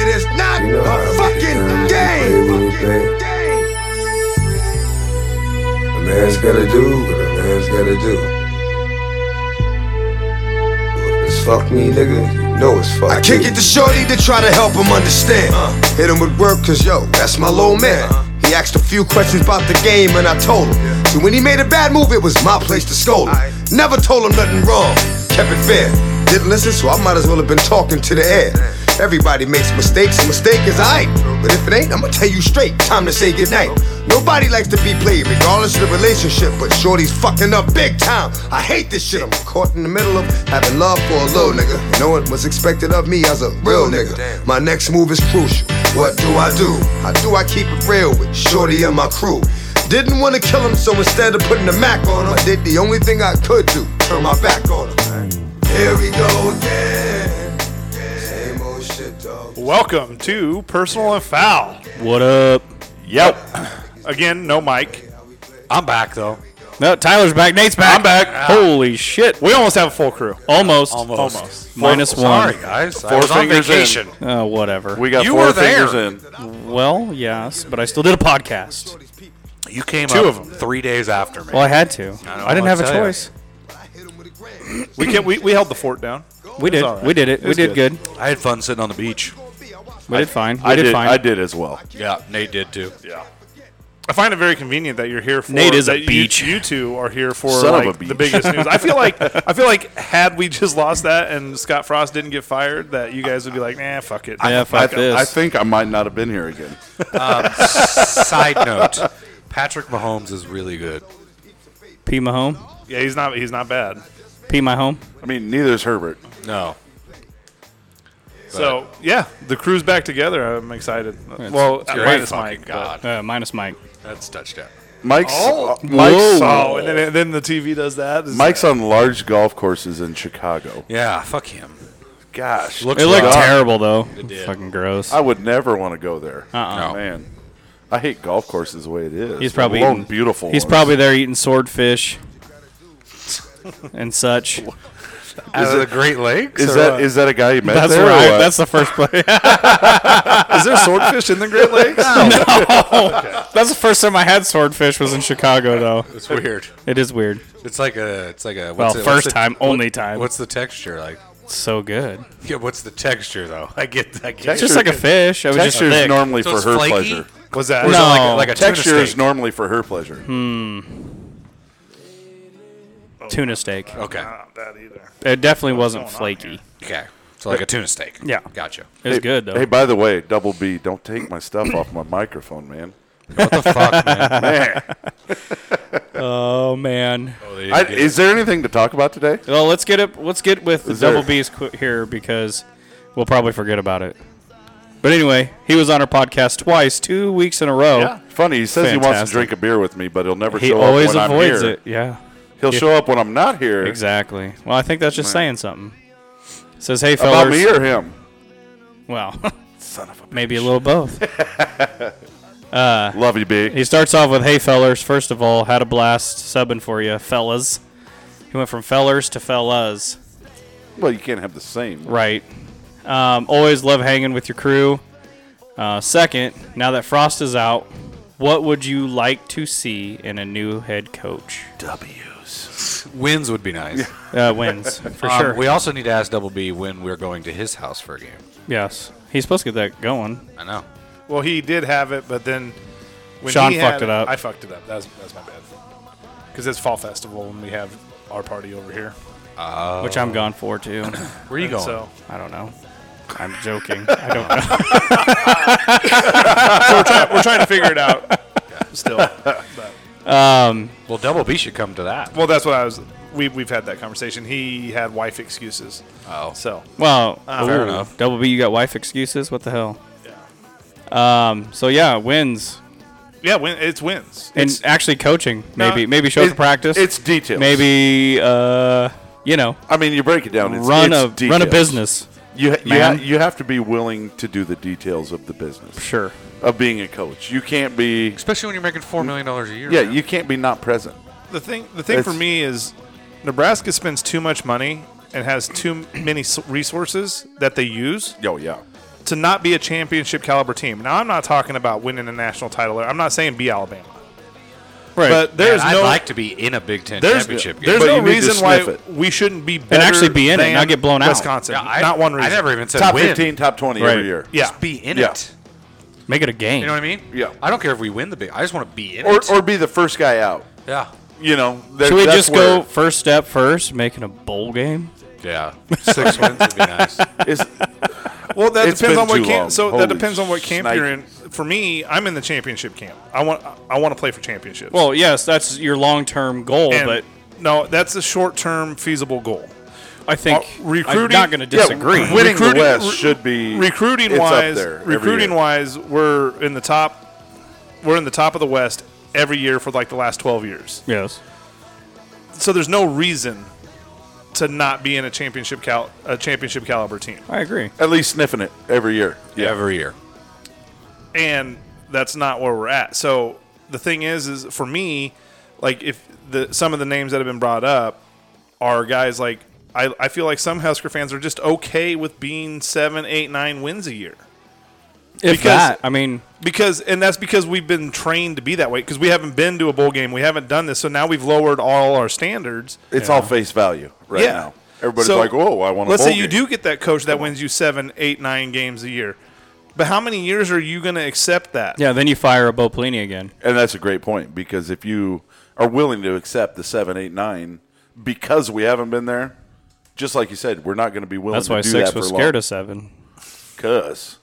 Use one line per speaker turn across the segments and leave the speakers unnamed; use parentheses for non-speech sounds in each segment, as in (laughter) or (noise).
You know how I
A
be.
fucking game.
When you think a man's gotta do what a man's gotta do. It's fuck me, nigga. You know it's fuck
I kick it to Shorty to try to help him understand.
Uh.
Hit him with work, cause yo, that's my low man. He asked a few questions about the game and I told him. So when he made a bad move, it was my place to scold him. Never told him nothing wrong, kept it fair. Didn't listen, so I might as well have been talking to the air. Everybody makes mistakes, a mistake is aight. But if it ain't, I'ma tell you straight, time to say goodnight. Nobody likes to be played, regardless of the relationship. But Shorty's fucking up big time. I hate this shit. I'm caught in the middle of having love for a little nigga. No one was expected of me as a real nigga. My next move is crucial. What do I do? How do I keep it real with Shorty and my crew? Didn't want to kill him, so instead of putting a Mac on him, I did the only thing I could do turn my back on him. Here we go again. Same old shit, dog.
Welcome to Personal and Foul.
What up?
Yep.
(clears throat) Again, no mic.
I'm back though.
No, Tyler's back. Nate's back.
I'm back.
Holy shit.
We almost have a full crew.
Almost.
Almost.
Minus
Four-
one.
Sorry, guys. I
Four
was on
fingers in.
vacation.
Oh, whatever.
We got
You
four
were there.
fingers in.
well, yes, but I still did a podcast.
You came
Two
up
of 'em.
three days after me.
Well, I had to.
I know,
I, didn't
I'll
have a
tell ya.
choice.
We can we, we held the fort down.
We did.
all right.
We did it.
It
we
was
did good.
I had fun sitting on the beach.
We did fine. We
I
did,
did.
fine.
I did as well.
Yeah, Nate did too. Yeah.
I find it very convenient that you're here for
Nate is a
that you-
beach.
You, two are here for
Son of
like,
a
the
beach.
biggest news. I feel like I feel like had we just lost that and Scott Frost didn't get fired, that you guys would be like, nah, fuck it.
Yeah, fuck
I,
this.
I think I might not have been here again.
Side note: Patrick Mahomes is really good.
Pee my home.
Yeah, he's not he's not bad.
Pee my home.
I mean, neither is Herbert.
No.
So yeah, the crew's back together. I'm excited. well, uh,
Great
minus
fucking
Mike.
God.
Uh, minus Mike.
That's touchdown.
Mike's uh,
Oh.
Mike's,
Oh, and then, then the TV does that. It's-
Mike's on large golf courses in Chicago.
Yeah, fuck him.
Gosh,
Looks
It looked
rough.
terrible though.
did.
Fucking gross.
I would never want to go there.
Uh-uh.
No.
Man, I hate golf courses the way it is.
He's probably
Alone
eating,
beautiful.
He's
ones.
probably there eating swordfish and
(laughs)
such.
Out of the Great Lakes?
Is
or
that
what?
is that a guy you met
uh, That's
there? or
right.
what?
That's the first place. (laughs)
is (laughs) there swordfish in the Great Lakes?
(laughs) That's the first time I had swordfish was in Chicago though.
It's weird.
It is weird.
It's like a. It's like a. What's
Well,
it- what's
first
the-
time, only time.
What's the texture like?
It's so good.
Yeah, what's the texture though? (laughs) I get. I get
It's just like a fish. It was just
Texture is
thick.
normally
So
for
it's
her
flaky?
pleasure.
Was that
Or is it like a,
No.
like a tuna
Texture is
steak?
normally for her pleasure.
Hmm. tuna steak.
Okay.
Not that either.
It definitely wasn't
going on
flaky.
Okay. So like a tuna steak.
Yeah.
Gotcha.
It was good though.
Hey, by the way, Double B, don't take my stuff
(clears throat)
off my
(laughs)
microphone, man.
What the fuck, man?
Man,
oh man.
I, is there anything to talk about today?
Well, let's get it. Let's get with the
Is there-
double B's qu- here because we'll probably forget about it. But anyway, he was on our podcast twice, two weeks in a row.
Funny, he says he wants
Fantastic.
to drink a beer with me, but he'll never
He
show
always
up when
avoids
I'm here.
it. Yeah,
He'll
Yeah.
show up when I'm not here.
exactly. Well, I think that's just saying something. Says, "Hey, fellas."
About me
(laughs)
or him?
well, (laughs) son of a maybe a little both.
Love you, B.
He starts off with, "Hey fellers, first of all, had a blast subbing for you, fellas." He went from fellers to fellas,
Well, you can't have the same.
right? Um, always love hanging with your crew. Uh, second, now that Frost is out, what would you like to see in a new head coach?
Wins would be nice.
Uh, wins (laughs) for
Um,
sure.
We also need to ask Double B when we're going to his house for a game.
yes, he's supposed to get that going.
I know.
Well, he did have it, but then when
Sean
he
fucked
had
it up.
I fucked it up. That's that's my bad. Because it's fall festival and we have our party over here.
Which I'm gone for too.
Where are you going?
So
I don't know. I'm joking. (laughs) I don't know.
we're trying to figure it out. Still,
Well, Double B should come to that.
(laughs) well, that's what I was. We we've had that conversation. He had wife excuses.
Oh,
So
Well,
Fair
ooh,
enough.
Double B, you got wife excuses? What the hell? Yeah. Um. So yeah, wins
yeah, win, it's wins.
and
It's,
actually coaching. Maybe
No,
maybe show up
It-
to practice.
It's details.
maybe uh you know
I mean, you break it down. It's,
run
it's
a
details.
run a business.
You ha- you, ha-
man.
you have to be willing to do the details of the business
Sure.
of being a coach. You can't be.
especially when you're making four million dollars a year.
Yeah,
man.
you can't be not present.
the thing. The thing for
It's-
me is Nebraska spends too much money and has too many s- resources that they use
Oh,
Yo, yeah.
to not be a championship caliber team. Now, I'm not talking about winning a national title. I'm not saying be Alabama,
Right.
but
Man,
there's
I'd
no
like to be in a Big Ten
there's,
championship game.
there's
But
no
you need to
reason why
sniff it.
we shouldn't be better
actually be in it,
than
not get blown out.
Wisconsin.
Yeah, I-
not one reason.
I never even said
Top
win.
15, top 20
Right.
every year.
Yeah.
Just be in
Yeah.
it.
Make it a game.
You know what I mean?
Yeah.
I don't care if we win the big. I just want to be in
Or,
it.
or be the first guy out.
yeah.
You know, there-
Should we
that's
just
where-
go first step first, making a bowl game?
Yeah. Six wins would be nice.
It's,
Well, that
It's
depends
been
on what
too
camp.
long.
So
Holy
that depends on what camp
snipe.
you're in. For me, I'm in the championship camp. I want I want to play for championships.
Well, yes, that's your long term goal,
And
but
no, that's a short term feasible goal.
I think
Uh, recruiting-
I'm not going to
Yeah,
disagree.
re-
winning
Recruiting-
the West
re-
should be
Recruiting
it's
wise,
Up there every
recruiting
year.
wise, we're in the top. We're in the top of the West every year for like the last twelve years.
yes.
So there's no reason to not be in a championship cal- a championship caliber team.
I agree.
At least sniffing it
(laughs)
every year.
Every year.
and that's not where we're at. So the thing is, is for me, like if the some of the names that have been brought up are guys like I, I feel like some Husker fans are just okay with being seven, eight, nine wins a year
If
Because-
that, I mean,
because and that's because we've been trained to be that way because we haven't been to a bowl game, we haven't done this, so now we've lowered all our standards.
It's all face value right
Yeah.
now. Everybody's
So,
like, oh, I want to
Let's say you do get that coach that wins you seven, eight, nine games a year, but how many years are you going to accept that?
yeah, then you fire a Bo Pelini again.
And that's a great point because if you are willing to accept the seven, eight, nine, because we haven't been there, just like you said, we're not going to be willing
That's
to
why
do
six
that for
was
long.
scared of seven.
Cause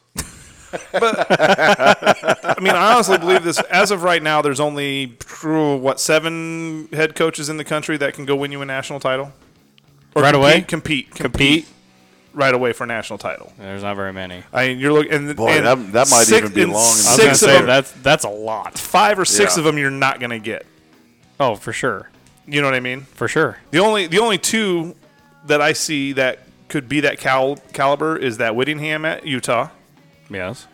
I mean, I honestly believe this. As of right now, there's only oh, what seven head coaches in the country that can go win you a national title
right
compete,
away,
Compete, compete,
compete.
right away for a national title.
There's not very many.
I mean, you're looking and,
Boy,
and
that- that might
six,
even be
and
long in the
I was gonna
Six of
say
them,
that's that's a lot.
five or six
Yeah.
of them, you're not going to get.
Oh, for sure,
You know what I mean?
for sure.
The only the only two that I see that could be that cal- caliber is that Whittingham at Utah
Yes.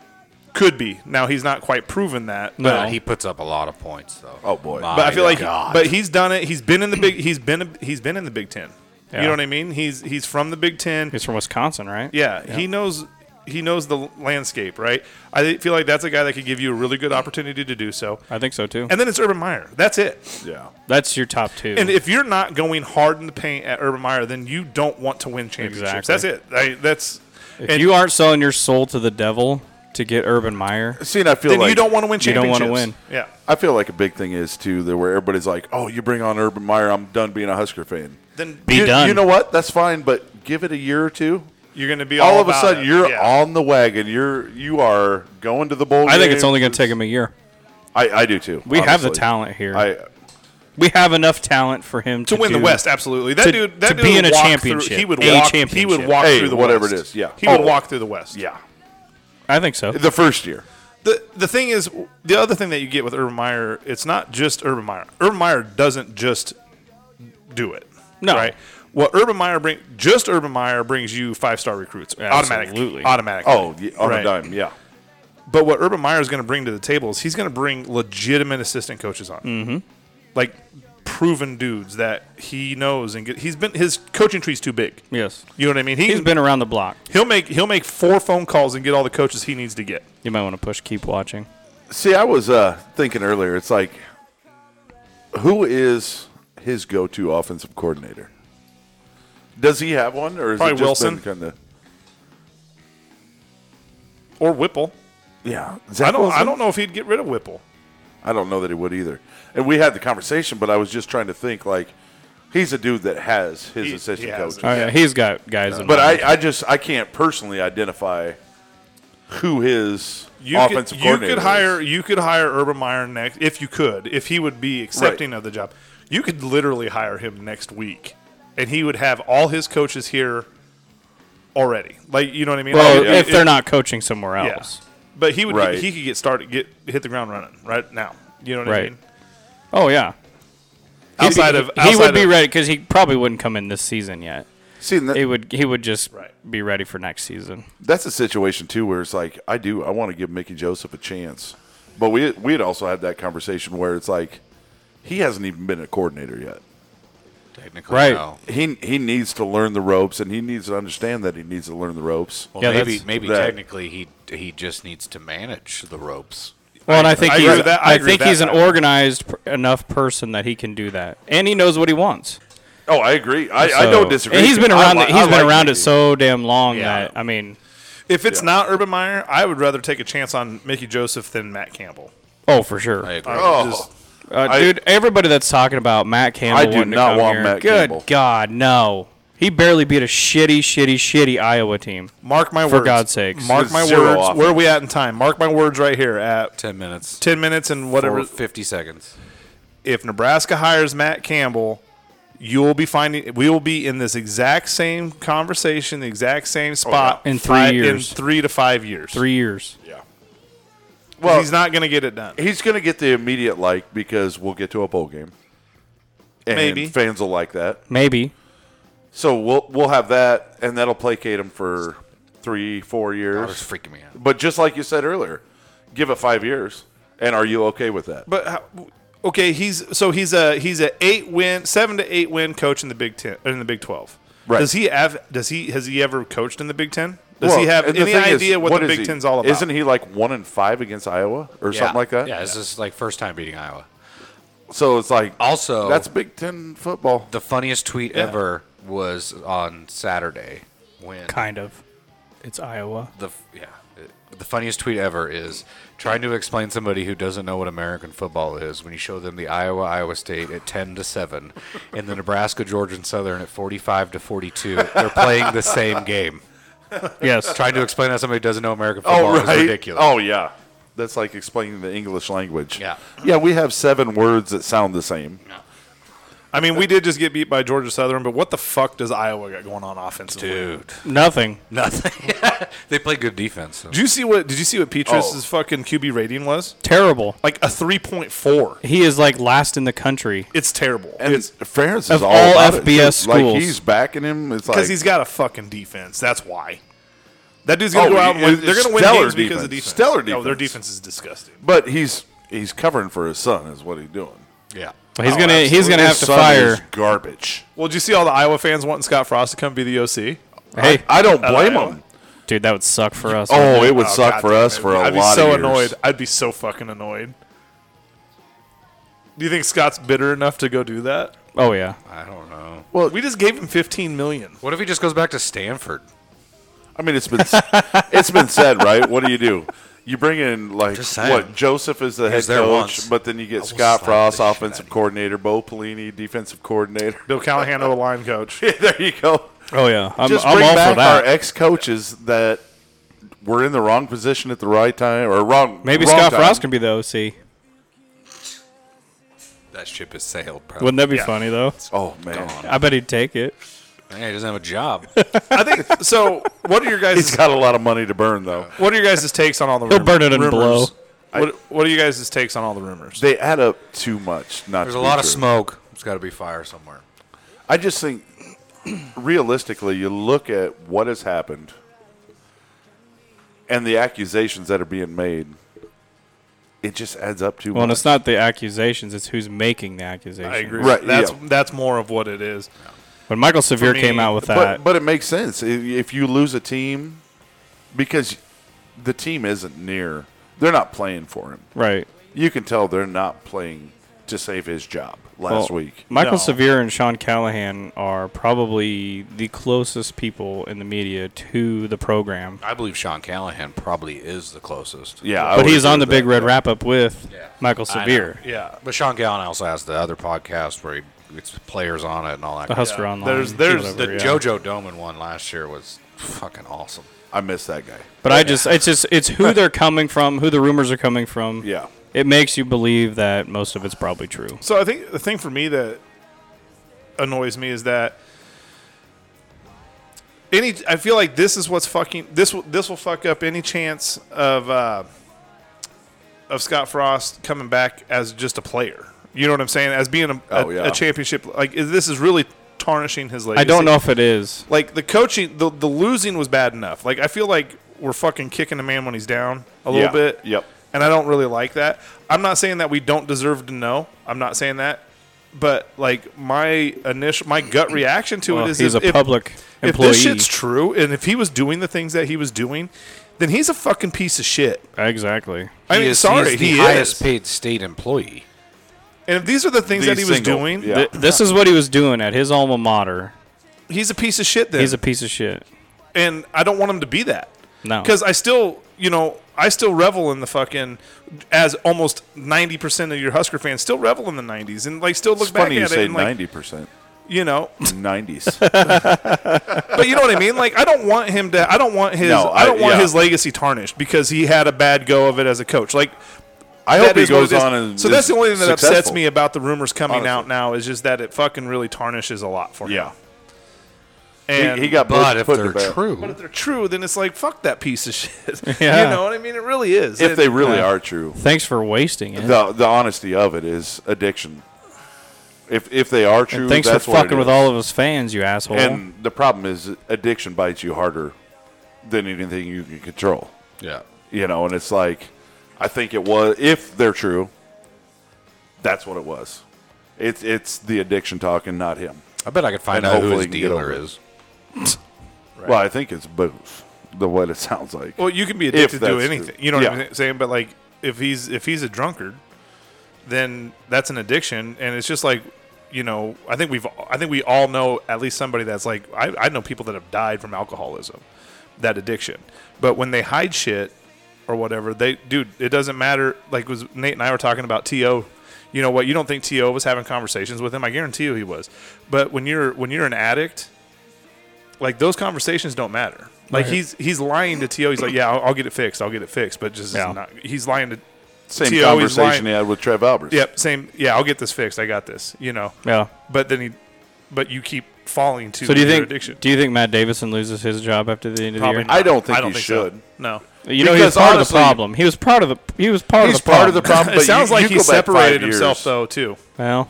could be. Now he's not quite proven that.
No.
But he puts up a lot of points, though.
Oh, boy.
My
But I feel like,
God.
but he's done it. He's been in the big. He's been. A, he's been in the Big Ten.
Yeah.
You know what I mean? He's he's from the Big Ten.
He's from Wisconsin, right?
Yeah, he knows. He knows the landscape, right? I thi- feel like that's a guy that could give you a really good opportunity to do so.
I think so too.
And then it's Urban Meyer. That's it.
yeah,
That's your top two.
And if you're not going hard in the paint at Urban Meyer, then you don't want to win championships.
Exactly.
That's it. I, that's
if
and-
you aren't selling your soul to the devil to get Urban Meyer,
see, and I feel
then
like
you don't want to win
You don't
championships.
wanna
Yeah.
I feel like a big thing is too that where everybody's like, "Oh, you bring on Urban Meyer, I'm done being a Husker fan."
Then
Be
you,
done.
You know what? That's fine, but give it a year or two.
you're going to be all,
All, of a
about
sudden,
it.
you're
Yeah.
on the wagon. You're you are going to the bowl.
I think it's
game.
only going to take him a year.
I, I do too.
We have the
honestly.
talent here.
I
we have enough talent for him to,
to win the
do-
West. Absolutely, that
to-
dude. That
to
dude
be
would
in a
walk
championship,
Through, he would
a
walk. He
championship.
would walk
Hey,
through the
whatever
West.
it is, yeah.
he would
Oh.
walk through the West.
yeah,
I think so.
the first year.
The the thing is, the other thing that you get with Urban Meyer, it's not just Urban Meyer. Urban Meyer doesn't just do it.
No.
Right. What Urban Meyer bring just Urban Meyer brings you five star recruits automatically.
Absolutely.
Automatically.
Oh, y- on
Right.
a dime, yeah.
But what Urban Meyer is going to bring to the table is he's going to bring legitimate assistant coaches on, mm-hmm. like proven dudes that he knows and get, he's been his coaching tree's too big.
yes.
You know what I mean? He
He's
can
been around the block.
He'll make he'll make four phone calls and get all the coaches he needs to get.
You might want to push keep watching.
See, I was uh, thinking earlier. It's like, who is his go-to offensive coordinator? Does he have one, or is
Probably
it just
Wilson.
kind of?
Or Whipple.
Yeah,
I
Zach
don't I
Wilson?
don't know if he'd get rid of Whipple.
I don't know that he would either. And we had the conversation, but I was just trying to think. Like, he's a dude that has his
He-
assistant
he has
coach.
it.
All right, Oh, he's got guys. in
But
mind.
I, I just I can't personally identify who his
You
offensive
could, you
coordinator.
could
is.
hire you could hire Urban Meyer next if you could, if he would be accepting of the job. You could literally hire him next week and he would have all his coaches here already. Like you know what I mean?
well,
Like,
if
it-
they're
it-
not coaching somewhere
yeah.
else.
But he would
Right.
he could get started get hit the ground running right now. You know what I
Right.
mean?
Oh yeah. He'd be-
Outside of-
he would
outside
be
of-
ready because he probably wouldn't come in this season yet.
See, and that-
He would he would just
Right.
be ready for next season.
that's a situation too where it's like I do I want to give Mickey Joseph a chance, but we we had also had that conversation where it's like he hasn't even been a coordinator yet.
technically
Right.
now.
He he needs to learn the ropes, and he needs to understand that he needs to learn the ropes.
Well,
Yeah,
maybe
that's-
maybe
that-
technically he he just needs to manage the ropes.
Well, and I think
I agree
he's,
with that. I
I,
agree
think
with
he's
that.
an organized per- enough person that he can do that, and he knows what he wants.
Oh, I agree. I, I
So-
don't disagree.
And he's been
I
around.
li-
it-
I
he's
like
been around
Mickey.
it so damn long
Yeah.
that I mean,
If it's not Urban Meyer, I would rather take a chance on Mickey Joseph than Matt Campbell.
oh for sure,
I agree.
Oh,
Just-
uh,
I-
dude. Everybody that's talking about Matt Campbell.
I do
wanting to
not
come
want
here,
Matt
Good
Campbell.
God, no. He barely beat a shitty, shitty, shitty Iowa team.
Mark my
For
words.
God's sakes.
Mark my
Zero
words.
offense.
Where are we at in time? Mark my words right here at
Ten minutes.
10 minutes and
Or
whatever.
fifty seconds.
If Nebraska hires Matt Campbell, you'll be finding we will be in this exact same conversation, the exact same spot
Oh, In three
five-
years.
In three to five years.
Three years.
Well, he's not going to get it done.
he's going to get the immediate like because we'll get to a bowl game, and
Maybe.
fans will like that.
Maybe.
So we'll we'll have that, and that'll placate him for three, four
That
years.
was freaking me out.
But just like you said earlier, give it five years, and are you okay with that?
But how, okay, he's so he's a he's a eight win, seven to eight win coach in the Big Ten in the Big Twelve.
Right.
Does he have? Does he has he ever coached in the Big Ten? Does he
Well,
have
and the
any
thing is,
idea what, the
is
Big
he?
Ten's all about?
Isn't he like one and five against Iowa or something like that?
Yeah, this is like first time beating Iowa.
So it's like
Also,
that's Big Ten football.
the funniest tweet ever was on Saturday when
Kind of. It's Iowa.
the f- yeah it- the funniest tweet ever is trying to explain somebody who doesn't know what American football is when you show them the Iowa Iowa State at ten to seven and the Nebraska Georgia and Southern at forty five to forty two. They're playing the same game.
Yes.
Trying to explain that somebody who doesn't know American football is ridiculous.
Oh yeah, that's like explaining the English language.
Yeah.
yeah. We have seven words that sound the same.
I mean, we did just get beat by Georgia Southern, but what the fuck does Iowa got going on offensively?
dude,
Nothing.
nothing. (laughs) they play good defense. so-
Did you see what? Did you see what Petrus's
Oh.
fucking QB rating was?
Terrible.
Like a three point four.
He is like last in the country.
It's terrible.
And it's, Ferris is
of
all,
all
about it,
FBS
too. Like
schools.
he's backing him. It's like
because he's got a fucking defense. That's why. That dude's gonna
Oh,
go out and
it-
win. They're
it's
gonna win
stellar
games because of
defense.
defense.
Stellar
No, their
defense.
defense is disgusting.
but he's he's covering for his son is what he's doing.
yeah.
But he's gonna. He's gonna have
His
to
son
fire.
is garbage.
Well, did you see all the Iowa fans wanting Scott Frost to come be the OC?
hey,
I don't blame
Iowa?
him.
dude, that would suck for us.
Oh, it would
Oh,
suck
God
for
damn
us
it.
for a
I'd
lot.
be so
of years.
annoyed. I'd be so fucking annoyed. Do you think Scott's bitter enough to go do that?
Oh yeah.
I don't know.
We just gave him 15 million.
What if he just goes back to Stanford?
I mean, it's been it's been said, right? What do you do? You bring in like
Just saying.
what Joseph is the
He
head
was there
coach,
once.
but then you
will
get Scott
slap
Frost,
the shit out
offensive
of you.
coordinator, Bo Pelini, defensive coordinator. (laughs)
Bill Callahan, the line (laughs) coach.
there you go.
Oh yeah. I'm,
Just
I'm
bring
all
back
for that.
our ex coaches that were in the wrong position at the right time or wrong.
Maybe
wrong
Scott
time.
Frost can be the OC.
That ship is sailed, probably.
Wouldn't that be funny though?
Oh man,
I bet he'd take it.
Hey, he doesn't have a job.
I think so. What are your
he's
guys?
got a lot of money to burn though.
What are your guys' takes on all the?
He'll
rumors?
burn it and blow.
What, what are you guys' takes on all the rumors?
They add up too much. Not
There's
to
a
be
lot of
true.
smoke. It's got to be fire somewhere.
I just think realistically, you look at what has happened and the accusations that are being made. It just adds up too
Well, and
much.
it's not the accusations; it's who's making the accusation.
I agree.
Right,
That's
yeah.
that's more of what it is.
When Michael Severe
me,
came out with that,
but but it makes sense I- if you lose a team because the team isn't near. They're not playing for him.
right?
You can tell they're not playing to save his job last
Well,
week.
Michael
No.
Severe and Sean Callahan are probably the closest people in the media to the program.
I believe Sean Callahan probably is the closest.
Yeah, I
but
would
he's
agree
on the
with
Big
that.
Red wrap up with
Yeah.
Michael
I know.
Severe,
Yeah.
But Sean Callahan also has the other podcast where he gets players on it and all that.
the
crap.
Husker Online.
There's- there's
whatever,
the
yeah.
JoJo Doman one last year was fucking awesome.
I miss that guy.
But I just, it's just, it's who
(laughs)
they're coming from, who the rumors are coming from.
Yeah.
It makes you believe that most of it's probably true.
So I think the thing for me that annoys me is that any I feel like this is what's fucking this will this will fuck up any chance of uh, of Scott Frost coming back as just a player. You know what I'm saying? As being a, a,
Oh, yeah.
a championship like is- this is really tarnishing his legacy.
I don't know if it is.
Like the coaching, the the losing was bad enough. Like I feel like we're fucking kicking a man when he's down a little
Yeah.
bit
Yep.
and I don't really like that. I'm not saying that we don't deserve to know. I'm not saying that. But like my initial, my gut reaction to
Well,
it is
he's
if,
a
if-
public
if
employee.
this shit's true, and if he was doing the things that he was doing, then he's a fucking piece of shit.
Exactly.
I mean,
is,
sorry,
he's the
he
highest
is.
paid state employee.
And if these are the things
The
that he was
single,
doing,
yeah.
Th- this is what he was doing at his alma mater.
he's a piece of shit. Then
He's a piece of shit.
and I don't want him to be that.
No.
Because I still, you know, I still revel in the fucking, as almost 90% of your Husker fans still revel in the 90s and like still look
It's
back
funny
at
you
it
say
and like,
ninety percent,
you know,
nineties.
but you know what I mean? Like, I don't want him to, I don't want his,
No,
I, don't
I-
want
yeah.
his legacy tarnished because he had a bad go of it as a coach. Like,
I
that
hope he
is what
goes
it is.
on and
so that's
is
the only thing that upsets
successful.
me about the rumors coming
Honestly.
out now is just that it fucking really tarnishes a lot for him.
Yeah,
And
he, he got
But if
put
they're
to bed.
But
true,
if they're true, then it's like fuck that piece of (laughs) shit.
Yeah.
you know what I mean? It really is.
if
It-
they really are true,
Thanks for wasting it.
the the honesty of it is addiction. If if they are true,
And thanks for
that's what it
fucking with
is.
all of us fans, you asshole.
And the problem is addiction bites you harder than anything you can control.
yeah.
You know, and it's like I think it was if they're true, that's what it was. It's it's the addiction talking, not him.
I bet I could find
And
out who
hopefully
his
he can get
dealer
over it.
is.
Well, I think it's both. The what it sounds like.
Well, you can be
If
addicted to
that's
anything.
true.
You know what
Yeah.
I'm saying? But like, if he's if he's a drunkard, then that's an addiction, and it's just like, you know, I think we've I think we all know at least somebody that's like I, I know people that have died from alcoholism, that addiction. But when they hide shit or whatever, they dude, it doesn't matter. Like was Nate and I were talking about To. You know what? You don't think To was having conversations with him? I guarantee you he was. But when you're when you're an addict, like those conversations don't matter. Like
Right.
he's he's lying to To. He's like, yeah, I'll, I'll get it fixed. I'll get it fixed. But just
Yeah.
not, he's lying to.
Same
T.O. is lying.
conversation he had with Trev Albers.
Yep, same. Yeah, I'll get this fixed. I got this. You know.
yeah.
But then he, but you keep falling to.
So do you
your
think
addiction?
do you think Matt Davison loses his job after the end of
Probably
the
not.
I don't think
I don't
he
think
should.
So. No.
year? You know he was
Because
part of the
honestly-
problem. He was part of the he was part
He's
of the problem.
part of
(laughs)
the problem.
It
but
sounds
you,
like
you
he
go back five
separated
years.
himself though too.
Well,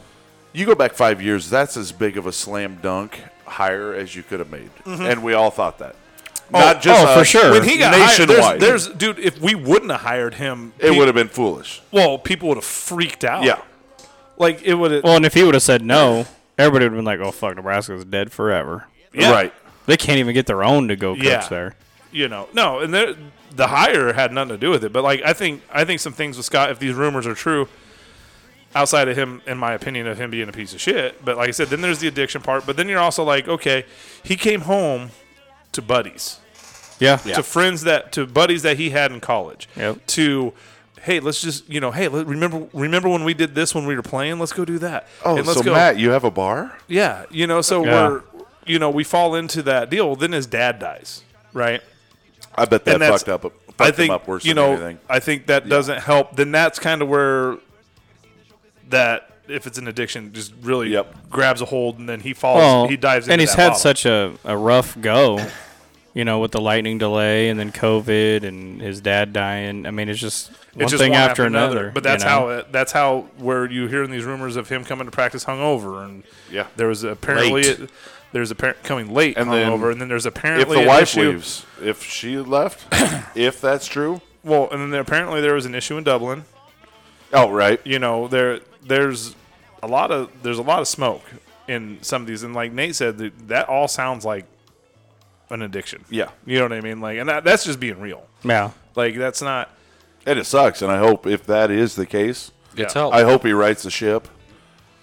You go back five years. That's as big of a slam dunk hire as you could have made,
Mm-hmm.
and we all thought that. Not just
oh, for
us,
sure.
When he got
nationwide.
hired, there's, there's dude. If we wouldn't have hired him,
it
pe-
would have been foolish.
Well, people would have freaked out.
Yeah,
Like it would. have
well, and if he would have said no, everybody would have been like, "Oh fuck, Nebraska's dead forever."
Yeah.
right.
They can't even get their own to go coach
Yeah.
there.
you know no and there, the hire had nothing to do with it but like i think i think some things with scott if these rumors are true outside of him in my opinion of him being a piece of shit but like i said then there's the addiction part but then you're also like okay he came home to buddies
Yeah.
to friends that to buddies that he had in college
Yep.
to hey let's just you know hey let, remember remember when we did this when we were playing let's go do that
Oh,
and let's
so
go
Matt, you have a bar?
yeah, you know, so
Yeah.
we're you know we fall into that deal. Well, then his dad dies, right?
I bet that
And that's-
fucked up. Fucked
I think
him up worse
you
than
know.
anything.
I think that doesn't help. Then that's kind of where that if it's an addiction, just really
Yep.
grabs a hold, and then he falls.
Well,
he dives, into
and he's
that
had
bottle.
such a, a rough go, you know, with the lightning delay and then COVID and his dad dying. I mean, it's just one
It's just
thing after, another.
But that's
you know?
how it, that's how where you hearing these rumors of him coming to practice hungover, and
Yeah.
there was apparently
Late.
there's apparent coming late
And then
hungover, and then there's
if
apparently
the
an
wife
issue-
leaves, if
(coughs)
she left, if that's true,
Well, and then there, apparently there was an issue in Dublin.
oh right,
you know there there's a lot of there's a lot of smoke in some of these and like nate said that, that all sounds like an addiction
Yeah.
you know what i mean like and that, that's just being real
Yeah.
like that's not
and it sucks. And I hope if that is the case,
It's
Yeah.
hell.
I hope he rights the ship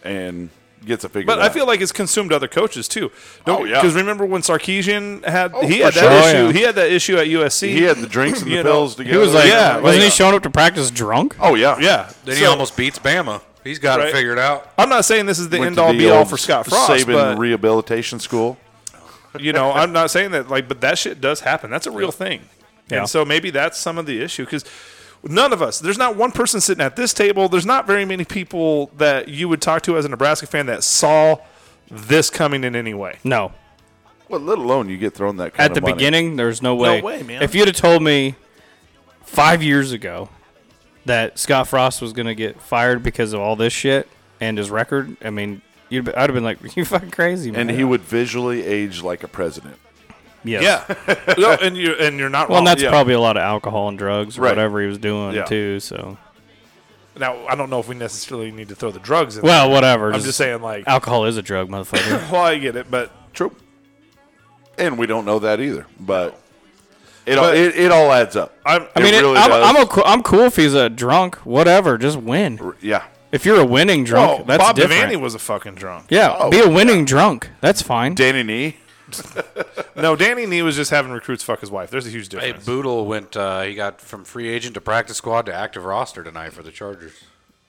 and gets a figure.
but i feel like it's consumed other coaches too don't
Oh, yeah.
because remember when sarkisian had he
for
had that
sure.
issue
Oh, yeah.
he had that issue at usc
he had the drinks and
(laughs) you
the
know,
pills together.
He was like,
Yeah,
wasn't
like- uh,
he showing up to practice drunk?
oh yeah,
yeah
then he
So,
almost beats Bama. He's got
Right.
it figured out.
i'm not saying this is the
Went
end
to
all
the
be all
old
for scott frost
Saban
but
rehabilitation school.
you know i'm not saying that like but that shit does happen that's a real thing
Yeah.
and so maybe that's some of the issue because none of us there's not one person sitting at this table there's not very many people that you would talk to as a nebraska fan that saw this coming in any way
No.
Well, let alone you get thrown that kind
At
of
the
money.
beginning, there's no way.
way, man.
If you'd have told me five years ago that Scott Frost was going to get fired because of all this shit and his record, I mean, you'd be, I'd have been like, you fucking crazy, man.
and he would visually age like a president.
yes.
yeah (laughs) no, and you and you're not
Well,
wrong
and that's
Oh, yeah.
probably a lot of alcohol and drugs or
Right.
whatever he was doing
Yeah.
too. So
Now I don't know if we necessarily need to throw the drugs in.
Well, whatever.
I'm just saying, like,
alcohol is a drug, motherfucker.
(laughs)
well, I get it, but
True. And we don't know that either, but it all
But-
it, it all adds up.
I'm,
I mean, it-
It really
I'm,
does.
I'm, okay- I'm cool if he's a drunk, whatever. Just win.
yeah,
If you're a winning drunk,
oh,
that's
Bob
different.
Devaney Oh, was a fucking drunk.
yeah, be a winning drunk. That's fine.
Danny Nee.
No, Danny Nee was just having recruits fuck his wife. There's a huge
Hey,
difference.
Boodle went. Uh, he got from free agent to practice squad to active roster tonight for the Chargers.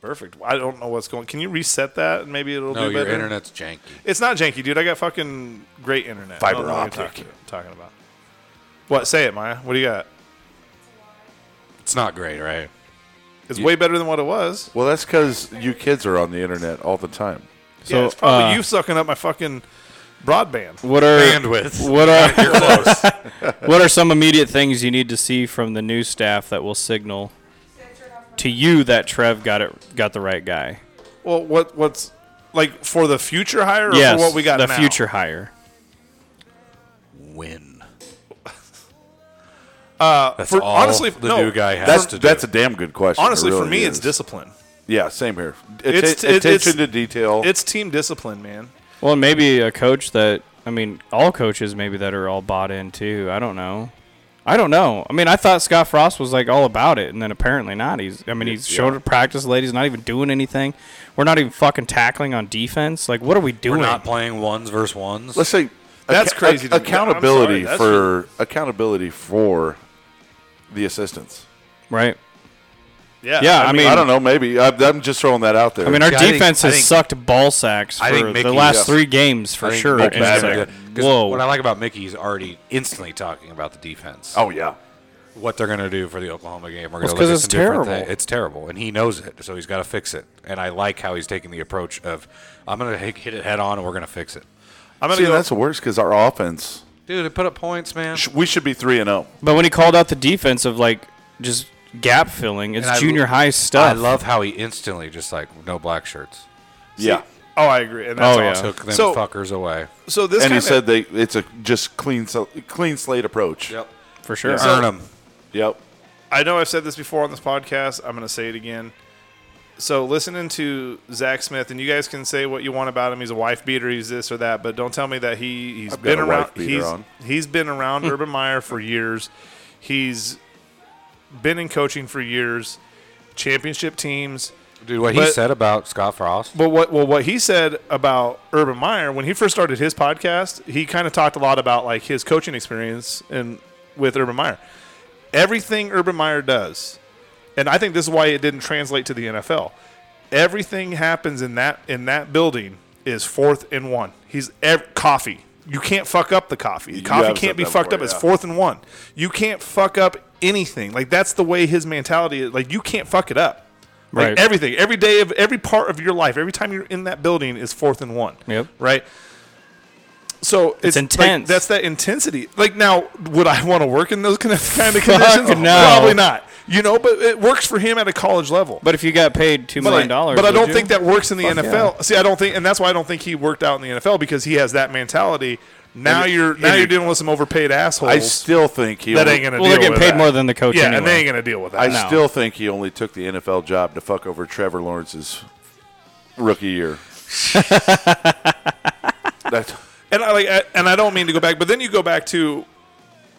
Perfect. I don't know what's going. Can you reset that? and Maybe it'll
No,
do
your
better.
internet's janky.
It's not janky, dude. I got fucking great internet.
Fiber
I don't know what you're
optic.
talking- Talking about. What? Say it, Maya. What do you got?
It's not great, right?
It's way better than what it was.
Well, that's because you kids are on the internet all the time.
yeah,
So,
it's probably
uh,
you sucking up my fucking broadband.
What are
Bandwidth.
(laughs)
what are
You're
(laughs)
close.
what are some immediate things you need to see from the new staff that will signal to you that Trev got it got the right guy?
Well, what what's like for the future hire or
yes,
for what we got
the
now?
future hire.
Win.
Uh,
That's
for,
all
honestly,
the
no,
new guy has
That's
to do.
that's a damn good question.
Honestly,
It
for
really
me, it's
is.
discipline.
yeah, same here. Atten-
It's- it-
attention
it's-
to detail.
It's team discipline, man.
Well, and maybe a coach that I mean, all coaches maybe that are all bought in too. I don't know. I don't know. I mean, I thought Scott Frost was like all about it, and then apparently not. He's, I mean, he's showed at practice late. He's not even doing anything. We're not even fucking tackling on defense. Like, what are we
We're
doing?
not playing ones versus ones.
let's say
That's
acc-
crazy to me.
accountability
I'm sorry, that's
for accountability for the assistants.
right.
Yeah,
Yeah, I mean,
I don't know. Maybe I, I'm just throwing that out there.
I mean, our
Yeah, I think-
defense
I
has
think-
sucked ball sacks for
I think
the
Mickey-
last
yeah.
three games for
I think
sure.
Mickey's
And it's
gonna
like,
do it. 'Cause
Whoa.
What I like about Mickey, he's already instantly talking about the defense.
oh yeah,
what they're going to do for the Oklahoma game. We're
Well, it's
going
'cause
to look at
it's
some different
terrible.
thi- It's terrible, and he knows it, so he's got to fix it. And I like how he's taking the approach of, I'm going to hit it head on, and we're going to fix it.
I'm gonna
see,
go,
that's the worst because our offense.
Dude, it put up points, man.
sh- We should be three and oh. zero.
But when he called out the defense of like just gap filling, it's
And I
junior
lo-
high
I
stuff.
love how he instantly just like no black shirts
Yeah,
Oh, I agree. And that's
Oh, yeah.
awesome.
took them
So-
fuckers away.
So this
and he
kinda,
said they it's a just clean so- clean slate approach.
Yep,
for sure.
earn them.
Yep.
I know I've said this before on this podcast. I'm going to say it again. So listening to Zach Smith, and you guys can say what you want about him. He's a wife beater. He's this or that, but don't tell me that he he's
I've got
been
a wife
around.
beater
he's
on.
he's been
(laughs)
around Urban Meyer for years. He's been in coaching for years, championship teams.
Dude, what he
But-
said about Scott Frost.
But what well what he said about Urban Meyer when he first started his podcast, he kind of talked a lot about like his coaching experience and with Urban Meyer. Everything Urban Meyer does, and I think this is why it didn't translate to the NFL. Everything happens in that in that building is fourth and one. He's ev- coffee. You can't fuck up the coffee. The coffee
have
can't
said
be
that
fucked up.
before,
It's
yeah.
fourth and one. You can't fuck up anything. Like that's the way his mentality is. Like you can't fuck it up. Like
Right.
everything, every day of every part of your life, every time you're in that building is fourth and one.
Yep.
Right. So it's, like,
intense.
that's that intensity. Like now, would I want to work in those (laughs) kind of kind of conditions?
no.
Probably not. You know, but it works for him at a college level.
But if you got paid two
But,
million
like,
dollars,
but I
would
don't
you?
think that works in the NFL. See, I don't think, and that's why I don't think he worked out in the NFL because he has that mentality. Now you're now
and
you're
it-
dealing with some overpaid assholes
I still think he.
that
only-
ain't gonna.
Well,
deal
they're getting
with
paid
that.
more than the coach
Yeah, and
anyway.
they ain't gonna deal with that.
I
No.
still think he only took the NFL job to fuck over Trevor Lawrence's
(laughs)
rookie year. That's
and I like, I, and I don't mean to go back, but then you go back to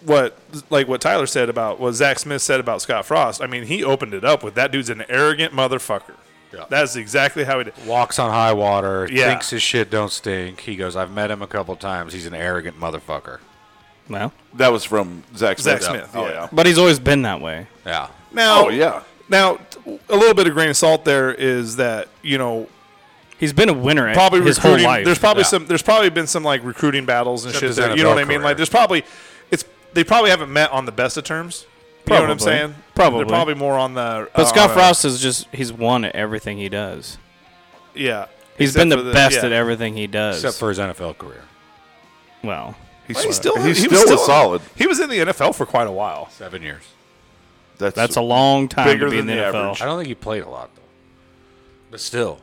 what, like what Tyler said about what Zach Smith said about Scott Frost. I mean, he opened it up with that dude's an arrogant motherfucker.
Yeah.
That's exactly how he did.
Walks on high water.
Yeah.
Thinks his shit don't stink. He goes, I've met him a couple times. He's an arrogant motherfucker.
Well,
that was from Zach Smith.
Zach Smith,
Oh
yeah.
yeah.
but he's always been that way.
Yeah.
Now,
Oh yeah.
Now, a little bit of grain of salt there is that you know
He's been a winner at
probably
his whole
recruiting.
life.
There's probably
Yeah.
some. There's probably been some like recruiting battles and
Except
shit.
his
There, you know what I
NFL
mean? Like
career.
there's probably it's they probably haven't met on the best of terms. You know what I'm
Probably.
saying?
Probably.
they're probably more on the.
but
uh,
Scott
on a-
Frost is just he's won at everything he does.
yeah,
He's
Except
been
for
the best
yeah.
at everything he does.
Except for his NFL career.
well,
He's,
Well, He's still
he's
he
still,
was
was solid.
He was in the NFL for quite a while.
Seven years.
That's,
that's a long time
Bigger
to be in the,
than the
NFL.
average.
I don't think he played a lot, though. But still.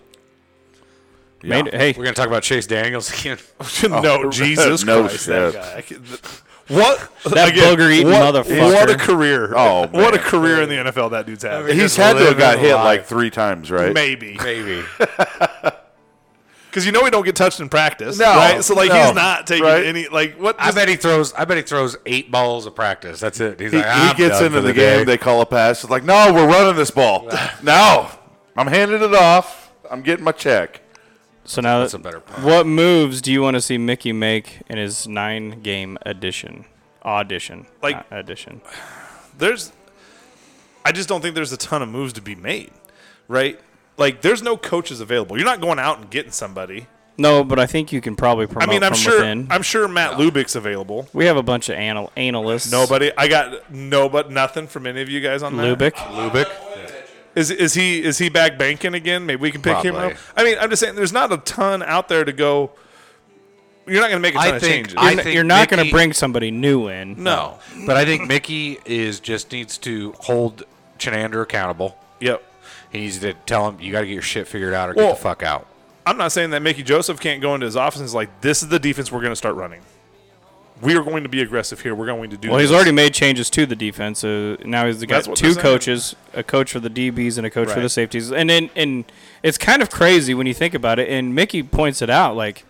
Made- hey,
(laughs) We're going to talk about Chase Daniels again.
(laughs) no, Jesus
no
Christ, that
shit.
guy. I can- th- What
That booger eating motherfucker.
What a career! Oh,
(laughs)
man.
What a career in the NFL that dude's had.
He's had to have got
living
hit
life.
like three times, right?
Maybe
Maybe.
because you know he don't get touched in practice,
No,
right? So like
no,
he's not taking
right?
any like what
I bet he throws. I bet he throws eight balls of practice. That's it. He's
He,
like,
he
"I'm
gets
done
into
for
the,
day."
game. They call a pass. It's like, no, we're running this ball. (laughs) no, I'm handing it off. I'm getting my check.
So now,
a better pun.
what moves do you want to see Mickey make in his nine game edition? Audition.
Like-
not edition.
there's I just don't think there's a ton of moves to be made, right? Like there's no coaches available. You're not going out and getting somebody.
No, but I think you can
I
probably promote
mean, I'm
from
sure
within.
I'm sure Matt Lubick's available.
we have a bunch of anal- analysts.
Nobody, I got no but nothing from any of you guys on that.
Lubick.
Lubick.
Is is he is he back banking again? Maybe we can pick him up.
Probably.
I mean, I'm just saying there's not a ton out there to go. You're not going to make a ton
I
of
think-
changes.
I
You're,
think
you're not going to
Mickey-
bring somebody new in.
no.
But I think Mickey is just needs to hold Chenander accountable.
Yep.
He needs to tell him you got to get your shit figured out or
Well-
get the fuck out.
I'm not saying that Mickey Joseph can't go into his office and is like, "This is the defense we're going to start running. We are going to be aggressive here. We're going to do."
Well, he's
this."
already made changes to the defense. So now he's got
That's what they're
two
saying.
coaches, a coach for the DBs and a coach for
Right.
the safeties. And then and it's kind of crazy when you think about it. And Mickey points it out like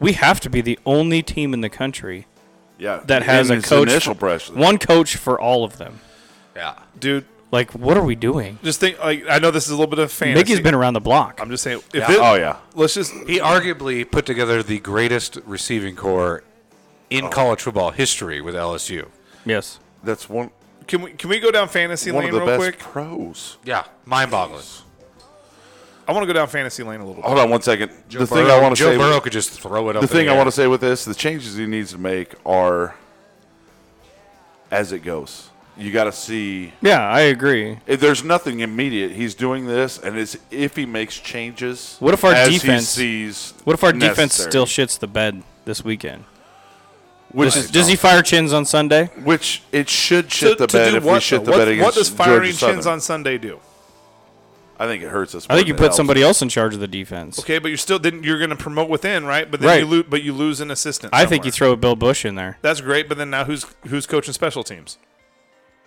we have to be the only team in the country
Yeah,
that has
In
a
his
coach
Initial
for-
pressure.
one coach for all of them.
Yeah.
dude.
Like what are we doing?
Just think, like I know this is a little bit of fantasy.
Mickey's been around the block.
I'm just saying. If
Yeah.
it-
Oh yeah.
Let's just.
He arguably put together the greatest receiving core in college football history with LSU.
yes.
That's one
Can we can we go down fantasy
one
lane
of the
real
best
quick?
pros.
Yeah. Mind boggling.
I want to go down fantasy lane a little. bit.
Hold on one second. Oh, the thing I want to
Joe
say.
Burrow could just throw it up.
the
in
thing I
air.
want to say with this, the changes he needs to make are as it goes. You got to see.
Yeah, I agree.
If there's nothing immediate. He's doing this, and it's if he makes changes.
What if our
as he
defense-
sees?
What if our defense
necessary.
still shits the bed this weekend?
Which,
Does, does he fire chins on Sunday?
which it should shit the
To- to
bed
do
if
what,
we shit
though?
the
what,
bed against
What does
Georgia
firing
Southern.
chins on Sunday do?
I think it hurts us.
I think
more
you
than
put
it
somebody
helps.
else in charge of the defense.
Okay, but you're still then you're going to promote within, right? But then
Right.
you lose, but you lose an assistant.
I think
somewhere.
you throw Bill Bush in there.
That's great, but then now who's who's coaching special teams?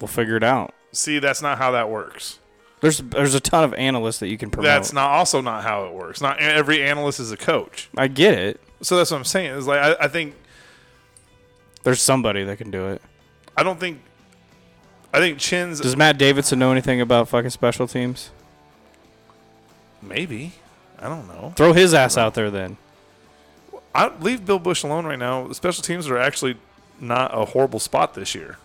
We'll figure it out.
See, that's not how that works.
There's there's a ton of analysts that you can promote.
That's not also not how it works. Not every analyst is a coach.
I get it.
So that's what I'm saying. Is like I, I think
There's somebody that can do it.
I don't think I think Chin's
Does Matt Davidson know anything about fucking special teams?
maybe. I don't know.
Throw his ass out there then.
I leave Bill Bush alone right now. The special teams are actually not a horrible spot this year.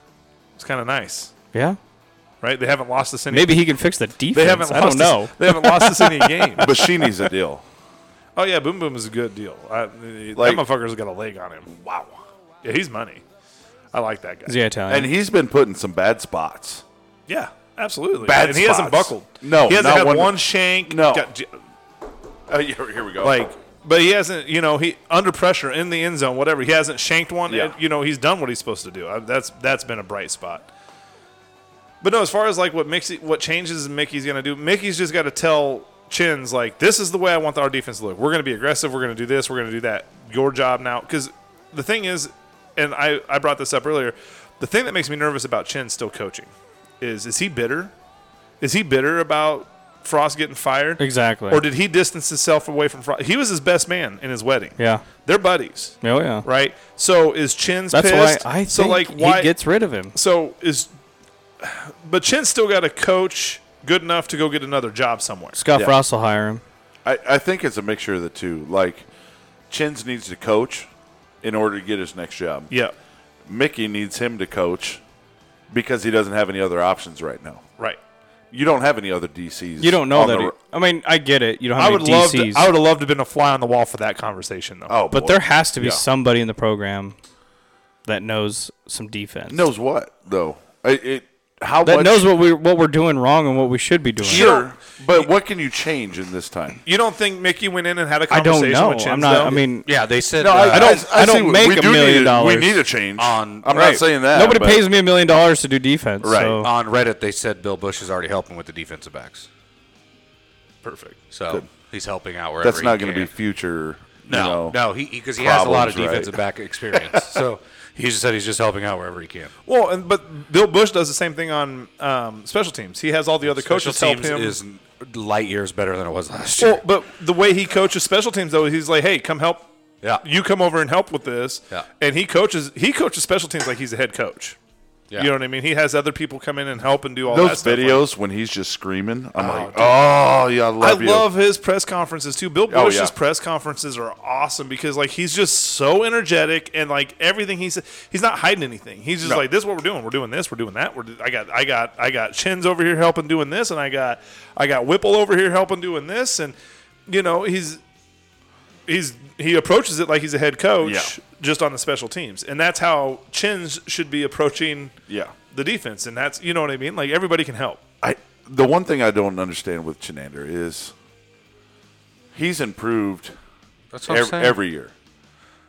It's kind of nice,
Yeah.
right? They haven't lost us any.
Maybe he can fix the defense.
they haven't.
I
lost
don't know.
Us, they haven't lost us any game.
Bashini's a deal.
Oh yeah, Boom Boom is a good deal. I,
Like-
that motherfucker's got a leg on him. (laughs) Wow. Yeah, he's money. I like that guy.
Is he Italian?
And he's been put in some bad spots.
Yeah, absolutely.
Bad
and he hasn't
spots.
buckled.
No,
he hasn't
not
had
one-
one, shank.
No.
Got j-
Uh, here, here we go.
like, but he hasn't. You know, he under pressure in the end zone, whatever. He hasn't shanked one.
Yeah.
and, you know, he's done what he's supposed to do. I, that's that's been a bright spot. But no, as far as like what Mickey, what changes Mickey's going to do, Mickey's just got to tell Chins like, this is the way I want our defense to look. We're going to be aggressive. We're going to do this. We're going to do that. Your job now, because the thing is, and I I brought this up earlier. The thing that makes me nervous about Chin still coaching is is he bitter? Is he bitter about Frost getting fired?
exactly.
Or did he distance himself away from Frost? He was his best man in his wedding.
yeah.
They're buddies,
Oh yeah.
right? So is Chin's
That's
pissed?
why I think
so like why
he gets rid of him.
so is but Chin's still got a coach good enough to go get another job somewhere.
Scott
Yeah.
Frost will hire him.
I, I think it's a mixture of the two. Like, Chins needs to coach in order to get his next job.
Yeah.
Mickey needs him to coach because he doesn't have any other options right now.
Right.
You don't have any other DCs.
You don't know
on
that. e-
the
he-
ro-
I mean, I get it. You don't have
I
any
would love to,
DCs.
I would have loved to have been a fly on the wall for that conversation though.
oh,
but
boy.
there has to be
Yeah.
somebody in the program that knows some defense.
knows what though. It, it how
that
much,
knows what we what we're doing wrong and what we should be doing.
sure, but what can you change in this time?
You don't think Mickey went in and had a
I
conversation
don't know.
with Chins
I'm not.
though?
I mean,
Yeah, they said.
No,
uh,
I,
don't- I don't
see what-
make
we
a
do
million
need
dollars.
We need a change.
On-
I'm not
right.
saying that.
nobody
but
pays me a million dollars to do defense.
Right.
So.
on Reddit they said Bill Bush is already helping with the defensive backs.
perfect.
So
Good.
he's helping out wherever.
That's not
going to
be future
No,
you know,
no, he because he, has a lot of
problems,
defensive
right?
back experience. so he just said he's just helping out wherever he can.
Well, and but Bill Bush does the same thing on um, special teams. He has all the other
Special
coaches help
teams
him.
is light years better than it was last year.
well, but the way he coaches special teams though, he's like, "Hey, come help.
Yeah.
you come over and help with this."
Yeah.
and he coaches. He coaches special teams like he's a head coach.
Yeah.
You know what I mean? He has other people come in and help and do all that
Those
stuff.
videos when he's just screaming, I'm like, oh yeah, I
I
love you.
love his press conferences too. Bill
Oh,
Bush's
yeah.
press conferences are awesome because like he's just so energetic and like everything he says, he's not hiding anything. He's just like, "This is what we're doing. We're doing this. We're doing that. We're do- I got I got I got Chins over here helping doing this, and I got I got Whipple over here helping doing this, and you know he's he's he approaches it like he's a head coach,
Yeah.
just on the special teams, and that's how Chins should be approaching
Yeah.
the defense, and that's you know what I mean. Like everybody can help.
I the one thing I don't understand with Chenander is he's improved
That's
ev- every year,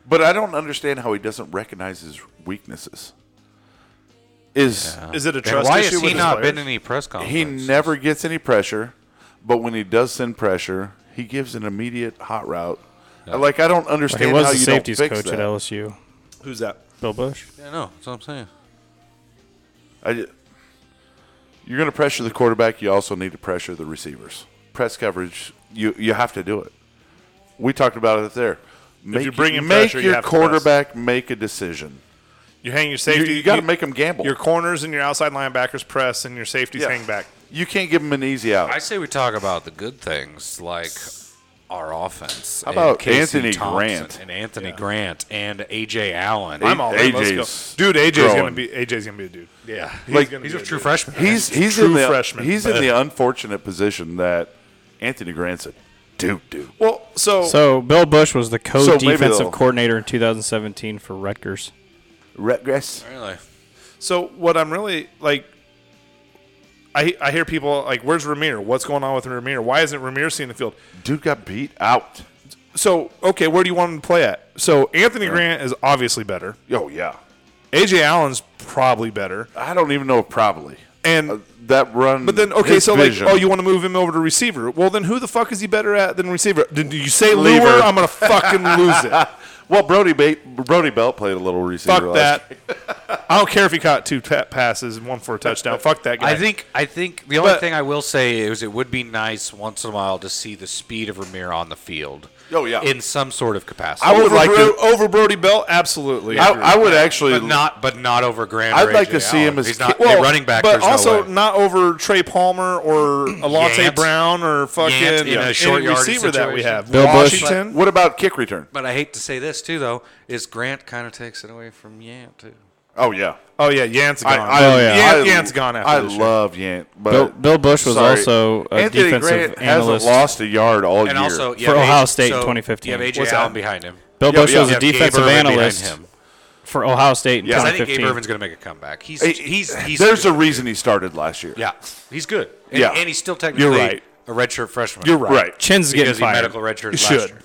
but I don't understand how he doesn't recognize his weaknesses. Is
Is it a
And
trust
why
issue
has
with
he
his
not
players?
been in any press conference?
he never gets any pressure, but when he does send pressure, he gives an immediate hot route. Like I don't understand
He was
how
the
you
safeties
don't
coach
fix that.
at LSU.
Who's that?
Bill Bush.
Yeah, no, that's what I'm saying.
I ju- you're going to pressure the quarterback. You also need to pressure the receivers. Press coverage. You you have to do it. We talked about it there. Make,
you bring in
make
pressure, you
your
have to press.
quarterback make a decision.
You hang your
You,
safety.
got to make them gamble.
your corners and your outside linebackers press, and your safeties
Yeah.
hang back.
You can't give them an easy out.
I say we talk about the good things like our offense. How
about Anthony Grant?
and Anthony Grant and AJ Allen?
I'm all in. Let's
AJ's
go, dude. AJ's
Oh, growing.
gonna be AJ's gonna be a dude.
yeah, he's,
Like-
gonna
he's
be
a
a
true
true freshman.
he's he's
True
in the
freshman.
he's in the unfortunate position that Anthony Grant's a dude dude.
Well, so,
So Bill Bush was the
So maybe
co-defensive
they'll-
coordinator in 2017 for Rutgers.
Regress.
really.
so what I'm really like, I I hear people like, "Where's Ramir? What's going on with Ramir? Why isn't Ramir seeing the field?"
Dude got beat out.
So okay, where do you want him to play at? So Anthony Grant is obviously better.
Oh yeah.
AJ Allen's probably better,
I don't even know if probably
and.
Uh, that run.
but then, okay,
Mm, his
so
vision.
like, oh, you want to move him over to receiver? Well, then who the fuck is he better at than receiver? Did you say
Lever.
lure? I'm gonna fucking lose it.
(laughs) Well, Brody ba- Brody Belt played a little receiver.
Fuck
last
that. I don't care if he caught two tap passes and one for a touchdown. Fuck that guy.
I think I think the only
But-
thing I will say is it would be nice once in a while to see the speed of Ramir on the field.
Oh, yeah.
in some sort of capacity.
I would
over,
like
Bro-
to-
over Brody Bell, absolutely.
I, I would actually.
but not but not over Grant.
I'd
or
like
AJ
to see
Allen.
him as
he's
ki-
not
well,
a running back.
but
there's no
also
way.
not over Trey Palmer (clears throat) or Alante
Yant.
Brown or fucking
Yant in a
any
short yardage
receiver that we
situation.
have.
Bill Bush.
Washington.
what about kick return?
But I hate to say this too, though, is Grant kind of takes it away from Yant too.
Oh yeah,
Oh yeah, Yant's gone.
Oh, yeah.
Yant, has gone after
I
this year.
love Yant, but
Bill, Bill Bush was
sorry.
also a
Anthony
defensive
Grant
analyst.
hasn't lost a yard all year.
And also you
For
have
Ohio
A-
State in
so
2015.
You have AJ
What's
Allen behind him.
Bill
Yeah,
Bush
yeah.
was
You
a
have
Gabe
defensive
Irvin behind
analyst
him.
for Ohio State in
'Cause I think Gabe
2015.
Irvin's going to make a comeback. He's
Hey,
he's he's
there's
good.
a reason he started last year.
yeah he's good. And,
Yeah.
and he's still technically
right.
a redshirt freshman.
you're right.
Chin's getting
because he
fired.
medical redshirt last
should.
year.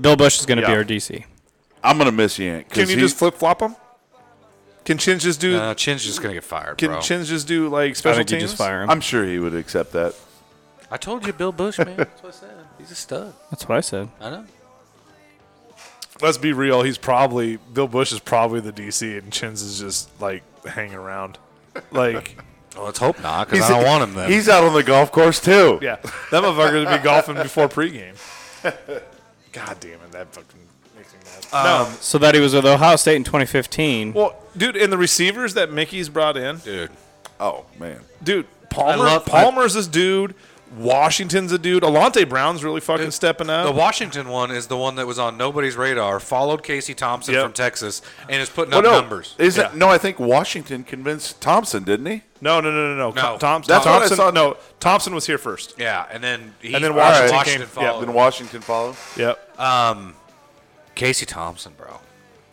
Bill Bush is going to
Yeah.
be our DC.
I'm gonna miss Yant. 'cause
Can you
he-
just flip flop him? Can Chins just do?
Uh, Chin's just going to get fired,
can
bro.
Chins just do like
I
special
think you
teams?
just fire him.
I'm sure he would accept that.
I told you, Bill Bush, man. That's what I said. He's a stud.
That's what I said.
I know.
Let's be real. He's probably Bill Bush is probably the DC, and Chins is just like hanging around. Like,
Well, let's hope not, because I don't want him then.
He's out on the golf course too.
yeah, that motherfucker would be golfing before pregame. (laughs) God damn it, that fucking makes me mad. no,
So that he was with Ohio State in 2015.
Uh, well, dude, and the receivers that Mickey's brought in,
Dude,
Oh man.
dude, Palmer,
love-
Palmer's this dude. Washington's a dude. Alante Brown's really fucking stepping up.
the Washington one is the one that was on nobody's radar, followed Casey Thompson
Yep.
from Texas, and is putting
Well,
up
no,
numbers.
is
Yeah.
it? No, I think Washington convinced Thompson, didn't he?
no, no, no, no, no.
No.
Thompson.
That's what I
Thompson.
saw.
No, Thompson was here first.
Yeah, and then he,
And then
all
Washington
Washington
came- yeah,
followed.
Then Washington followed.
Yep.
Casey Thompson, bro.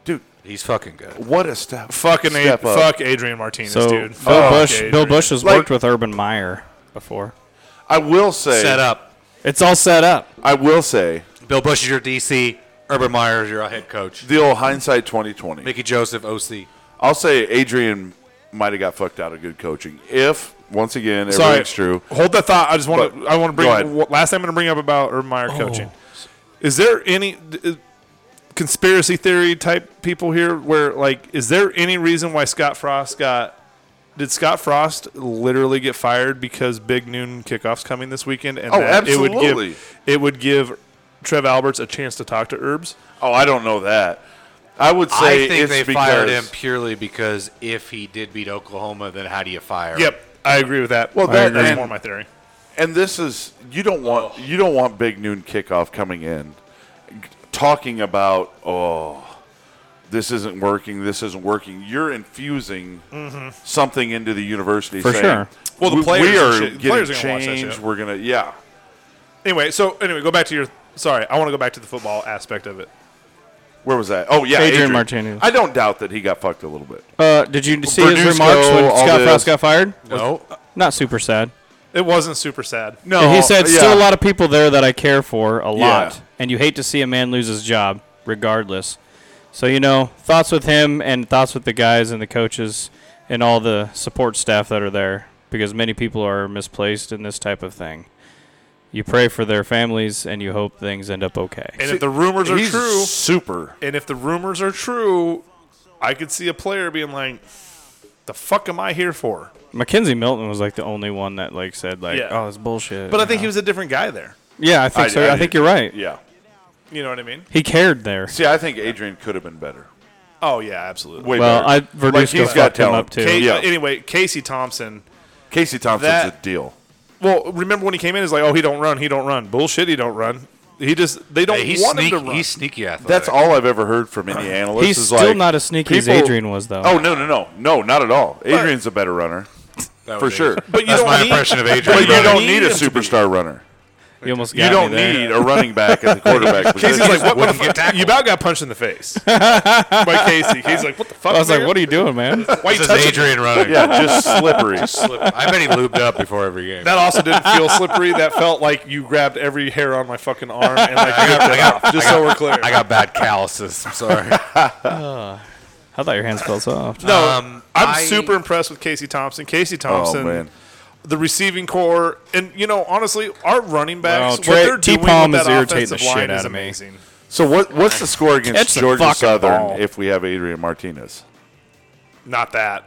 Dude,
He's fucking good.
what a step!
fucking a-
step up.
fuck Adrian Martinez,
so
dude. Oh,
Bill
Fuck
Bush, Bill
Adrian.
Bush has
Like-
worked with Urban Meyer before.
I will say.
Set up.
It's all set up.
I will say
Bill Bush is your DC. Urban Meyer is your head coach.
the old hindsight 2020.
Mickey Joseph, OC.
I'll say Adrian might have got fucked out of good coaching. If once again
Sorry,
everything's true,
Hold that thought. I just want
But-
to. I want to bring
go ahead.
wh- last. thing I'm going to bring up about Urban Meyer coaching. Is there any? d- uh, conspiracy theory type people here where like is there any reason why Scott Frost got did Scott Frost literally get fired because Big Noon kickoff's coming this weekend and
Oh,
that it would
absolutely.
give it would give Trev Alberts a chance to talk to Herbs?
Oh, I don't know that. I would say
I think
it's
they
because
fired him purely because if he did beat Oklahoma, then how do you fire? him?
Yep, I agree with that.
Well,
I
that-
agree. that's
and-
more my theory.
and this is you don't want you don't want big noon kickoff coming in g- talking about oh this isn't working this isn't working you're infusing something into the university
For
saying,
sure.
Mm-hmm. Well, the
"We-
players
we
and
are
shit- the
getting
players are gonna watch that
changed
shit."
we're gonna yeah
Anyway, so anyway, go back to your sorry, I want to go back to the football aspect of it.
where was that oh yeah
Adrian Martinez.
I don't doubt that he got fucked a little bit
Uh, did you see
Verduzco,
his remarks when
all
Scott
this.
Frost got fired?
No.
Not super sad.
It wasn't super sad.
no
he said,
yeah.
"Still a lot of people there that I care for a lot, and you hate to see a man lose his job, regardless." So you know, thoughts with him and thoughts with the guys and the coaches and all the support staff that are there, because many people are misplaced in this type of thing. You pray for their families and you hope things end up okay.
And if the rumors are
He's
true,
super
and if the rumors are true, I could see a player being like, "The fuck am I here for?"
Mackenzie Milton was like the only one that like said like,
Yeah.
"Oh, it's bullshit."
But I
you
think he
know?
was a different guy there.
Yeah, I think so. I, think you're right.
yeah
You know what I mean?
He cared there.
see I think Adrian could have been better
Oh yeah, absolutely.
Way
Well,
better.
I
Like,
Verduzco
he's
fucked
got
him
talent.
up too.
Ca-
Yeah.
Anyway, Casey Thompson.
Casey Thompson's
That-
a deal
Well, remember when he came in? He's like, "Oh, he don't run. He don't run. Bullshit. He don't run. He just they don't
Hey, he's,
want him
sneaky,
to run."
he's sneaky athletic.
That's all I've ever heard from any analyst.
He's
is
still
like,
not as sneaky as Adrian was, though.
Oh no, no, no, no, not at all. Adrian's a better runner
That
for
was
sure,
Adrian.
but you
That's
don't
my
need- (laughs)
impression of Adrian.
but you
don't
don't
need
need a
him to be.
superstar runner.
You almost got
You don't
me there.
need a running
(laughs)
back at the quarterback
Casey's
position.
like, "What the
Wouldn't get
fuck?
tackled.
You about got punched in the
(laughs)
face by Casey." He's like, "What the fuck?"
I was like,
nigga?
"What are you doing,
(laughs)
man?"
Why you
This is
touching-
Adrian running.
yeah,
(laughs)
just slippery.
I bet he lubed up before
(laughs)
every game.
That also didn't feel slippery. That felt like you grabbed every hair on my fucking arm and like
I got, I got-
just
I got-
so we're clear.
I got bad calluses. I'm sorry.
(laughs)
I thought your hands felt soft.
No,
Um,
I'm
I-
super impressed with Casey Thompson. Casey
Oh
Thompson,
man,
the receiving core, and you know, honestly, our running
Well,
backs,
Trey-
what they're doing
T-Palm
with
is
that
irritating
offensive
the shit
line
out
is
of me.
amazing.
so what? What's the score
Catch
against
the
Georgia
fucking
Southern
ball.
if we have Adrian Martinez?
Not that.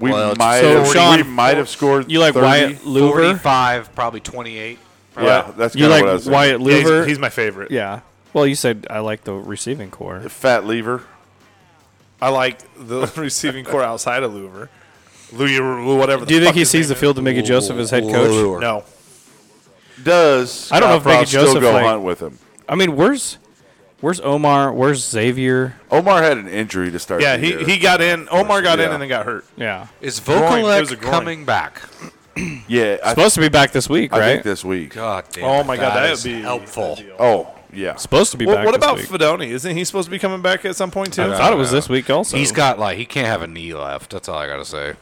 We
Well, it's
might
so
have, we
Sean,
might have scored.
You like
30.
Wyatt Louver?
45, probably 28.
Yeah, that's
You
kind of what I
like
was thinking.
Wyatt
Yeah, he's-
Louver?
he's, my favorite.
yeah. Well, you said I like the receiving core.
Fat Lever.
I like the (laughs) receiving core outside of Louver. Louis, whatever.
Do you
the
think
fuck
he
his
sees the
name is.
field to Mickey Joseph as head coach?
No,
Does
I don't know
Scott
if Mickey
Frost still
Joseph,
go
like-
hunt with him?
I mean, where's where's Omar? Where's Xavier?
Omar had an injury to start.
yeah,
the
he,
year.
he got in. Omar got in
Yeah.
and then got hurt.
Yeah.
Is
Groin. It was a
Vokalek
groin.
coming back?
yeah. I,
Supposed to be back this week,
I
right?
think this week.
God damn.
Oh
it,
my God, that
is
would be
helpful.
Oh yeah.
Supposed to be
Well,
back
what
this
about
week.
Fedoni? Isn't he supposed to be coming back at some point too?
I thought it was this week also.
He's got like he can't have a knee left. That's all I gotta say.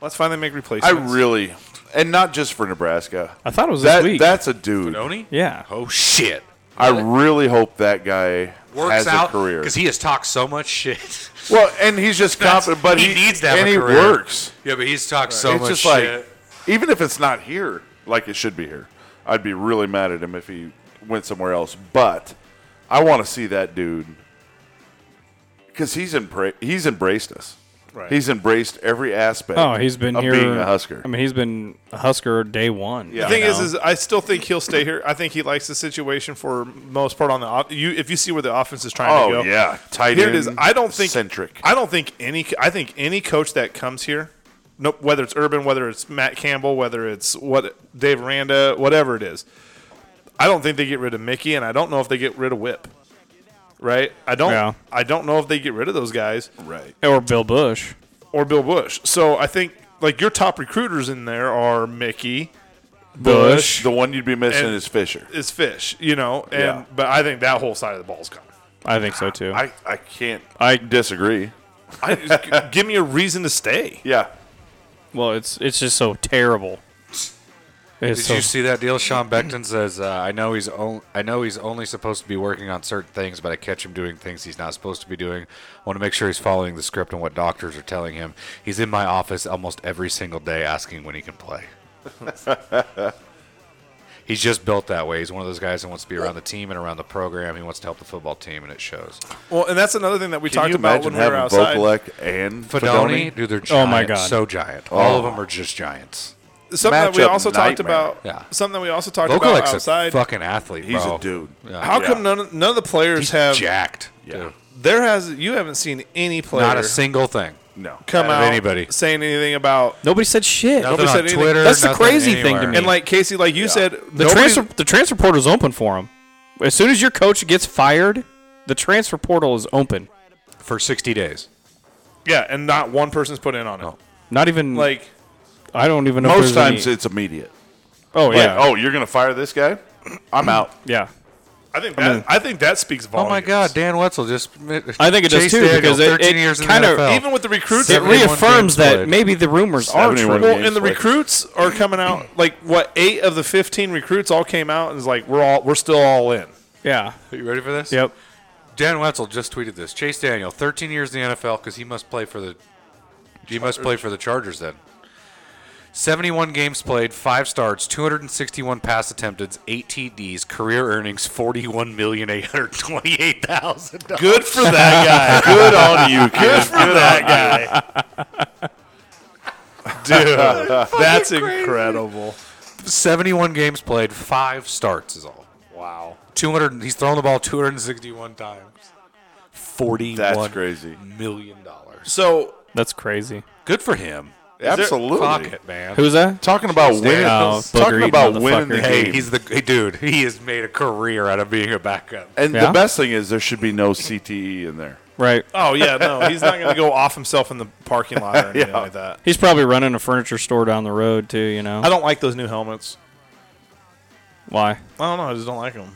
Let's finally make
I
replacements.
really, and not just for Nebraska.
I thought it was
That
this week.
that's a dude.
Tony?
yeah.
Oh shit.
I really hope that guy
Works
has
out
a career.
because he has talked so much shit. (laughs)
well, and he's just
That's-
confident, but
he
he,
needs to have
and
a
he
career.
works.
yeah, but he's talked so
it's
much
just
shit.
like, even if it's not here, like it should be here, I'd be really mad at him if he went somewhere else. But I want to see that dude because he's embra- he's embraced us.
Right.
He's embraced every aspect.
Oh, he's been
of
here.
being a Husker.
I mean, he's been a Husker day one.
Yeah.
The thing
you
is,
know?
is I still think he'll stay here. I think he likes the situation for most part on the off- you. If you see where the offense is trying to
oh
go,
yeah, tight
Here
end.
it is. I don't think
centric.
I don't think any. I think any coach that comes here, no, whether it's Urban, whether it's Matt Campbell, whether it's what Dave Aranda, whatever it is, I don't think they get rid of Mickey, and I don't know if they get rid of Whip. Right? I don't.
Yeah.
I don't know if they get rid of those guys
right.
or Bill Bush.
or Bill Bush. So I think like your top recruiters in there are Mickey.
Bush.
The one you'd be missing
And-
is Fisher.
is fish, you know. And
Yeah.
but I think that whole side of the ball's gone.
I think so too.
I, I can't
I
disagree.
I, give me a reason to stay.
Yeah.
Well, it's it's just so terrible. It's
Did
so
you see that deal? Sean Beckton says, uh, "I know he's on- I know he's only supposed to be working on certain things, but I catch him doing things he's not supposed to be doing. I want to make sure he's following the script and what doctors are telling him. He's in my office almost every single day, asking when he can play. (laughs) He's just built that way. He's one of those guys that wants to be around the team and around the program. He wants to help the football team, and it shows.
Well, and that's another thing that we
Can
talked
you
about when
imagine
we were
having
outside.
Vokalek and
Fedoni,
Fedoni?
dude, they're
Oh,
giant,
my God.
so giant.
Oh.
All of them are just giants.
something that we
matchup
also talked
nightmare.
about.
Yeah.
Something that we also talked about
Vokalek's a
outside.
fucking athlete,
He's
bro.
a dude.
Yeah.
How
Yeah.
come none of, none of the players
He's
have
jacked.
Yeah.
dude.
there has you haven't seen any player
Not a single thing.
No.
come
out
out,
of anybody.
saying anything about
Nobody said shit.
Nothing
said
on
anything.
Twitter.
That's the
nothing
crazy thing to
anywhere.
me.
and like Casey, like you said,
The transfer the transfer portal is open for him. As soon as your coach gets fired, the transfer portal is open.
for 60 days.
yeah, and not one person's put in on it.
Not even like
Like
I don't even know. if
Most
there's
times
any,
it's immediate.
oh
Like,
yeah,
oh, you're going to fire this guy? I'm (laughs) out.
yeah.
I think that
mean-
I think that speaks
Oh
volumes.
my God, Dan Wetzel just.
I think it does
Chase
too,
Daniel,
because it-
13
it
years in
kinda-
the NFL.
Even with the recruits,
It
71
reaffirms
games
that
played.
maybe the rumors are
71
true.
Well,
games
and the
played.
recruits are coming
(clears throat)
out like what eight of the fifteen recruits all came out and is like we're all we're still all in.
Yeah.
Are you ready for this?
Yep.
Dan Wetzel just tweeted this. Chase Daniel, 13 years in the NFL because he must play for the he must play for the Chargers then. 71 games played, 5 starts, 261 pass attempted, 8 TDs, career earnings 41,828,000.
Good for that (laughs) guy. Good on you. Good for
(laughs)
that guy. Dude, that's incredible.
71 games played, 5 starts is all. Wow. 200 he's thrown the ball 261 times. 41
crazy.
million dollars.
So
That's crazy.
Good for him.
Absolutely.
Fuck it, man.
Who's that?
Talking about winning.
Oh,
talking
booger-eating
about winning the
motherfucker.
game.
Hey, he's the hey, dude. He has made a career out of being a backup.
and
Yeah?
the best thing is there should be no CTE in there.
Right.
Oh yeah, no, he's not going to go off himself in the parking lot (laughs) or anything like that.
He's probably running a furniture store down the road too. You know
I don't like those new helmets.
why?
I don't know. I just don't like them.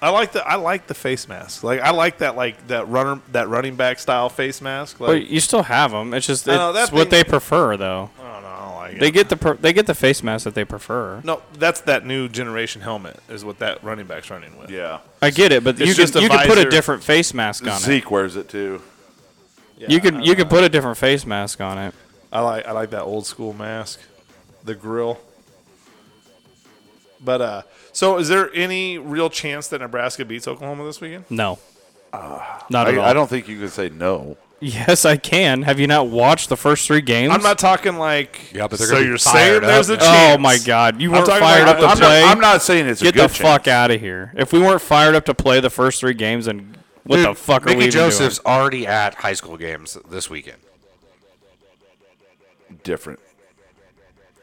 I like the I like the face mask. Like I like that like that runner that running back style face mask.
But
Like
you still have them. It's just
I
it's
know, that
what
thing-
they prefer though.
I don't know. I don't like it.
They get the per- they get the face mask that they prefer.
no, that's that new generation helmet is what that running back's running with.
Yeah.
I get it, but you
just
can
a
you can put a
visor.
different face mask on it.
Zeke wears it too.
You could you could put a different face mask on it.
I like I like that old school mask, the grill. But uh, so is there any real chance that Nebraska beats Oklahoma this weekend?
No, not at
I,
all.
I don't think you can say no.
Ah. Yes, I can. Have you not watched the first three games?
I'm not talking like
Yeah, but they're
so
gonna be
you're saying
fired up.
there's a
Oh
chance.
Oh my god, you weren't
talking
fired
about-
up to
I'm,
play.
not, I'm not saying it's a
Get
good
the
chance.
fuck out of here. If we weren't fired up to play the first three games, and what the fuck are
Mickey
we even
Joseph's already at high school games this weekend.
Different.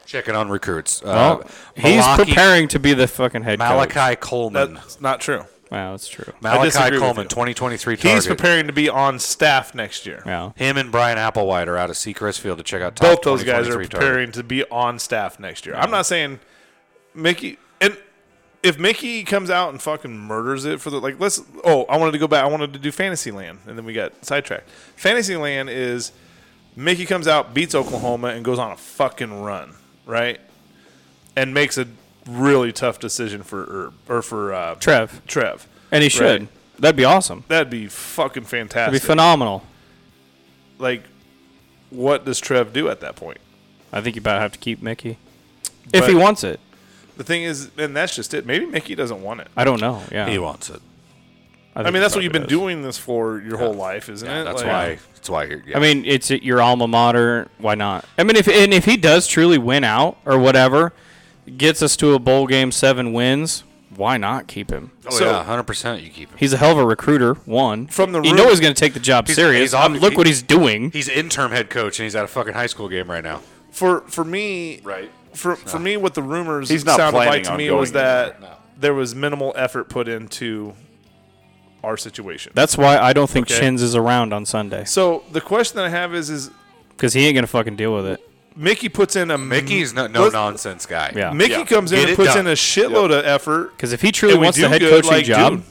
Checking on recruits. Uh,
doing? Well, he's
Malaki-
preparing to be the fucking head coach.
Malachi Coleman.
That's not true.
Wow, that's true.
disagree
Malachi
with
Coleman,
you.
2023 target.
He's preparing to be on staff next year.
Yeah.
Him and Brian Applewhite are out of Seacrest Field to check out top
Both those guys are
2023 target.
preparing to be on staff next year. I'm not saying Mickey and if Mickey comes out and fucking murders it for the like let's oh, I wanted to go back I wanted to do Fantasyland and then we got sidetracked. Fantasyland is Mickey comes out, beats Oklahoma and goes on a fucking run, right? And makes a really tough decision for Herb or for uh,
Trev,
Trev.
and he should.
Right.
That'd be awesome.
That'd be fucking fantastic.
That'd be phenomenal.
like what does Trev do at that point?
I think you about have to keep Mickey if
But-
he wants it.
The thing is, and that's just it. Maybe Mickey doesn't want it.
I don't know. Yeah,
He wants it.
think
I mean,
he
that's what you've
probably
been
does.
doing this for your whole life, isn't it?
That's
Like,
why. That's why. You're, yeah.
I mean, it's at your alma mater. Why not? I mean, if and if he does truly win out or whatever, gets us to a bowl game, seven wins. Why not keep him?
oh,
so-
yeah, 100. percent You keep him.
He's a hell of a recruitor. One
From the
you
room-
know he's going to take the job
He's-
serious.
he's ob-
Um, look
he-
what he's doing.
He's interim head coach and he's at a fucking high school game right now.
For for me,
Right.
For for me, what the rumors
He's not
sounded like
planning
to
on
me
going
was that
anywhere, no.
there was minimal effort put into our situation.
That's why I don't think
Okay.
Chins is around on Sunday
so the question that I have is: Is
because he ain't going to fucking deal with it.
Mickey puts in a
Mickey's no, no
let's-
nonsense guy.
Yeah.
Mickey
Yeah.
comes in
Get
and
it
puts
done.
in a shitload of effort.
Because if he truly
And we
wants
do
the head
good,
coaching
like,
job,
dude,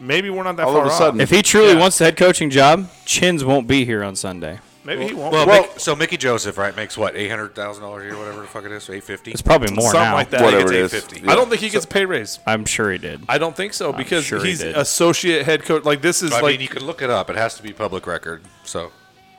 maybe we're not that
All
far
of a
off.
sudden.
if he truly
Yeah.
wants the head coaching job, Chins won't be here on Sunday.
maybe he won't.
Well,
Well,
Mick, so Mickey Joseph, right, makes what eight hundred thousand dollars a year, whatever the fuck it is, eight fifty.
It's probably more
something
now.
like that.
Whatever it is.
it's 850.
I don't think he gets a pay raise.
I'm sure he did.
I don't think so because
sure he
he's
did.
associate head coach. Like this is
I
like
mean, you could look it up. It has to be public record. So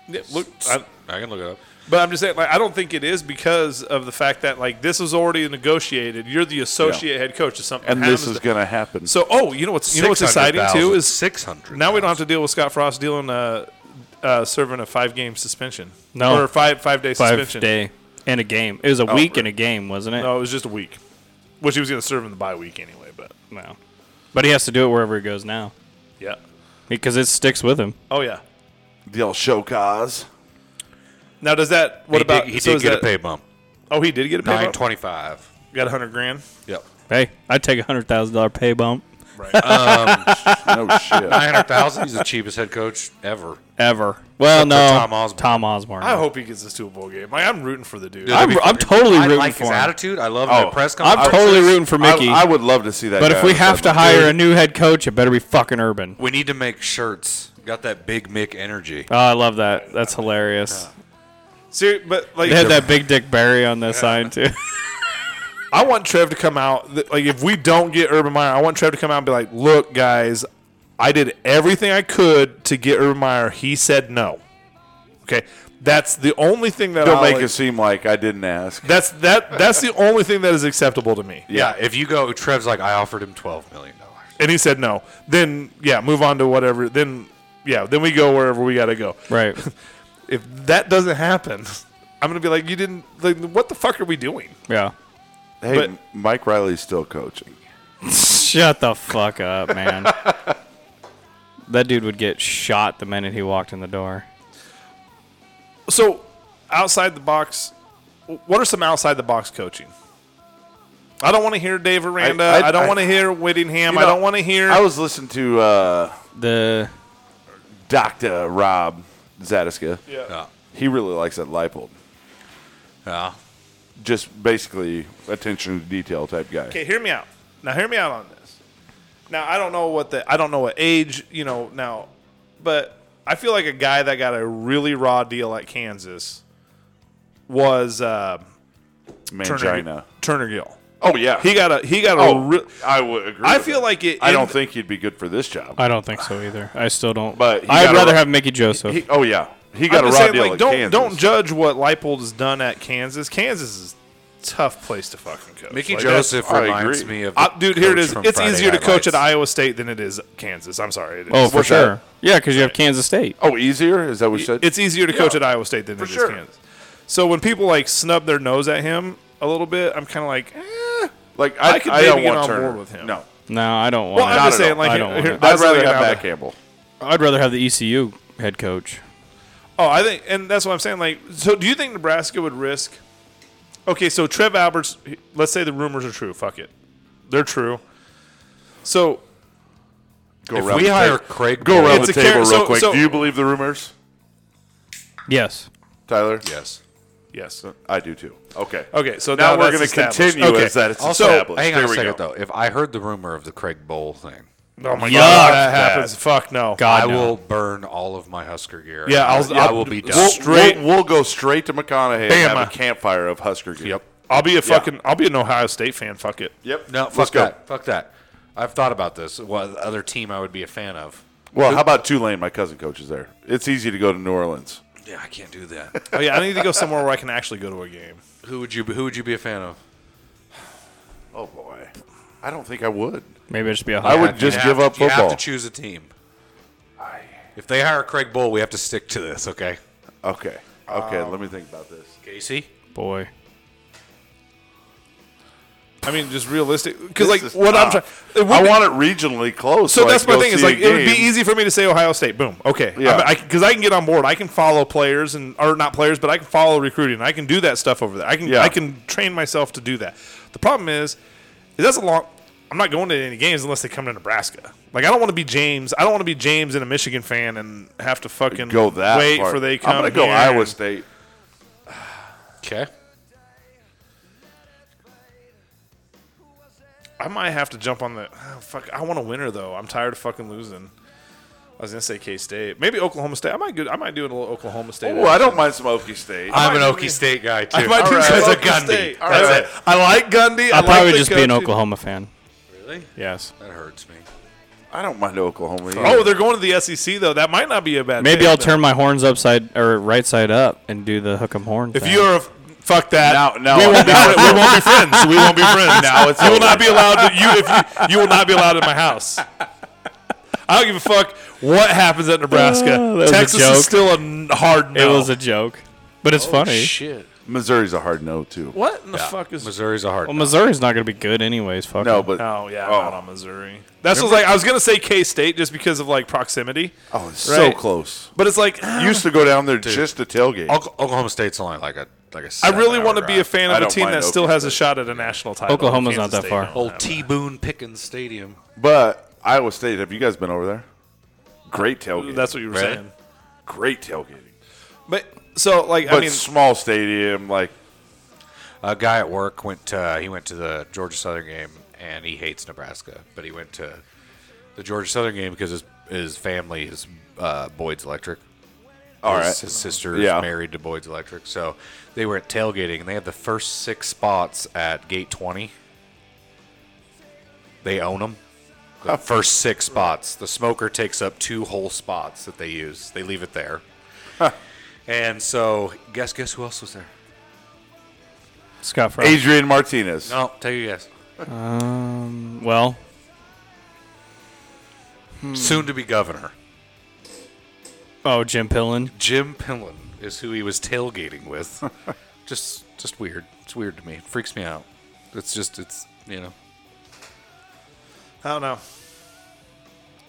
Yeah, look. I,
I can look it up.
But I'm just saying, like, I don't think it is because of the fact that like this was already negotiated. You're the associate head coach of something,
and
happens
this is
to-
going to happen.
So, oh, you know what's you know what's exciting too
600,000.
is
600,000.
Now we don't have to deal with Scott Frost dealing uh, uh, serving a five game suspension.
No.
or five five day
Five
suspension.
day and a game. It was a week
right.
and a game, wasn't it?
Oh, No, it was just a week, which he was going to serve in the bye week anyway. But
No. But he has to do it wherever he goes now
yeah,
because it sticks with him.
oh yeah.
They'll show cause.
Now does that? What
he
about?
did, he
so
did
is
get
that-
a pay bump.
Oh, he did get a pay.
Nine
bump?
twenty-five.
Got a hundred grand.
Yep.
Hey, I'd take a hundred thousand dollar pay bump (laughs)
No shit.
Nine hundred thousand. He's the cheapest head coach ever.
ever. Well,
Except for
no,
Tom Osborne.
Tom Osborne.
I hope he gets this to a bowl game. Like, I'm rooting for the dude.
Yeah.
I'm,
That'd be
I'm totally
I
rooting
like
for
his
him.
attitude. I love him
Oh,
at press
I'm
conference.
totally rooting for Mickey.
I, I would love to see that.
but if
guy
we
on
have to
Sunday.
hire a new head coach, it better be fucking Urban.
we need to make shirts. Got that big Mick energy.
Oh, I love that. That's hilarious.
Ser- but like
They had that big dick Barry on the
(laughs)
sign too.
I want Trev to come out. th- Like, if we don't get Urban Meyer, I want Trev to come out and be like, "Look, guys, I did everything I could to get Urban Meyer. He said no. Okay, that's the only thing that
don't
I'll,
make
like-
it seem like I didn't ask.
That's that. That's the only thing that is acceptable to me.
Yeah. If you go, Trev's like, I offered him twelve million dollars.
And he said no. Then yeah, move on to whatever. Then yeah, then we go wherever we got to go.
right.
If that doesn't happen, (laughs) I'm gonna be like, "You didn't. Like, what the fuck are we doing?"
Yeah.
hey,
but-
Mike Riley's still coaching.
Shut the fuck up, man. that dude would get shot the minute he walked in the door.
So, outside the box, what are some outside the box coaching? I don't want to hear Dave Aranda. I,
I- I-
don't
I-
want to hear Whittingham.
You
I
know,
don't want to hear.
I was listening to uh,
The
Doctor Rob Zadiska.
Yeah.
He really likes that Leipold.
Yeah.
Just basically attention to detail type guy.
okay, hear me out. Now, hear me out on this. Now, I don't know what the I don't know what age you know now, but I feel like a guy that got a really raw deal at Kansas was uh, Turner
Mangina.
Turner Gill.
Oh yeah.
He got a he got a.
Oh,
re-
I would agree.
I
with
feel
that.
like it.
I
in-
don't think he'd be good for this job.
I don't think so either. I still don't.
But he
I'd
got a-
rather have Mickey Joseph.
He- oh yeah. He
I'm
got a
just
raw
saying,
deal
like,
at
don't
Kansas.
don't judge what Leipold has done at Kansas. Kansas is a tough place to fucking coach.
Mickey
Like, that's-
Joseph
I
reminds
agree.
me of.
I- dude, here it
coach
is.
from
It's
Friday
easier to
Night
coach at
Lights.
Iowa State than it is Kansas. I'm sorry. It is.
oh, for
What's that?
sure. Yeah, because you have Kansas State.
Oh, easier is that what you said?
it's easier to coach at Iowa State than it is
sure.
Kansas. So when people like snub their nose at him a little bit, I'm kind of like, eh.
like I,
I could
don't
maybe get
want
on
Turner.
board with him.
No,
No, I don't want
Well,
it.
I'm just
at
saying,
all.
like,
I
here-
don't want
here-
it.
that's
I'd
like
rather
an
have
outlier.
Matt Campbell.
I'd rather have the ECU head coach.
Oh, I think, and that's what I'm saying. Like, so do you think Nebraska would risk? Okay, so Trev Alberts. Let's say the rumors are true. Fuck it, they're true. So
Go
If
around
we
the
hire
ta-
Craig,
go around
It's
the
a char-
table real
so-
quick.
so-
Do you believe the rumors,
Yes.
Tyler?
Yes.
yes.
I do too. Okay.
Okay, so
Now,
now,
we're
going to
continue as that it's
Also,
established.
hang on
There
a
we
second
go.
though. If I heard the rumor of the Craig Bowl thing,
Oh my
Yuck.
god, that happens. Fuck no.
God,
I
no.
will burn all of my Husker gear.
Yeah,
I
I'll-
will- I
I'll-
will be done.
We'll,
Straight-
we'll, we'll go straight to McConaughey and have
Bama.
a campfire of Husker gear.
Yep.
I'll be a fucking. I'll be an Ohio State fan. Fuck it.
Yep.
No,
Let's
fuck
go.
that. Fuck that. I've thought about this. What other team I would be a fan of?
Well, how about Tulane? My cousin coaches there. It's easy to go to New Orleans.
Yeah, I can't do that.
Oh yeah, I need to go somewhere where I can actually go to a game.
who would you? Who would you be a fan of?
Oh boy, I don't think I would.
Maybe it should be a
I
hot-
would just
You
give
have
up
to- You
football.
have to choose a team. If they hire Craig Bull, we have to stick to this, okay?
Okay. Okay. let me think about this.
Casey,
boy.
I mean, just realistic. Because like
This is
what I'm trying.
tough.
it would
I
be-
want it regionally close.
So
I
that's
can
my
go
thing. Is
see a
like it would be
game.
easy for me to say Ohio State. Boom. Okay.
Yeah.
Yeah. Because I, can get on board. I can follow players and or not players, but I can follow recruiting. I can do that stuff over there. I can
Yeah.
I can train myself to do that. The problem is, is that's a long. I'm not going to any games unless they come to Nebraska. Like I don't want to be James. I don't want to be James and a Michigan fan and have to fucking
Go that.
wait
far.
for they come.
I'm gonna go
here
Iowa
and-
State.
okay.
I might have to jump on the oh, fuck. I want a winner though. I'm tired of fucking losing. I was gonna say K State, maybe Oklahoma State. I might do. I might do a little Oklahoma State.
Oh, I don't mind some Okie State.
I'm an
might
Okie State guy too.
I might do
Because
some
of
Oklahoma
Gundy.
State. All
That's
right.
it.
I like Gundy. I like
I'd probably
the
just be an
coaching.
Oklahoma fan.
Really?
Yes.
That hurts me.
I don't mind Oklahoma. either.
Oh, they're going to the SEC though. That might not be a bad.
Maybe
pick,
I'll
though.
turn my horns upside or right side up and do the hook 'em horn.
If
thing.
you are, fuck that.
Now- now-
we won't be, fri- we (laughs) won't be friends. We won't be friends.
Now
(laughs)
it's
you will
over.
not be allowed. To, you if you, you will not be allowed in my house. I don't give a fuck what happens at Nebraska.
Uh, that was a
Texas
joke.
is still a n- hard
(laughs) it
no. Oh,
was a joke, but it's funny.
Shit.
Missouri's a hard no too.
what in the fuck is?
Missouri's a hard.
well, Missouri's not going to be good anyways. Fuck.
No, but
Oh yeah,
Oh.
not on Missouri. That's what's like. I was gonna say K State just because of like proximity,
oh, it's
Right.
so
(clears throat)
close.
but it's like ah,
Used to go down there just to tailgate.
no. Ok- Oklahoma State's only like a like a.
I really want to be a fan
I
of a
don't
team
mind
that still
Oklahoma
has a shot at a national title.
Oklahoma's not that
State
far.
don't
Old
have
T Boone Pickens Stadium.
But Iowa State, have you guys been over there? Great
that.
tailgating.
That's what you were
Right.
saying.
great tailgating.
But so like
But
I mean,
small stadium, like
A guy at work went. To, he went to the Georgia Southern game, and he hates Nebraska. But he went to the Georgia Southern game because his his family is uh, Boyd's Electric.
all
his,
right.
his sister is
Yeah.
married to Boyd's Electric, so they were at tailgating, and they had the first six spots at gate twenty. They own them. The first six spots. The smoker takes up two whole spots that they use. They leave it there. and so, guess guess who else was there?
Scott
Oh.
Frost.
Adrian Martinez.
No, take a guess.
Um, well,
Soon to be governor,
oh Jim Pillen.
Jim Pillen is who he was tailgating with. just just weird. It's weird to me. It freaks me out. It's just it's you know.
I don't know.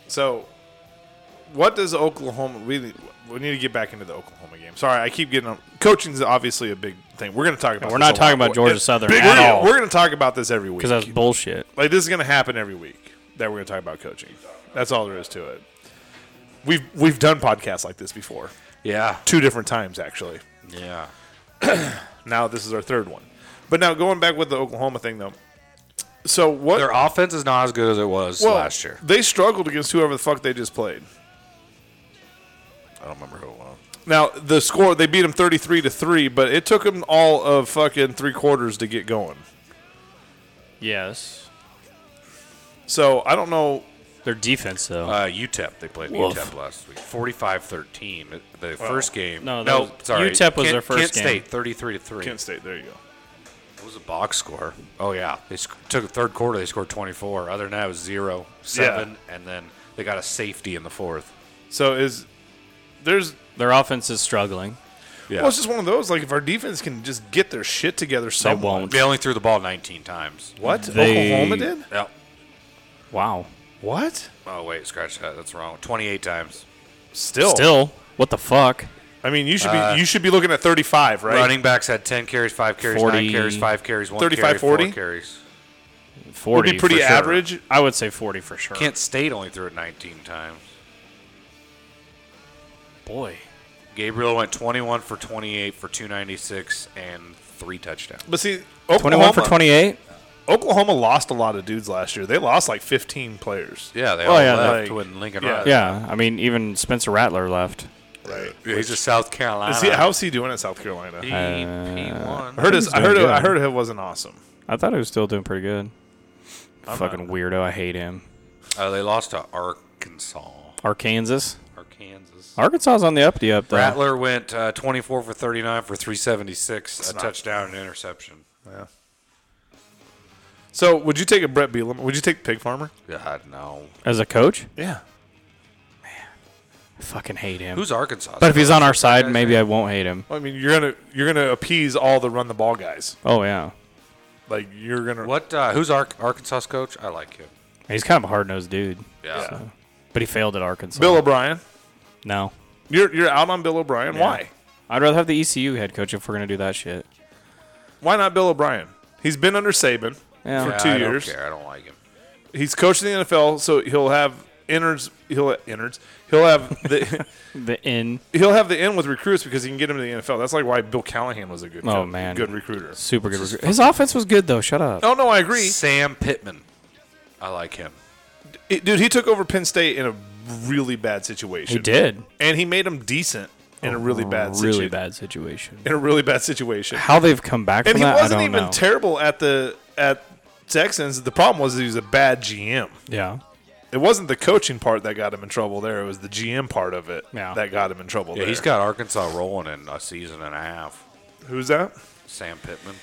So, what does Oklahoma? We we need to get back into the Oklahoma game. Sorry, I keep getting coaching's obviously a big thing. We're going to talk about.
we're
this
not
a
talking
lot.
about Georgia
It's
Southern
big-
at
we're-
all.
We're going to talk about this every week
Because that's bullshit.
like this is going to happen every week that we're going to talk about coaching. That's all there is to it. We've we've done podcasts like this before,
Yeah.
two different times actually.
Yeah.
Now this is our third one. But now going back with the Oklahoma thing though. So what
Their offense is not as good as it was
well,
last year.
They struggled against whoever the fuck they just played.
I don't remember who it was.
Now the score they beat them 33 to 3, but it took them all of fucking 3 quarters to get going.
Yes.
So I don't know
Their defense though.
Uh, UTEP. They played
Woof.
UTEP last week. 45-13. The first game.
no,
No,
that was-
sorry.
UTEP was
Kent-
their first
Kent
game.
State, 33 to 3.
Kent State, there you go.
It was a box score. Oh yeah. They sc- took the third quarter they scored 24. Other than that it was 0, 7 and then they got a safety in the fourth.
So is there's
Their offense is struggling.
Yeah.
well, it's just one of those like if our defense can just get their shit together
They
somewhat.
won't.
they only threw the ball 19 times.
What?
They-
Oklahoma did?
Yeah.
Wow.
What?
Oh wait, scratch that. That's wrong. 28 times.
Still.
Still, Uh, what the fuck?
I mean, you should be you should be looking at 35, right?
Running backs had 10 carries, 5 carries,
40.
9 carries, 5 carries, 1
35,
carry,
40?
4 carries.
Forty.
pretty
for sure.
average.
I would say forty for sure.
Kent State only threw it 19 times.
boy.
Gabriel went 21 for 28 for 296 and three touchdowns.
But see, Oklahoma,
Twenty-one for twenty-eight.
Oklahoma lost a lot of dudes last year. They lost like 15 players.
Yeah, they
Oh,
all
yeah,
left
like-
when Lincoln
yeah.
Riley-
Yeah, I mean even Spencer Rattler left.
Right.
He's a South Carolina.
Is he, how's he doing at South Carolina?
he,
I
he won.
heard his, I
doing
heard
good.
I heard it wasn't awesome.
I thought he was still doing pretty good. Fucking weirdo. I hate him.
Uh, they lost to Arkansas.
Arkansas.
Arkansas.
Arkansas's on the up the up though.
Rattler went uh, 24 for 39 for 376, a touchdown and interception.
So, would you take a Brett Bielema? Would you take Pig Farmer?
God, no.
As a coach,
Yeah.
I fucking hate him.
Who's Arkansas?
but if he's on our side, maybe I won't hate him.
Well, I mean, you're gonna you're gonna appease all the run the ball guys.
Oh yeah.
Like you're gonna
What? Uh, who's Ar- Arkansas coach? I like him.
He's kind of a hard nosed dude.
Yeah.
But he failed at Arkansas.
Bill O'Brien.
no.
You're you're out on Bill O'Brien. Why?
I'd rather have the ECU head coach if we're gonna do that shit.
Why not Bill O'Brien? He's been under Saban.
Yeah.
For
Yeah,
two
I
years.
Don't care. I don't like him.
He's coached in the NFL, so he'll have innards. He'll innards. He'll have
(laughs)
the (laughs)
The in
he'll have the end with recruits because he can get him to the NFL. That's like why Bill Callahan was a good
Oh,
co-
man.
good recruiter.
super good. recruit. His offense was good though. Shut up.
Oh no, I agree,
Sam Pittman. I like him.
It- dude. He took over Penn State in a really bad situation.
He did.
and he made him decent in a really bad,
really
situ-
bad situation.
in a really bad situation.
How they've come back
And
from
he
that,
wasn't
I
even
don't know.
terrible at the at Texans. The problem was he was a bad GM.
yeah,
It wasn't the coaching part that got him in trouble there. It was the GM part of it
Yeah.
that got him in trouble.
Yeah,
there.
he's got Arkansas rolling in a season and a half.
Who's that?
Sam Pittman.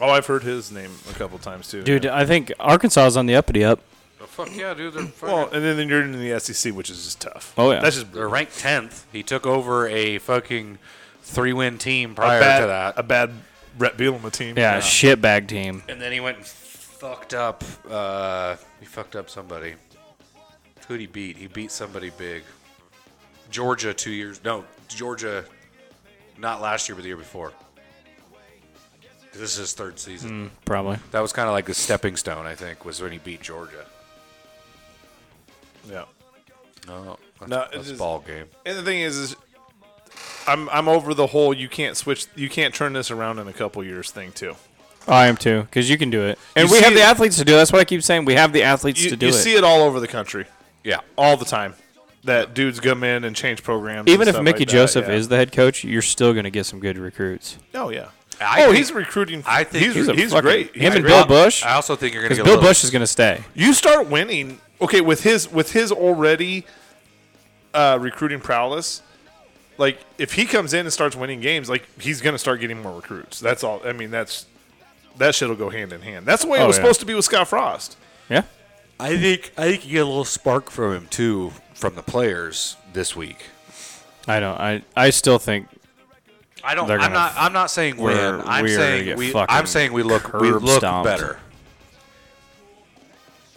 Oh, I've heard his name a couple times too.
dude. I think Arkansas is on the uppity up.
Oh, fuck yeah, dude. They're,
Well, and then you're in the SEC, which is just tough.
Oh, yeah.
that's just
they're ranked 10th. He took over a fucking three win team
a
prior
bad,
to that.
a bad Brett Bielema team.
Yeah, shitbag team.
and then he went and fucked up. Uh, he fucked up somebody. Who'd he beat? He beat somebody big. Georgia two years. No, Georgia. Not last year, but the year before. This is his third season.
Probably.
Hmm. That was kind of like the stepping stone, I think, was when he beat Georgia.
yeah.
No, that's,
No, it
that's
just-
ball game.
And the thing is, is I'm I'm over the whole you can't switch, you can't turn this around in a couple years thing too.
Oh, I am too, because you can do it, and
You
we
see
have the
it-
athletes to do. it. That's what I keep saying. We have the athletes
You,
to do
you
it.
see it all over the country,
Yeah,
all the time. That dudes come in and change programs.
Even
and
if
stuff
Mickey
like that,
Joseph
yeah.
is the head coach, you're still going to get some good recruits.
oh yeah.
I
oh,
think-
he's recruiting.
I think
he's
he's
he's,
a
fucking-
great.
him
He's
and
great.
Bill Bush,
I also think you're gonna
because
get
Bill
a little,
Bush is going to stay.
You start winning. Okay, with his with his already uh, recruiting prowess, like if he comes in and starts winning games, like he's gonna start getting more recruits. That's all. I mean, that's that shit'll go hand in hand. That's the way
Oh,
it was
yeah.
supposed to be with Scott Frost.
Yeah,
I think I think you get a little spark from him too, from the players this week.
I don't. I I still think
I don't.
They're
I'm
gonna
not.
f-
I'm not saying win.
we're-
I'm
we are gonna
saying
get
we.
fucking
I'm saying we look. We
curb
look
stomped.
better.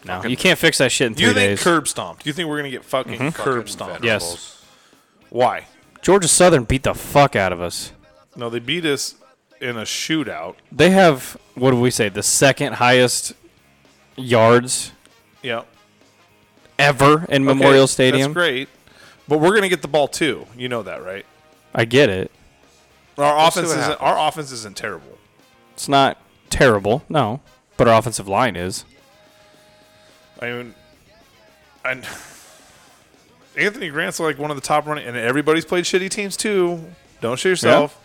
no, you can't fix that shit in three
you think
days.
curb stomped? You think we're gonna get fucking curb
Fucking
stomped?
Yeah. Yes.
Venerables.
Why?
Georgia Southern beat the fuck out of us.
No, they beat us in a shootout.
They have what do we say? The second highest yards
Yeah,
ever in Memorial
That's
Stadium.
great. But we're gonna get the ball too. You know that, right?
I get it.
Our
see
offense
what
isn't.
happens.
Our offense isn't terrible.
It's not terrible, no, but our offensive line is.
I mean, and (laughs) Anthony Grant's like one of the top running, and everybody's played shitty teams too. Don't show yourself.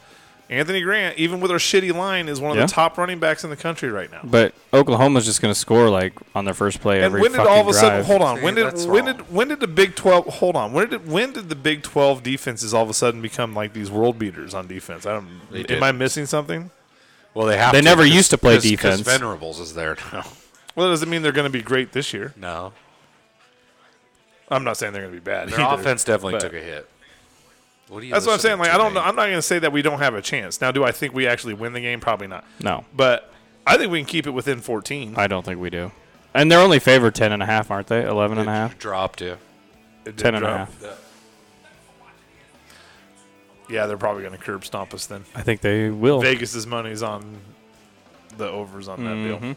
Anthony Grant, even with our shitty line, is one of
Yeah.
the top running backs in the country right now.
But Oklahoma's just going to score like on their first play
And
every
when did
fucking
all of a
drive.
sudden? Hold on.
See,
When did
that's
when
wrong.
did when did the Big Twelve? Hold on. When did when did the Big Twelve defenses all of a sudden become like these world beaters on defense? I don't.
They did.
am I missing something?
Well, they have.
They
to,
never
'cause-
used to play
'cause- 'cause
defense.
Venerables is there now.
Well, that doesn't mean they're going to be great this year.
(laughs) No,
I'm not saying they're going to be bad.
their
either,
offense definitely
but-
took a hit. What do you
That's what I'm
listening
saying. Like,
to,
I don't know.
Nate?
I'm not going to say that we don't have a chance. Now, do I think we actually win the game? Probably not.
No.
But I think we can keep it within 14.
I don't think we do. And they're only favored 10 and a half, aren't they? 11 and a half?
Dropped you.
10 and a half.
Yeah, they're probably going to curb stomp us then.
I think they will.
Vegas's money's on the overs on that
Mm-hmm.
deal.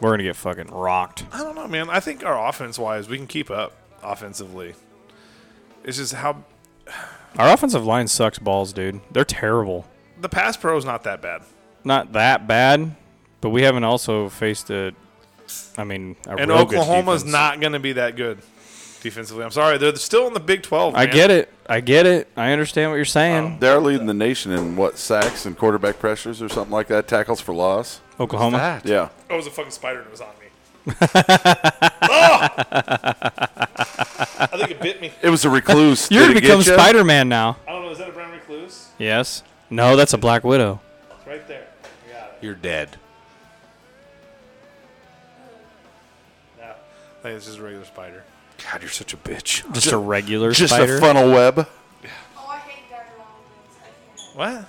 We're going to get fucking rocked.
I don't know, man. I think our offense wise, we can keep up offensively. It's just how
Our offensive line sucks balls, dude. They're terrible.
the pass pro is not that bad.
Not that bad, but we haven't also faced a. I mean, a
And
real good
Oklahoma's
defense.
not going to be that good defensively. I'm sorry. They're still in the Big 12.
I
man. Um,
get it. I get it. I understand what you're saying.
They're leading the nation in what sacks and quarterback pressures or something like that, tackles for loss.
Oklahoma.
That.
Yeah,
Oh, it was a fucking spider and it was on
(laughs)
me. oh! I think it bit me.
it was a
(laughs)
recluse.
You're
Did
going
it
to become
get ya?
Spider Man now.
I don't know. Is that a brown recluse?
Yes. No, that's a Black Widow.
It's right there. I got it.
You're dead.
No. I think it's just a regular spider.
God, you're such a bitch.
Just, a regular
Just
spider.
a funnel web.
Oh, I hate Dark Romulans. I can't.
What?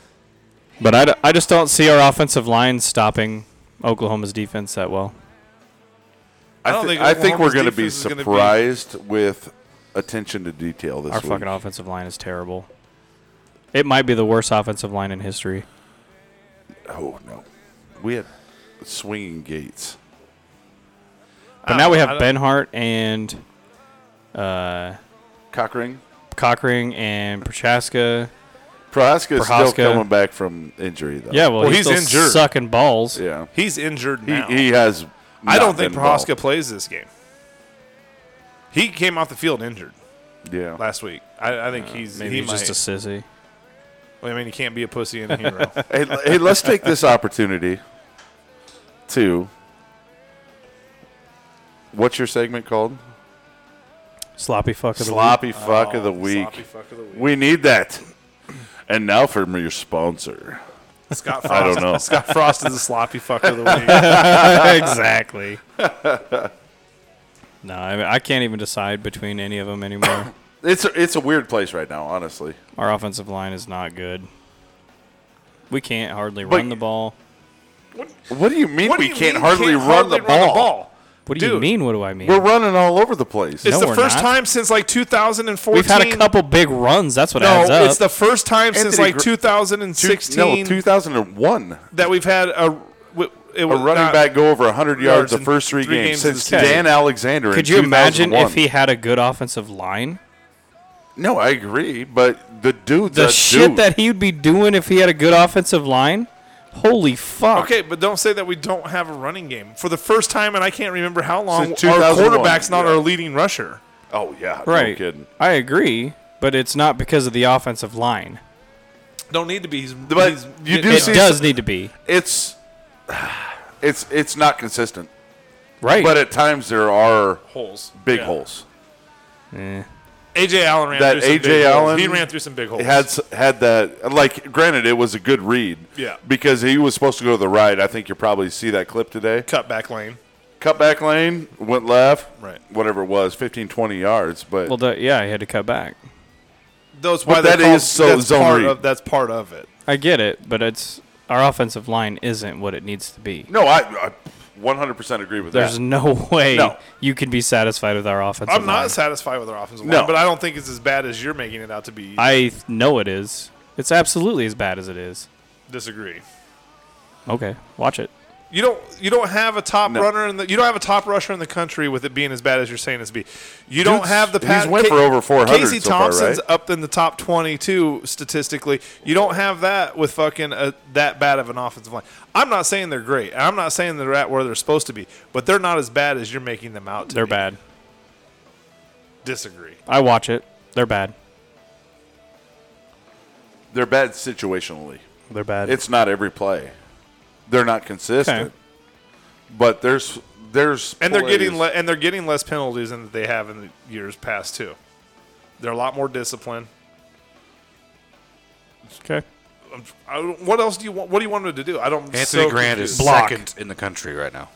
But I, d- I just don't see our offensive line stopping Oklahoma's defense that well.
I,
don't
thi-
think
I think we're
Oklahoma's
going to be
defense is gonna be-
surprised with attention to detail this
Our
week.
fucking offensive line is terrible. It might be the worst offensive line in history.
oh no, we had swinging gates.
But now we
I
have
don't-
Ben Hart and uh,
Cockring,
Cochran and Prochaska.
Prohaska is still
Prohaska.
coming back from injury though.
Yeah, well,
Well,
he's,
he's
still
injured.
sucking balls.
yeah.
He's injured
He
now.
he has.
I don't
not
think
been ball.
Prohaska plays this game. He came off the field injured
Yeah.
last week. I, I think he's
Maybe
he
he's just a sissy.
might. I mean, he can't be a pussy and a
(laughs)
hero.
hey, l- hey, let's take this opportunity to What's your segment called?
Sloppy fuck of the week.
Sloppy fuck of the week.
Oh, Sloppy fuck of the week.
We need that. And now for your sponsor.
Scott Frost.
(laughs) I don't know.
(laughs) Scott Frost is a sloppy fuck of the week.
(laughs)
exactly. no, I, mean, I can't even decide between any of them anymore.
It's a, it's a weird place right now, honestly.
Our offensive line is not good. We can't hardly
But-
run the ball.
What do you mean
What do
we
you
can't
mean
hardly,
can't
run,
hardly
the ball?
What do you
Dude.
mean? What do I mean?
We're running all over the place.
It's
No,
the
we're
first
not.
time since like 2014.
We've had a couple big runs. That's what adds
No,
up.
it's the first time since
Anthony
like
Gr- Two-
2016
no, 2001.
that we've had a. w- It uh,
A
was
running
not-
back go over 100 yards
yards
the
in
first three,
three
games,
games
since
in
Dan Alexander. in
Could you imagine
2001.
if he had a good offensive line?
No, I agree, but the dude's
The
a
shit
dude.
that he'd be doing if he had a good offensive line? Holy fuck.
Okay, but don't say that we don't have a running game. For the first time, and I can't remember how long,
Since
our
2001,
quarterback's not
yeah.
our leading rusher.
Oh yeah,
Right.
No kidding.
I agree, but it's not because of the offensive line.
Don't need to be. He's,
But
he's
you do
getting
It
see-
beat
does need to be.
It's (sighs) it's it's not consistent,
Right.
but at times there are
holes.
big
Yeah.
holes.
Eh.
AJ Allen ran
That
through some
A.J.
big
Allen
holes. He ran through some big holes.
It had s- had that like granted it was a good read.
Yeah.
Because he was supposed to go to the right. I think you'll probably see that clip today.
cut back lane.
Cut back lane, went left,
Right.
whatever it was, 15 20 yards, but
Well, the, yeah, he had to cut back.
Those
But
why they
that
call-
is so
that's
zone
part
read.
of that's part of it.
I get it, but it's our offensive line isn't what it needs to be.
no, I, I 100% agree with
There's
that.
no (laughs) way
No.
you can be satisfied with our offensive
I'm
line.
not satisfied with our offensive
No.
line, but I don't think it's as bad as you're making it out to be. I
I th- know it is. It's absolutely as bad as it is.
disagree.
Okay, watch it.
You don't you don't have a top
No.
runner in the you don't have a top rusher in the country with it being as bad as you're saying it's be. You don't
Dude's-
have the
he's
pass.
went for over 400
Casey
so far, right?
Thompson's up in the top 22 statistically. You don't have that with fucking a, that bad of an offensive line. I'm not saying they're great. and I'm not saying they're at where they're supposed to be, but they're not as bad as you're making them out to.
They're
be.
bad.
Disagree.
I watch it. They're bad.
They're bad situationally.
They're bad.
It's not every play. They're not consistent.
Okay.
But there's there's
And they're getting
plays-
le- and they're getting less penalties than they have in the years past too. They're a lot more disciplined.
okay.
I don't- what else do you want? What do you want them to do? I don't.
Anthony
so
Grant
confused.
is
Block.
second in the country right now.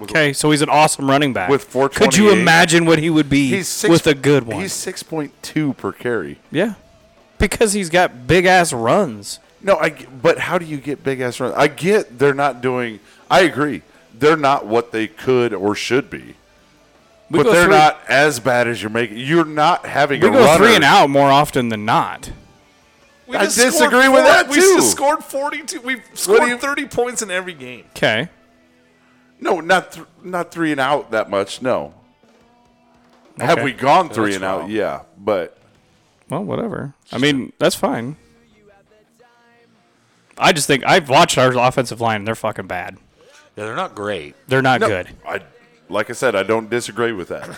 Okay, so he's an awesome running back.
With
could you
428.
imagine what he would be
he's six,
with a good one?
He's 6.2 per carry.
yeah, because he's got big ass runs.
No, I. g- But how do you get big ass runs? I get they're not doing. I agree, they're not what they could or should be.
We
but
go
they're
three,
not as bad as you're making. You're not having
We
a
go
runner.
three and out more often than not.
We
I
just scored
disagree with
four-
that,
we
too.
just scored 42. We've
do
scored
you-
30 points in every game.
Okay,
No, not th- not three and out that much. No. Have
Okay.
we gone three
That's
and out?
wrong.
Yeah, but
well, whatever. I mean, that's fine. I just think I've watched our offensive line. and They're fucking bad.
Yeah, they're not great.
They're not
no,
good.
I like I said, I don't disagree with that.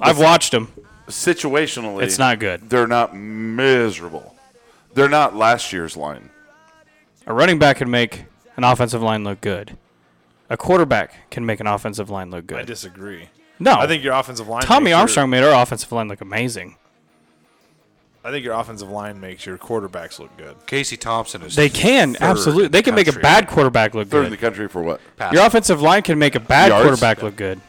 I've watched them.
Situationally,
It's not good.
They're not miserable. They're not last year's line.
A running back can make an offensive line look good. A quarterback can make an offensive line look
I
good.
disagree.
no,
Oh.
I think your offensive line.
Tommy
makes your-
Armstrong made our offensive line look amazing.
I think your offensive line makes your quarterbacks look good.
Casey Thompson is.
They can
third
absolutely.
in the
They can make a
country.
bad quarterback look
Third in the
good.
country for what?
Pass.
Your offensive line can make a bad
Yards?
quarterback look good.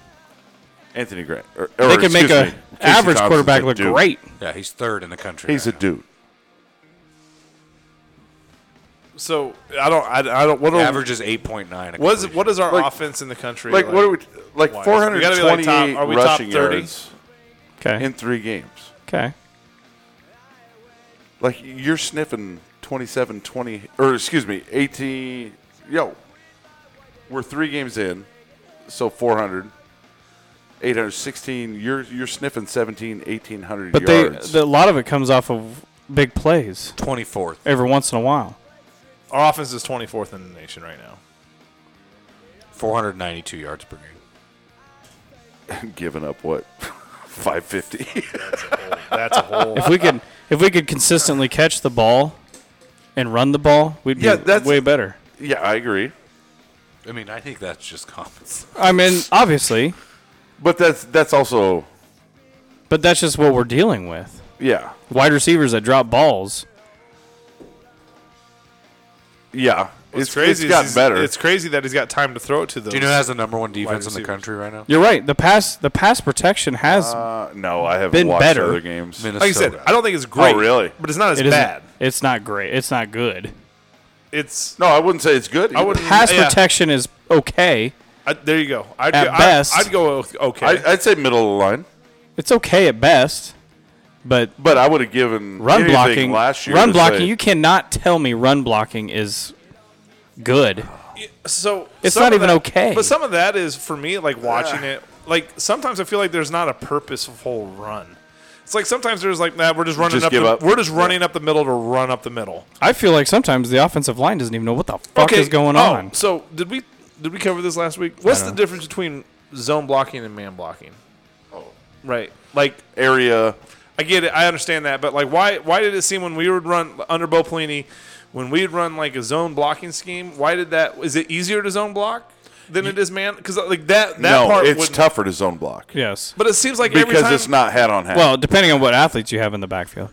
Anthony Grant. Or,
They
or,
can make
excuse
a
me, Casey
average
Thompson's
quarterback
a
look
dude.
great.
Yeah, he's third in the country.
He's a
right now.
dude.
So I don't. I, I don't. What
The
are,
average is eight point nine.
What is what is our
Like-
offense in the country?
Like what are we? Like
wise?
four hundred
We gotta be, like, top-
twenty-eight
are we top
rushing
30?
yards
Okay.
in three games.
Okay.
Like you're sniffing 27, 20, or excuse me, eighteen. Yo, we're three games in, so 400, 816. You're you're sniffing 17, 1800
But they
yards.
the, a lot of it comes off of big plays
Twenty fourth.
every once in a while.
Our offense is 24th in the nation right now.
Four hundred ninety two yards per game.
(laughs) giving up what (laughs) 550.
That's a (laughs) whole.
If we could if we could consistently catch the ball and run the ball, we'd
Yeah,
be
that's-
way better.
yeah, I agree.
I mean, I think that's just common sense.
I mean, obviously,
But that's that's also
but that's just what we're dealing with.
yeah
Wide receivers that drop balls.
yeah.
It's crazy.
It's got
is-
better.
It's crazy that he's got time to throw it to those.
Do you know who has the number one defense in the
receivers.
country right now?
You're right. The pass the pass protection has
uh, no, I haven't
Been
watched
better.
other games.
Minnesota.
like I said, I don't think it's great.
Oh,
really?
But it's not as
it isn't-
bad.
It's not great. It's not good.
It's
No, I wouldn't say it's good.
I would
Pass
yeah,
protection is okay.
I, there you go. I'd
at
go, I-
best.
I'd go okay.
I, would say middle of the line,
It's okay at best, but
but I would have given
run
anything
blocking
last year.
run
to
blocking
say-
you cannot tell me run blocking is good
so
It's
some
not
of
even
that-
okay.
But some of that is for me, like watching it. Like sometimes I feel like there's not a purposeful run. It's like sometimes there's like that. Nah, we're just running
Just
up,
give
the,
up.
We're just running up the middle to run up the middle.
i feel like sometimes the offensive line doesn't even know what the fuck is going
oh,
on
So did we did we cover this last week? What's the difference between zone blocking and man blocking? Oh, right. Like
area.
I get it. I understand that, but like, why? Why did it seem when we would run under Bo Pelini, when we'd run like a zone blocking scheme? Why did that? Is it easier to zone block than it is man? Because like that that
No,
part
it's
wouldn't-
tougher to zone block
yes
But it seems like every
because
time
it's not hat on hat.
well depending on what athletes you have in the backfield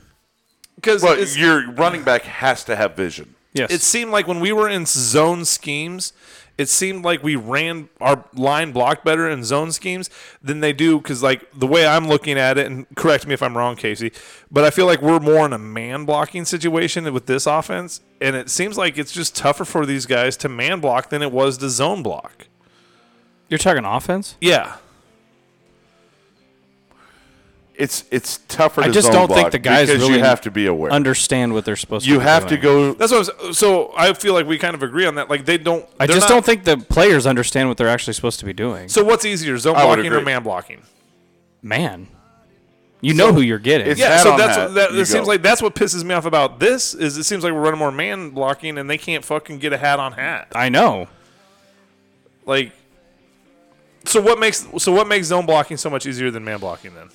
because
But
it's-
your running back has to have vision.
yes
it seemed like when we were in zone schemes, it seemed like we ran our line block better in zone schemes than they do. Because like the way I'm looking at it, and correct me if I'm wrong, Casey, but I feel like we're more in a man blocking situation with this offense, and it seems like it's just tougher for these guys to man block than it was to zone block.
you're talking offense
Yeah,
It's it's tougher.
I
to
just
zone
don't think
block
the guys
because
really
you have to be aware.
understand what they're supposed
you
to be
have to
doing.
go.
that's what. I'm, s- so I feel like we kind of agree on that. Like they don't.
i just don't think the players understand what they're actually supposed to be doing
So what's easier, zone
I would
blocking or
agree.
man blocking?
man you know who you're getting
It's-
Yeah,
hat
so
on
that's
hat,
what, that,
you
it seems
go.
like that's what pisses me off about this is it seems like we're running more man blocking and they can't fucking get a hat on hat.
i know
Like so what makes so what makes zone blocking so much easier than man blocking then?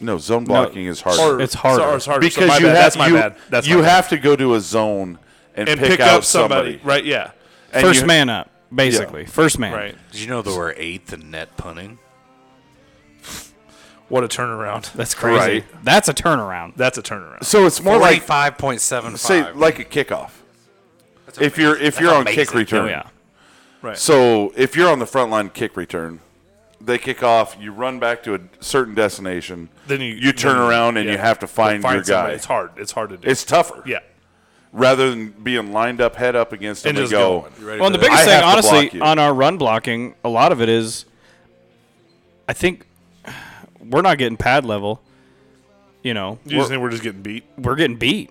No, zone blocking is harder.
Or-
It's harder.
so- or it's harder. So
because
my
you
bad.
have
that's my
you,
bad. That's my
you
bad.
have to go to a zone and,
and pick,
out
up somebody. Right, yeah.
And
first
you-
man up basically first man
Right.
Did you know they were eighth in net punting?
What a turnaround.
that's crazy
Right.
that's a turnaround
That's a turnaround.
So it's more like
Forty-five point seven
say
five.
like a kickoff. If you're if
That's
you're on
amazing.
kick return,
oh yeah
so if you're on the front line kick return, they kick off. You run back to a certain destination.
Then you-
turn
then you-
around and
yeah.
you have to find,
Find
your
somebody.
guy.
It's hard. It's hard to do.
It's tougher.
yeah.
Rather than being lined up, head up against them
And
and,
just
go.
going.
You ready
Well, and
for
the
this?
biggest
I
thing,
have to block
honestly,
you.
on our run blocking, a lot of it is, I think we're not getting pad level. You know,
You just think we're just getting beat.
we're getting beat.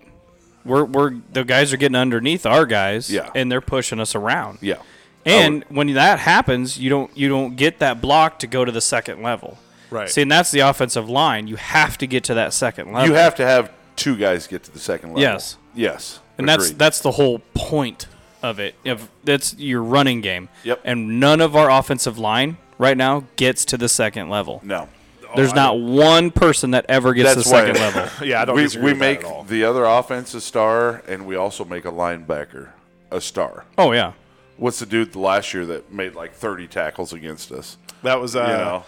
We're we're the guys are getting underneath our guys,
Yeah.
and they're pushing us around.
Yeah.
And when that happens, you don't you don't get that block to go to the second level.
Right.
See, and that's the offensive line. You have to get to that second level.
You have to have two guys get to the second level.
Yes.
Yes.
and that's
Agreed.
that's the whole point of it. If that's your running game.
Yep.
And none of our offensive line right now gets to the second level.
no.
There's not one person that ever gets to the
That's
second
why-
level.
(laughs)
Yeah, I don't
we
disagree
we
with that
make
at all.
the other offense a star, and we also make a linebacker a star.
Oh yeah.
What's the dude last year that made like 30 tackles against us?
That was uh
You know,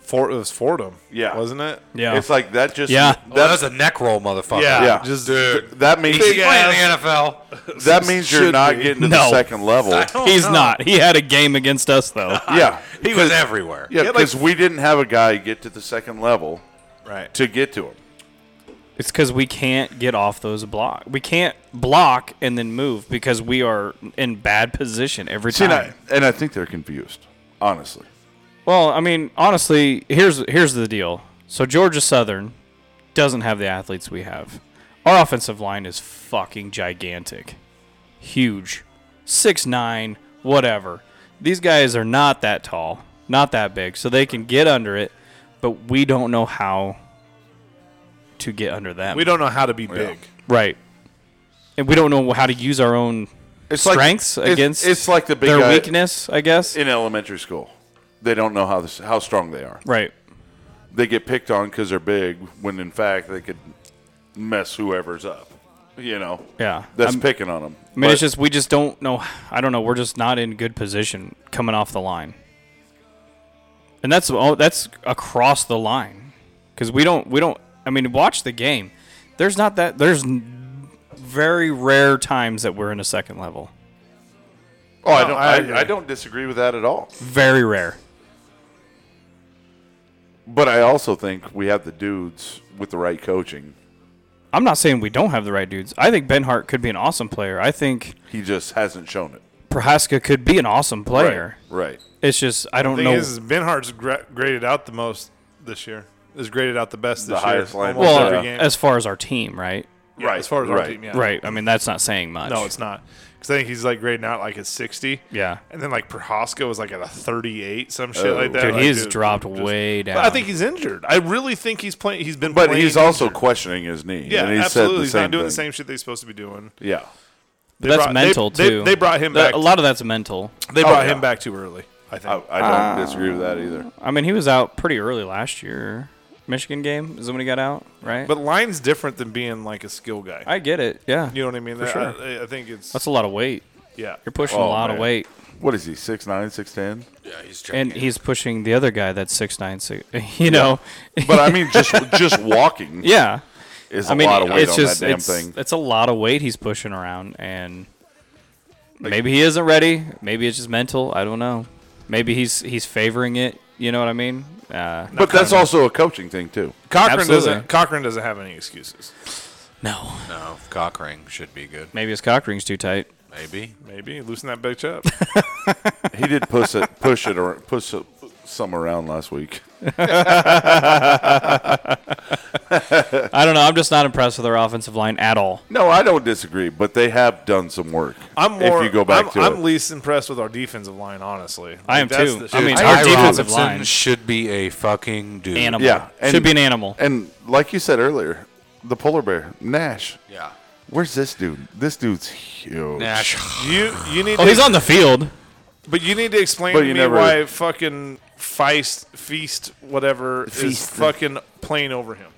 Fort, it was Fordham.
Yeah.
Wasn't it?
Yeah.
it's like that just
Yeah. Oh,
Oh, that
That,
was a neck roll, motherfucker.
Yeah.
yeah,
Just-
dude. That means
He's playing in the (laughs) NFL.
that means you're
Should
not
be.
getting to
No.
the second level.
He's not. He had a game against us
(laughs)
though.
Yeah,
He was everywhere.
yeah,
like-
because we didn't have a guy get to the second level
Right.
to get to him.
it's cuz we can't get off those block. We can't block and then move because we are in bad position every
See,
time.
and I, and I think they're confused, honestly.
Well, I mean, honestly, here's here's the deal. So Georgia Southern doesn't have the athletes we have. Our offensive line is fucking gigantic. Huge. 6'9, whatever. These guys are not that tall, not that big, so they can get under it, but we don't know how to get under them.
We don't know how to be big.
right. And we don't know how to use our own
It's like-
strengths
it's-
against
it's like the big
their
guy-
weakness, I guess.
In elementary school, they don't know how this, how strong they are.
right.
They get picked on because they're big, when in fact they could mess whoever's up. you know,
Yeah.
that's
I'm-
picking on them.
I mean, it's just we just don't know. I don't know. We're just not in good position coming off the line, and that's all. That's across the line because we don't. We don't. I mean, watch the game. There's not that. There's n- very rare times that we're in a second level.
oh, I
No,
don't,
I
I,
agree.
I, don't disagree with that at all.
Very rare.
But I also think we have the dudes with the right coaching.
I'm not saying we don't have the right dudes. I think Ben Hart could be an awesome player. I think
He just hasn't shown it.
Prohaska could be an awesome player.
Right.
It's just I don't
thing
know.
is, is Ben Hart's gra- graded out the most this year. Is graded out the best
The
this
highest
year.
line-
almost
well,
every
uh,
game.
as far as our team, right?
Yeah,
Right,
as far as our
right.
team, yeah.
Right. I mean, that's not saying much.
No, it's not. Because I think he's like grading out like a 60.
Yeah.
And then like Prohaska was like at a 38, some shit
Oh.
like that.
Dude,
Like,
he has dropped
just-
way down.
But I think he's injured. I really think he's playing. He's been
But
playing
he's also
injured.
questioning his knee.
Yeah,
and he
absolutely.
Said the
he's
same
not doing
thing.
the same shit that he's supposed to be doing.
Yeah.
They
that's
brought- they-
mental
they,
too.
They brought him
The-
back. Oh,
A lot of that's mental.
they brought
yeah.
him back too early. I think.
I, I
Ah.
don't disagree with that either.
Oh, I mean, he was out pretty early last year. Michigan game is when he got out, right?
but line's different than being like a skill guy.
I get it. Yeah,
you know what I mean?
For
I-
sure.
I, I think it's
that's a lot of weight.
yeah.
You're pushing a
Oh,
lot
man.
of weight,
What is he? Six nine, six ten?
Yeah, he's
and he's pushing the other guy that's six nine six. (laughs) You know, (laughs)
But I mean, just just walking
yeah.
is a
I mean,
lot of weight
it's
on
just
that damn
it's,
thing.
it's a lot of weight he's pushing around, and maybe he isn't ready. Maybe it's just mental. I don't know. Maybe he's he's favoring it. You know what I mean? Uh,
But that's also a coaching thing too.
Cochran
Absolutely.
doesn't. Cochran doesn't have any excuses.
no.
No, Cockring should be good.
Maybe his cock ring's too tight.
Maybe.
Maybe loosen that bitch up.
He did push it, push it, or push it, some around last week.
I don't know. I'm just not impressed with our offensive line at all.
No, I don't disagree, but they have done some work.
I'm more.
(laughs) if you go back
I'm,
to
I'm
it.
least impressed with our defensive line, honestly. Like,
I am
that's
too.
the
I
shit.
mean,
Ty
our
Robinson
defensive line
should be a fucking dude.
animal.
yeah, and-
should be an animal.
and like you said earlier, the polar bear Nash.
Yeah.
Where's this dude? This dude's huge.
Nash.
you you need.
(laughs) oh,
to,
he's on the field.
But you need to explain
But
to
you
me
never-
why fucking feist feast whatever
Feast.
is fucking playing over him.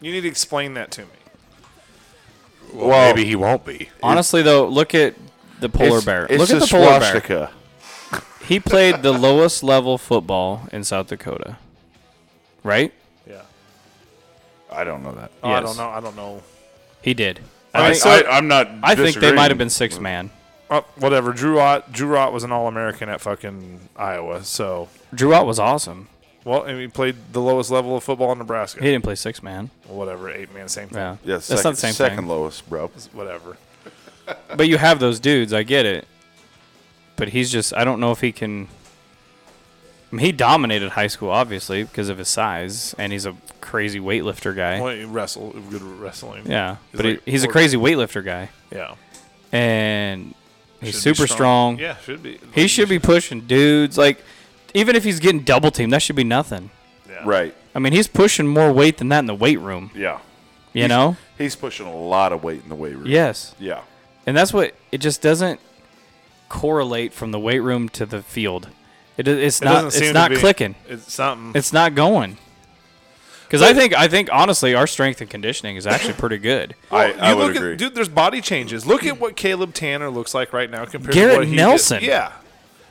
You need to explain that to me.
Well, maybe he won't be.
Honestly, though, look at the polar
It's-
bear.
It's
look at
a
the polar bear.
swastika.
He played the lowest level football in South Dakota, right?
Yeah.
I don't know that.
Oh, I
Yes.
don't know. I don't know.
He did.
I,
I think,
I, am not.
I think they
disagreeing.
might have been six man.
Uh, whatever. Drew Ott, Drew Ott was an All American at fucking Iowa. So
Drouot was awesome.
well, and he played the lowest level of football in Nebraska.
He didn't play six man.
Whatever. Eight man, same thing.
Yeah,
Yeah,
that's
second,
not the same
second
thing.
lowest, bro.
Whatever.
But you have those dudes. I get it. But he's just. I don't know if he can. I mean, he dominated high school, obviously, because of his size, and he's a crazy weightlifter guy.
Well, he wrestle. Good at wrestling.
Yeah,
He's
but
like
he, he's a
four-
crazy weightlifter guy,
Yeah.
and he's
Should be
super strong.
Yeah, should be.
He should be pushing dudes. Like, even if he's getting double teamed, that should be nothing.
Yeah.
Right.
I mean, he's pushing more weight than that in the weight room.
Yeah.
You know?
He's pushing a lot of weight in the weight room.
Yes.
Yeah.
And that's what it just doesn't correlate from the weight room to the field. It, do- it's
It
not.
doesn't
It's
seem to
not
be-
clicking.
It's something.
It's not going. Because I think I think honestly, our strength and conditioning is actually pretty good.
I, I
you
would
look
agree.
at dude. There's body changes. Look at what Caleb Tanner looks like right now compared
Garrett
to what he
Nelson.
Did. Yeah,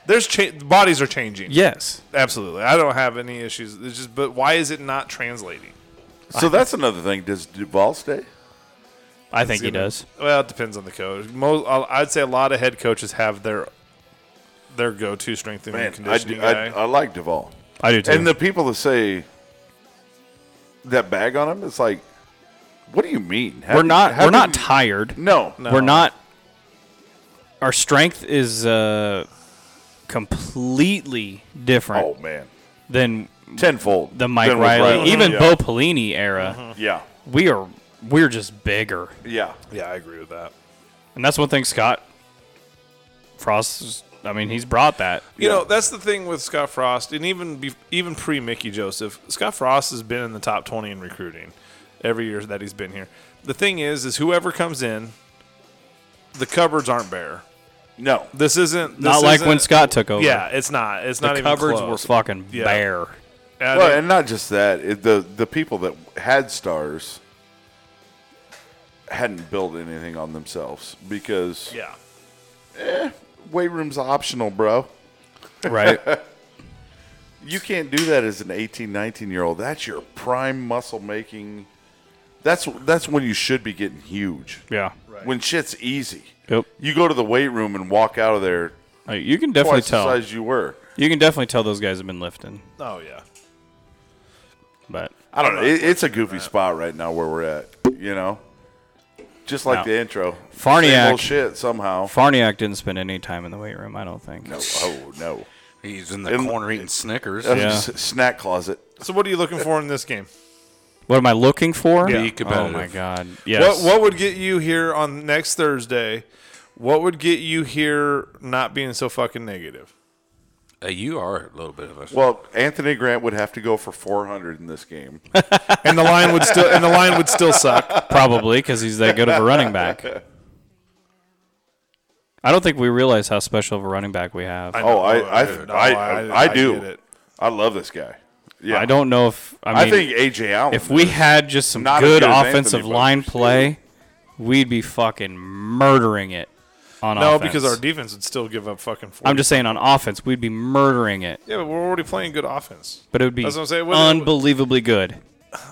there's cha- bodies are changing.
Yes.
absolutely. I don't have any issues. It's just, but why is it not translating?
so that's another thing. Does Duval stay?
I think he
gonna-
does.
Well, it depends on the coach. Most, I'd say a lot of head coaches have their their go-to strength and
Man, I,
conditioning
do- I,
guy.
I like Duval.
I do too.
And the people that say that bag on him, it's like, what do you mean? How
we're
do-
not.
how
We're
do
not
you-
tired.
No.
No.
We're not. Our strength is uh, completely different
Oh man,
than
tenfold.
the Mike
Than with
Riley, even
yeah. Mm-hmm.
Bo Pelini era.
Yeah.
We are we're just bigger,
Yeah.
yeah, I agree with that.
and that's one thing Scott Frost. is- I mean, he's brought that.
You know, that's the thing with Scott Frost, and even be, even pre Mickey Joseph, Scott Frost has been in the top twenty in recruiting every year that he's been here. The thing is, is whoever comes in, the cupboards aren't bare.
No.
This isn't this
Not like when
isn't-
Scott took over.
Yeah, it's not. It's
the
not even
cupboards were
close.
fucking
Yeah.
bare.
And I
Well,
think-
and not just that. It, the the people that had stars hadn't built anything on themselves because
e-, Yeah.
weight room's optional, bro.
right?
You can't do that as an 18, 19 year old. That's your prime muscle making. That's that's when you should be getting huge.
Yeah.
When shit's easy.
Yep.
You go to the weight room and walk out of there
Like, you can definitely
twice
tell.
the size you were.
You can definitely tell those guys have been lifting,
Oh yeah.
but
I don't know. It, it's a goofy spot right now where we're at. You know, just like
No.
the intro.
Farniak.
Same old shit somehow.
Farniak didn't spend any time in the weight room. I don't think.
No, oh no.
He's in the
In-
corner eating Snickers.
Yeah.
S- snack closet.
So what are you looking for in this game?
What am I looking for?
Be
Oh
competitive.
my god. Yes.
What what would get you here on next Thursday? What would get you here not being so fucking negative?
Uh, you are a little bit of a.
Well, Anthony Grant would have to go for 400 in this game.
And the line would still and the line would still suck.
Probably because he's that good of a running back. I don't think we realize how special of a running back we have. I,
Oh, I, I,
No,
I,
I-
I,
I get
do.
it.
I love this guy. Yeah,
don't know if I,
I,
mean,
think AJ Allen.
if we had just some
Not as
good
good as
offensive
Anthony, but-
line play, we'd be fucking murdering it on
No,
offense.
because our defense would still give up fucking 40.
I'm just saying on offense, we'd be murdering it,
Yeah, but we're already playing good offense.
but it would be
That's what I'm saying. What-
unbelievably good.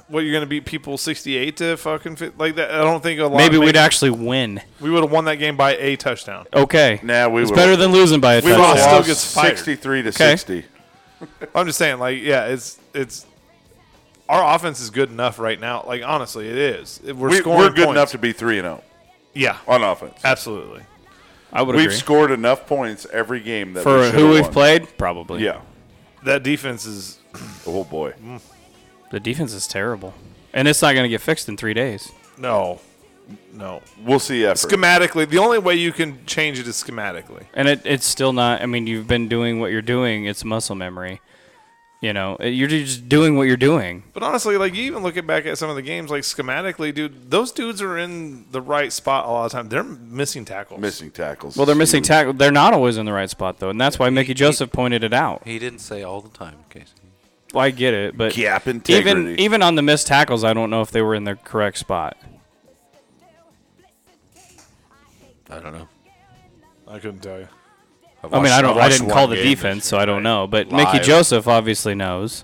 What you're going to beat people 68 to fucking fit, like that? I don't think a lot
Maybe
of
we'd
make-
actually win.
we would have won that game by a touchdown.
Okay.
Nah, we
it's
would've-
better than losing by a
we
touchdown.
lost
still gets fired.
63 to
Okay.
60.
I'm just saying like yeah, it's it's our offense is good enough right now. Like honestly, it is. We're
We,
scoring
we're good
points.
enough to be three and zero
Yeah.
on offense.
Absolutely.
I would
We've
agree.
scored enough points every game that we
For
should've
who we've
won.
played, probably.
Yeah.
That defense is
Oh boy.
The defense is terrible. And it's not going to get fixed in three days.
no. No.
We'll see effort.
Schematically, the only way you can change it is schematically.
And it, it's still not, I mean, you've been doing what you're doing. It's muscle memory. You know, it- you're just doing what you're doing.
But honestly, like you even looking back at some of the games, like schematically, dude, those dudes are in the right spot a lot of time. They're missing tackles.
missing tackles.
Well, they're missing tackle. They're not always in the right spot, though. And that's why Mickey Joseph pointed it out.
he didn't say all the time, Casey.
Well, I get it, but
Gap
even
integrity.
even on the missed tackles, I don't know if they were in the correct spot.
I don't know.
I couldn't tell you.
I mean, I don't. I,
watched
didn't
one
call the
game this
defense, so I don't know. But Mickey
Live.
Joseph obviously knows.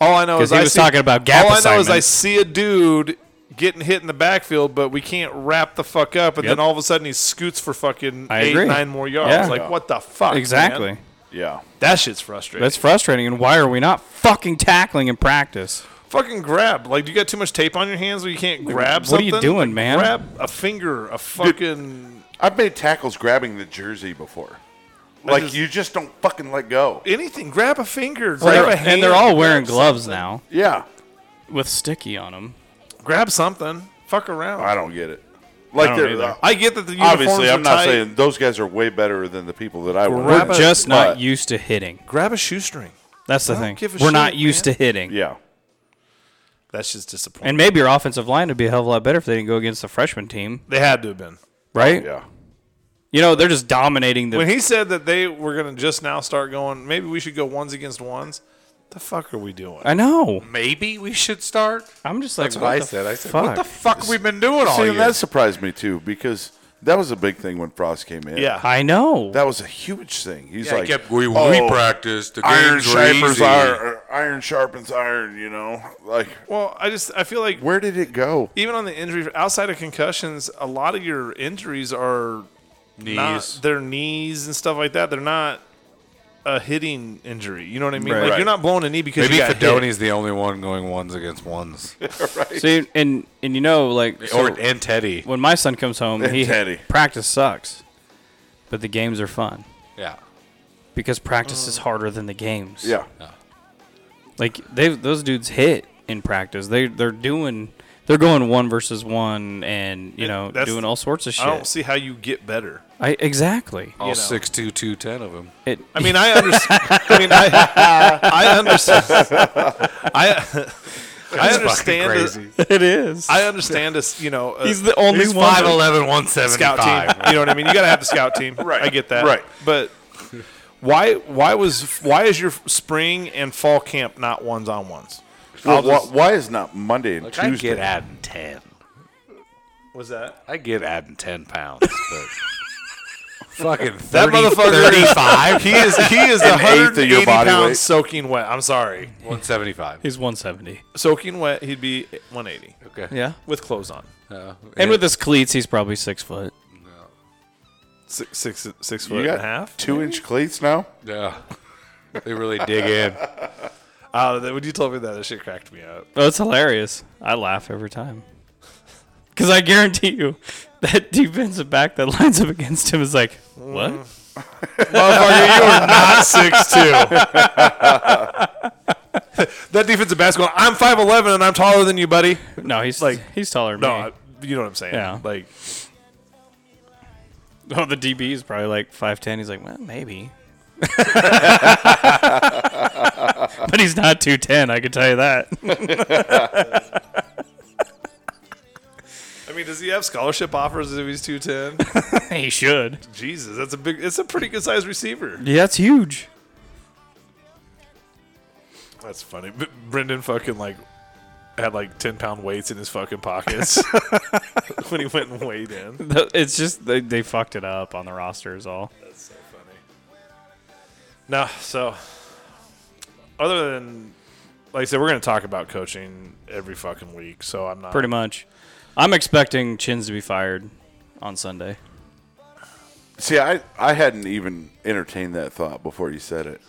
All I know
'Cause
is
he
I
was
see,
talking about gap
All I know is I
assignments.
see a dude getting hit in the backfield, but we can't wrap the fuck up, and
Yep.
then all of a sudden he scoots for fucking
I
eight,
agree.
nine more yards.
Yeah.
Like what the fuck? man?
Exactly.
Yeah.
That shit's frustrating.
That's frustrating. And why are we not fucking tackling in practice?
fucking grab. Like, do you got too much tape on your hands where you can't grab
what are you
something?
doing,
Like,
man?
Grab a finger, a fucking
I've made tackles grabbing the jersey before. Like
just-
you just don't fucking let go.
anything. Grab a finger.
Well,
grab
they're-
a hand.
and they're all
grab
wearing gloves
something.
now
Yeah.
with sticky on them.
Grab something. Fuck around.
I don't get it. Like
don't
they're- uh,
either.
I get that the uniforms
obviously
are
I'm not
tight.
saying those guys are way better than the people that I
We're
Grab
would.
a-
just not
but-
used to hitting.
grab a shoestring.
That's the
I don't
thing.
give a
We're not
shit,
used
man.
to hitting.
Yeah.
That's just disappointing.
And maybe your offensive line would be a hell of a lot better if they didn't go against the freshman team,
they had to have been.
right?
Yeah.
You know, they're just dominating the.
When he said that they were going to just now start going, maybe we should go ones against ones. The fuck are we doing?
I know.
Maybe we should start.
I'm just like,
That's
what,
what, I
the
said. I said,
fuck?
what the fuck we've been doing all
See,
year?
and that surprised me too because that was a big thing when Frost came in.
yeah.
I know.
That was a huge thing. He's
Yeah,
like,
he kept, we,
"Oh,
we practiced. The
Iron
games were
sharpens
easy.
iron, iron sharpens iron. You know, like
Well, I just I feel like
where did it go?
even on the injury outside of concussions, a lot of your injuries are
Knees.
not their knees and stuff like that. They're not a hitting injury. You know what I mean?
Right.
Like
Right.
you're not blowing a knee because
Maybe
you got hit.
Fedoni's the only one going ones against ones.
See, and and you know, like, so
or and Teddy.
when my son comes home, he
Teddy.
practice sucks, but the games are fun
Yeah.
because practice is harder than the games.
Yeah,
like they those dudes hit in practice. They they're doing they're going one versus one, and you
And
know
that's-
doing all sorts of
I don't
shit.
see how you get better.
I, exactly.
All
know.
six two two ten of them.
It,
I mean, I understand. I mean, I I understand. I I understand.
crazy.
it is.
I understand. Us, you know, uh,
He's the only
He's
one.
5'11",
scout
175.
team. You know what I mean? You got to have the scout team. Right. I get that.
Right.
But why why was why is your spring and fall camp not ones on ones?
(laughs)
Well, why, why is not Monday and Tuesday?
adding ten.
Was that?
I get adding ten (laughs) pounds, but fucking 30,
That motherfucker-
(laughs) 35?
He is he is
An eighth of your
180
body
pounds
weight.
soaking wet. I'm sorry,
one seventy five.
He's 170.
soaking wet. He'd be 180
Okay.
Yeah.
with clothes on.
Uh,
And with his cleats, he's probably six foot.
Six six six foot
You
and a half.
got two inch cleats now?
yeah, they really dig in.
Uh, that- when you told me that, that shit cracked me up.
Oh, it's hilarious. I laugh every time. (laughs) Because I guarantee you, (laughs) that defensive back that lines up against him is like, what?
Motherfucker, Oh, you are not (laughs) six two. that defensive basketball. I'm five eleven and I'm taller than you, buddy.
No, he's like
Like,
he's taller than
No,
me.
I- you know what I'm saying.
Yeah.
Like
Oh, the DB is probably like five ten. He's like, well, (laughs) maybe. but he's not two ten. I can tell you that. (laughs)
I mean, does he have scholarship offers if he's two (laughs) ten?
he should.
Jesus, that's a big. It's a pretty good sized receiver.
Yeah, that's huge.
That's funny. B- Brendan fucking like had like ten pound weights in his fucking (laughs) pockets when he went and weighed in.
It's just they, they fucked it up on the roster is all.
That's so funny. No, so other than like I said, we're gonna talk about coaching every fucking week. So I'm not
Pretty much. I'm expecting Chins to be fired on Sunday.
See, I, I hadn't even entertained that thought before you said it.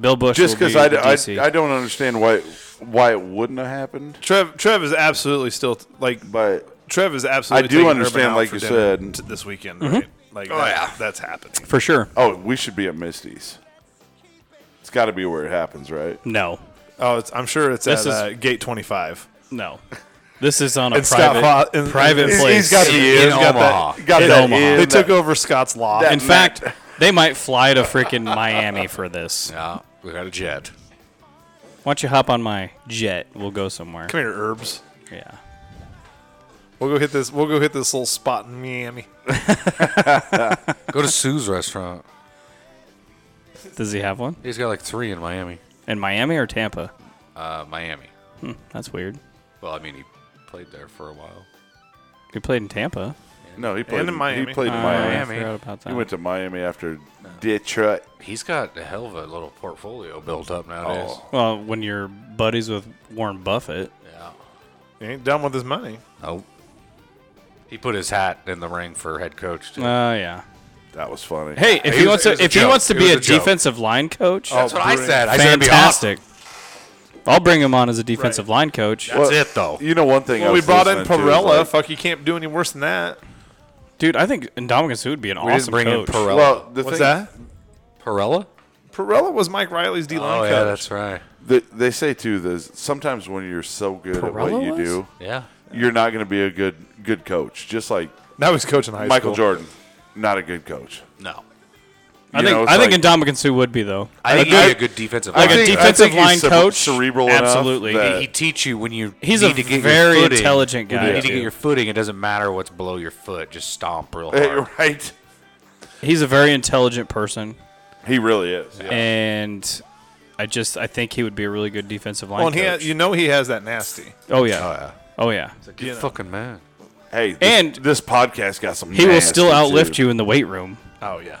Bill Bush
Just
will
because
be
I,
the
I,
DC.
I don't understand why why it wouldn't have happened.
Trev. Trev is absolutely still like
But
Trev is absolutely.
I do
taking Urban
understand,
out
like
for
you
dinner
said.
t- this weekend, right? Like, oh, yeah. that's happening.
for sure.
oh, we should be at Misty's. It's got to be where it happens, right?
No,
Oh, it's, I'm sure it's
This
at uh,
is-
gate 25.
no. This is on a
And Scott
private,
Fo- and-
private
he's-
place.
He's got the
in
ears, got
Omaha.
that, got
It-
that
Omaha.
in,
They
that-
took over Scott's Law.
that
In
Matt-
fact, they might fly to freaking Miami for this.
Yeah, we got a jet.
Why don't you hop on my jet? We'll go somewhere.
Come here, herbs.
Yeah.
We'll go hit this. We'll go hit this little spot in Miami.
Go to Sue's restaurant.
Does he have one
He's got like three in Miami.
in Miami or Tampa? Hmm,
Uh, Miami.
That's weird.
Well, I mean, he played there for a while.
He played in Tampa.
no, he played
in Miami.
He played in
Uh,
Miami.
I forgot about that.
He went to Miami after Detroit.
He's got a hell of a little portfolio built up nowadays.
well, when you're buddies with Warren Buffett,
Yeah.
He ain't done with his money.
Nope. He put his hat in the ring for head coach. Too.
oh yeah.
That was funny.
Hey, if
It
he
was-
wants
it
to,
was a
if he
joke.
wants to
It
be
was
a,
a joke.
defensive line coach,
That's what I said. I said it'd be awesome.
fantastic. I'll bring him on as a defensive line coach,
That's it, though.
You know one thing. I
Well, we
was
brought in
listening to is,
Perella.
like-
Fuck, you can't do any worse than that.
dude. I think Indominus Sue would be an
We
awesome
didn't bring
coach.
in Perella.
well, the
What's
thing,
that?
Perella?
Perella was Mike Riley's D line
Oh,
coach.
yeah, that's right.
The, they say too that sometimes when you're so good at what
Perella
you
was?
do,
Yeah.
you're not going to be a good good coach. Just like
Now he's coaching high
Michael
school.
Jordan, not a good coach.
No.
I
You
think
know, it's
I think
like-
Indominus Sue would be though.
I think
I-
he'd be a good defensive
Like
lineman.
a
think- I
defensive
think he's
line
ce-
coach,
cerebral enough
absolutely.
that-
He teach you when you
He's
need
a
to get
very
your footing.
intelligent guy,
You need to
too.
get your footing. It doesn't matter what's below your foot. Just stomp real
(laughs) Hey,
hard.
right?
He's a very intelligent person,
He really is. Yeah.
and I just I think he would be a really good defensive line
Well, and he
coach.
ha- you know he has that nasty.
oh yeah, oh yeah.
Get
you know.
fucking mad.
Hey, this,
And-
this podcast got some.
He will still
nasty,
outlift
too.
you in the weight room.
Oh yeah.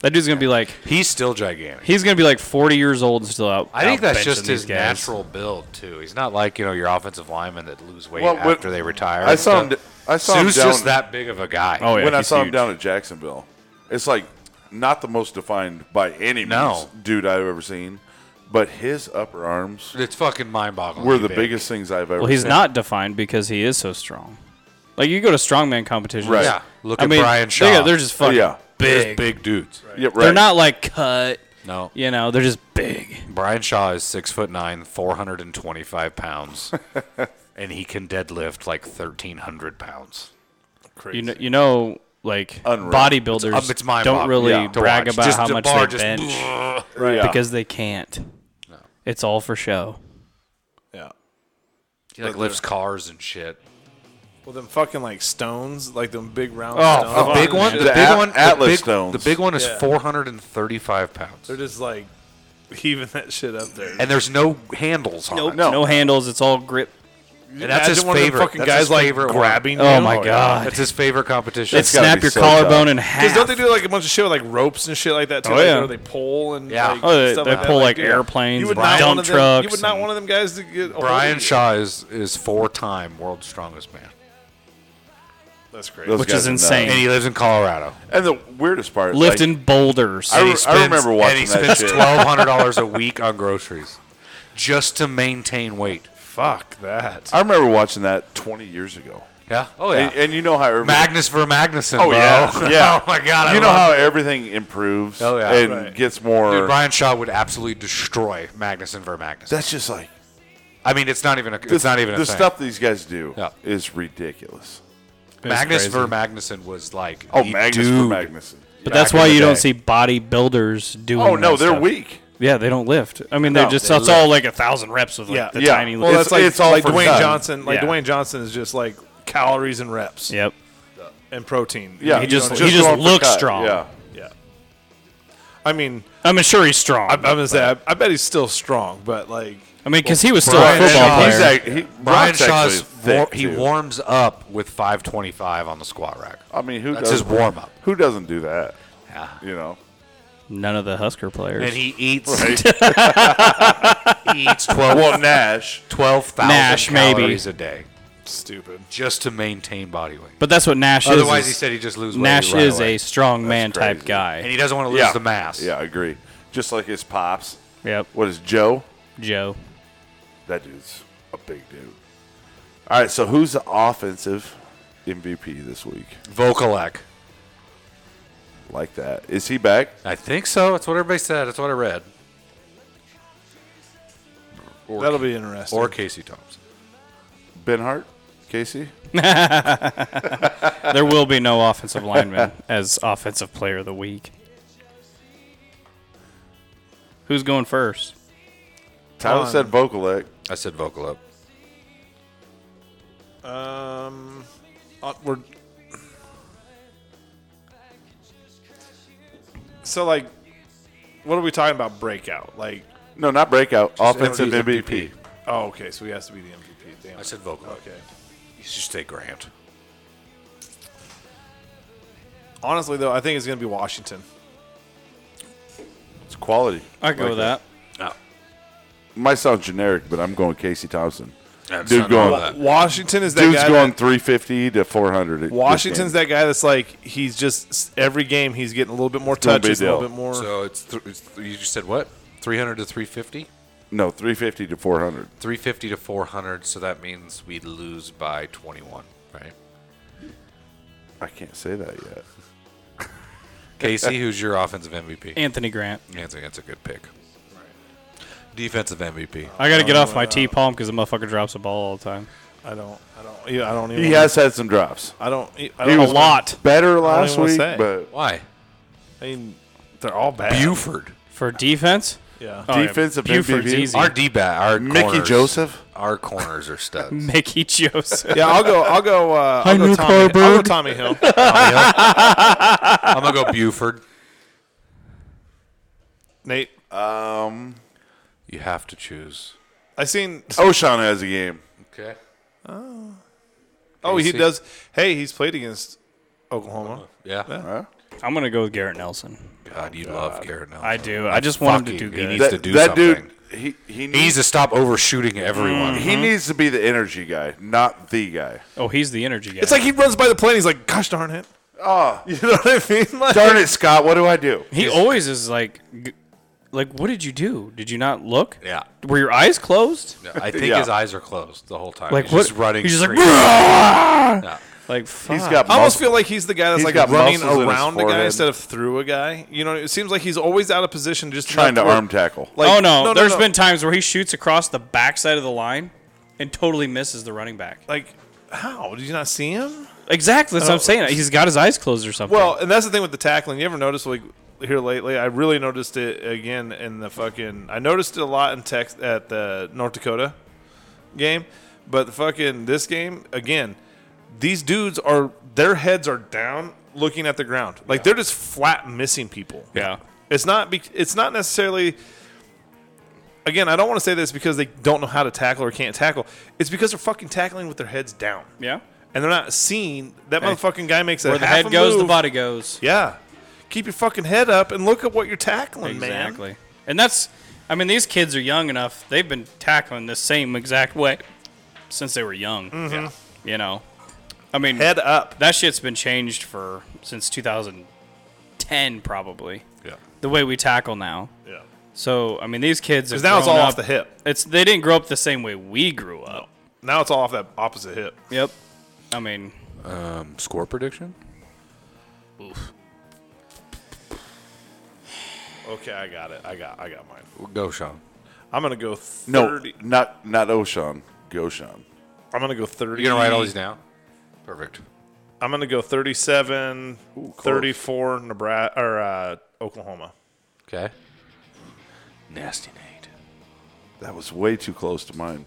That dude's gonna be like
He's still gigantic.
he's gonna be like 40 years old and still out.
I think
out
that's just
benching
his
these guys.
natural build too. He's not like you know your offensive linemen that lose weight
Well, when-
after they retire.
I
and
saw him.
stuff.
I saw him
Sue's
down,
just that big of a guy.
Oh yeah,
when I
he's
saw him
huge.
down at Jacksonville. It's like not the most defined by any
No.
means dude I've ever seen, but his upper arms
it's fucking mind-boggling.
were the
big.
biggest things I've ever.
Well, he's
seen.
not defined because he is so strong. Like you go to strongman competitions,
Right.
Yeah, look
I
at
mean,
Brian
they-
Shaw.
They're just fucking
Yeah.
big.
big, big dudes.
Yeah, right.
They're not like cut.
No,
You know, they're just big.
Brian Shaw is six foot nine, four hundred and twenty-five
(laughs)
pounds, and he can deadlift like thirteen hundred pounds.
Crazy.
You know, you know, like
Unreal.
bodybuilders
It's- it's mind-boggling,
don't really
yeah, to
brag
watch.
about
Just
how
the
much
bar
they
just-
bench
right.
because they can't. It's all for show.
yeah.
(laughs) He like lifts cars and shit.
Well, them fucking like stones, like them big round. stones.
Oh, the big
Fuck,
one,
man.
the
The
big
at-
one,
Atlas
the big,
stones.
The big one is
Yeah.
four hundred and thirty-five pounds,
They're just like (laughs) heaving that shit up there.
and there's no handles on it.
no handles. It's all grip
And that's his
Imagine one of them
favorite.
Fucking
That's
guys
his
like
favorite one.
grabbing.
Oh
you.
my
yeah.
God.
That's his favorite competition.
It
It's gotta
snap
be
your
so
collarbone
tough.
in
Because
half.
don't they do like a bunch of shit with like ropes and shit like that too?
Oh,
like,
yeah.
where they pull and
Yeah.
like,
Oh, they-
stuff
they
like that.
pull,
Like,
like,
yeah.
airplanes
You would
and
not
dump
want of them- You
trucks
would not
and-
want of them guys to get. a hold
Brian
of you.
Shaw is, is four time world's strongest man.
That's great.
Those
Which
guys
is
are nuts.
insane.
And he lives in Colorado.
And the weirdest part,
Lifting
like,
boulders.
I
And
re-
he spends,
remember watching
and he
that
spends
shit.
twelve hundred dollars a week on groceries just to maintain weight.
Fuck that.
I remember watching that 20 years ago.
Yeah. Oh yeah.
And, and you know how everything,
Magnus for Magnuson.
Oh,
bro. (laughs)
yeah. Yeah.
oh my god. I
you know
love
how everything improves
Oh, yeah.
and
Right.
gets more.
Dude, Brian Shaw would absolutely destroy Magnuson for Magnuson.
that's just like
I mean, it's not even a. It's
this-
not even a
the
thing.
stuff these guys do
Yeah.
is ridiculous.
Magnus for Magnuson was like.
Oh,
the
Magnus
dude.
for Magnuson.
But that's
back in
why
the
you don't
day.
see bodybuilders doing.
Oh no,
that
they're
stuff.
weak.
Yeah, they don't lift. I mean,
No,
they just
they
it's all like a thousand reps of like
Yeah.
the
Yeah.
tiny.
Well,
li-
Well,
It's-
that's like
it's all
like
for
Dwayne
fun.
Johnson. Like
Yeah.
Dwayne Johnson is just like calories and reps
yep.
and protein.
Yeah,
He just-
you know,
he just
going for
looks
cut.
strong.
Yeah,
yeah. I mean,
I'm sure he's strong.
I, I'm gonna say I, I bet he's still strong, but like
I mean, because he was still
Brian
a football
Shaw-
player.
he's like he,
Brian
Brock's actually
Shaw's war-
thick,
he
too.
warms up with 525 on the squat rack.
I mean, who
That's
does
his warm up.
Who doesn't do that?
Yeah.
You
(laughs)
know,
None of the Husker players.
And he eats
right?
(laughs) he eats 12
well, Nash.
12,000
Nash, maybe.
calories a day
stupid.
just to maintain body weight.
but that's what Nash is.
Otherwise,
is-
he said he just lose weight.
Nash
right
is
away.
a strong man
crazy.
type guy.
and he doesn't want to lose
yeah,
the mass.
Yeah, I agree. Just like his pops.
yep.
What is Joe?
Joe.
That dude's a big dude. All right, so who's the offensive MVP this week?
Vokalek.
Like that. Is he back?
I think so. That's what everybody said. That's what I read. Or,
That'll be interesting.
or Casey Thompson.
Ben Hart? Casey?
There will be no offensive lineman as offensive player of the week. Who's going first?
Tyler
Fun.
said Vokalek.
I said vocal up.
Um, uh, we're so like, what are we talking about? Breakout? Like,
No, not breakout. offensive
MVP.
MVP.
oh, okay, so he has to be the MVP. Damn.
I said vocal up.
okay.
You should say Grant.
Honestly, though, I think it's gonna be Washington.
It's quality.
I go
Like
with that.
No.
Might sound generic, but I'm going Casey Thompson.
That's
Dude
not
going-
all that.
Washington is that
Dude's
guy.
going
that-
350 to 400. at this
Washington's
game.
that guy that's like he's just s- every game he's getting a little bit more
No big
touches, a little
deal.
bit more.
So it's, th- it's th- you just said what? 300 to 350?
No, 350 to 400.
350 to 400, so that means we'd lose by 21, right? (laughs)
I can't say that yet.
Casey, who's your offensive MVP?
Anthony Grant.
Yeah, I think that's a good pick. Defensive MVP.
I got to get off my T palm because the motherfucker drops the ball all the time.
I don't, I don't, yeah, I don't even.
He has had some drops.
I don't. I don't
He
know
was
what-
better
don't
last
even wanna
week,
say.
but
Why?
I mean, they're all bad.
Buford.
For defense?
yeah.
Oh, yeah.
Defensive
Buford's
MVP.
easy.
Our D back. Our
Mickey
corners-
Joseph?
Our corners
(laughs)
are studs.
(laughs) Mickey Joseph.
Yeah, I'll go. I'll go. Uh, I'll, go
knew
Tommy, I'll go Tommy Hill.
I'm gonna go Buford.
Nate,
You have to choose.
I seen.
O'Shawn has a game.
Okay.
Oh, he
Casey.
does. Hey, he's played against Oklahoma.
Yeah.
I'm going to go with Garrett Nelson.
God, you love Garrett Nelson.
I do. I just want him to
Fucking-
do
He
good.
needs
That,
to do
that
something.
dude, he, he
He needs
needs
to stop overshooting everyone.
Mm-hmm.
he needs to be the energy guy, not the guy.
oh, he's the energy guy.
It's like he runs by the plane. He's like, "Gosh darn it!"
Oh,
(laughs) You know what I mean? Like,
darn it, Scott! What do I do?
He always is like, g- like, what did you do? Did you not look?
Yeah.
Were your eyes closed?
Yeah, I think
Yeah.
his eyes are closed the whole time.
Like
he's
what?
Just running.
He's just like,
straight.
"Rah!" like fuck.
He's got.
I almost
muscle.
feel like he's the guy that's
He's
like
got
running
muscles in his
around a guy
forehead.
instead of through a guy. You know, it seems like he's always out of position, just
trying to
enough where-
arm tackle.
Like,
oh no, There's
there's
been times where he shoots across the backside of the line and totally misses the running back.
like, how did you not see him?
Exactly, that's what I'm saying. He's got his eyes closed or something.
Well, and that's the thing with the tackling. You ever notice like here lately? I really noticed it again in the fucking. I noticed it a lot in Tex at the North Dakota game, but the fucking this game again. These dudes are their heads are down, looking at the ground. Like they're just flat missing people.
yeah.
It's not. Be- it's not necessarily. again, I don't want to say this because they don't know how to tackle or can't tackle. It's because they're fucking tackling with their heads down.
Yeah.
And they're not seeing that motherfucking guy makes a
Where the
half
head
a
goes, the
move.
body goes.
Yeah. Keep your fucking head up and look at what you're tackling, man.
Exactly. And that's, I mean, these kids are young enough. They've been tackling the same exact way since they were young. Yeah. You know, I mean,
Mm-hmm. Head up.
that shit's been changed for since 2010, probably.
Yeah.
The way we tackle now.
Yeah.
So, I mean, these kids are.
Because now it's all off the hip.
It's they didn't grow up the same way we grew up.
Now it's all off that opposite hip.
Yep. I mean,
Um, score prediction?
Okay, I got it. I got I got mine.
Go, Sean.
I'm gonna go
No,
thirty
not not Oshan. Goshan.
I'm gonna go thirty
You gonna write all these down? Perfect.
I'm gonna go 37, 34 Nebraska or uh, Oklahoma.
Okay. Nasty Nate.
That was way too close to mine.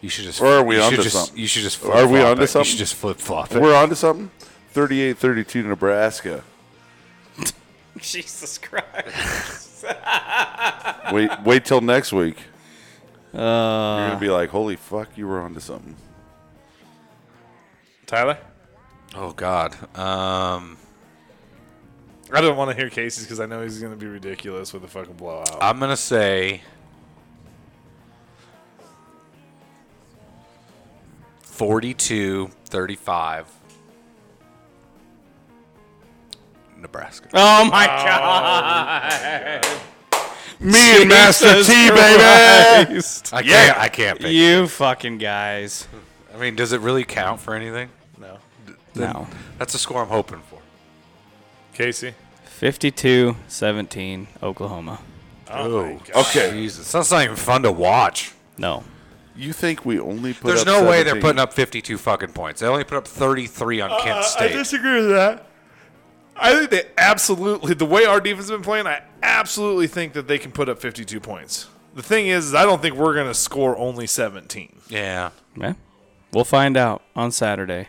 You should just.
Or are we
you should
onto
just,
something?
You should just.
Are we
flip-flop
onto
it. You
something?
should just flip flop it.
We're on to something. 38-32 Nebraska.
Jesus Christ.
Wait, wait till next week.
Uh,
You're gonna be like, holy fuck, you were onto something.
Tyler,
Oh God. Um,
I don't want to hear Casey's because I know he's gonna be ridiculous with a fucking blowout.
I'm gonna say. Forty-two, thirty-five. Nebraska.
Oh my God. (laughs)
Me and Master
Jesus
T, baby.
(laughs) Christ.
I can't. I can't. Pick.
You fucking guys.
I mean, does it really count for anything?
no,
No.
That's the score I'm hoping for.
Casey,
52 17, Oklahoma.
Oh,
Okay,
Jesus, that's not even fun to watch.
No.
you think we only put?
There's
up
no way they're
17?
putting up 52 fucking points. They only put up 33 on Kent State.
Uh, disagree with that. I think they absolutely the way our defense has been playing. I absolutely think that they can put up 52 points. The thing is, is I don't think we're gonna score only 17.
yeah.
Yeah. We'll find out on Saturday.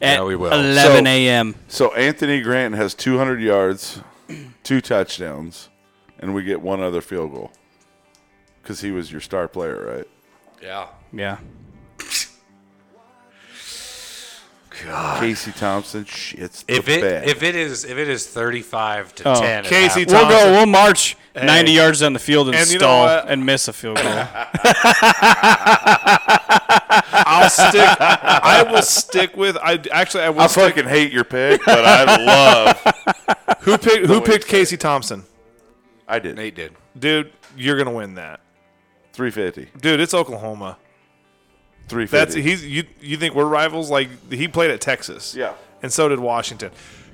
At
Yeah, we will.
11
So-
a.m.
So Anthony Grant has 200 yards, (clears throat) two touchdowns, and we get one other field goal because he was your star player, right?
Yeah.
Yeah.
Casey Thompson shits the
Ah. If it
bed.
if it is if it is 35 to
Oh,
10, at
Casey
half-
Thompson.
We'll go. We'll march 90 yards down the field and,
And you know
stall
what?
and miss a field goal.
I'll stick. I will stick with. I actually I will.
I
stick-
fucking hate your pick, but
(laughs)
I love.
who picked Who picked Casey Thompson?
I did
Nate did.
Dude, you're gonna win that.
350,
Dude, it's Oklahoma.
350.
That's he's you. You think we're rivals? Like he played at Texas.
Yeah.
and so did Washington.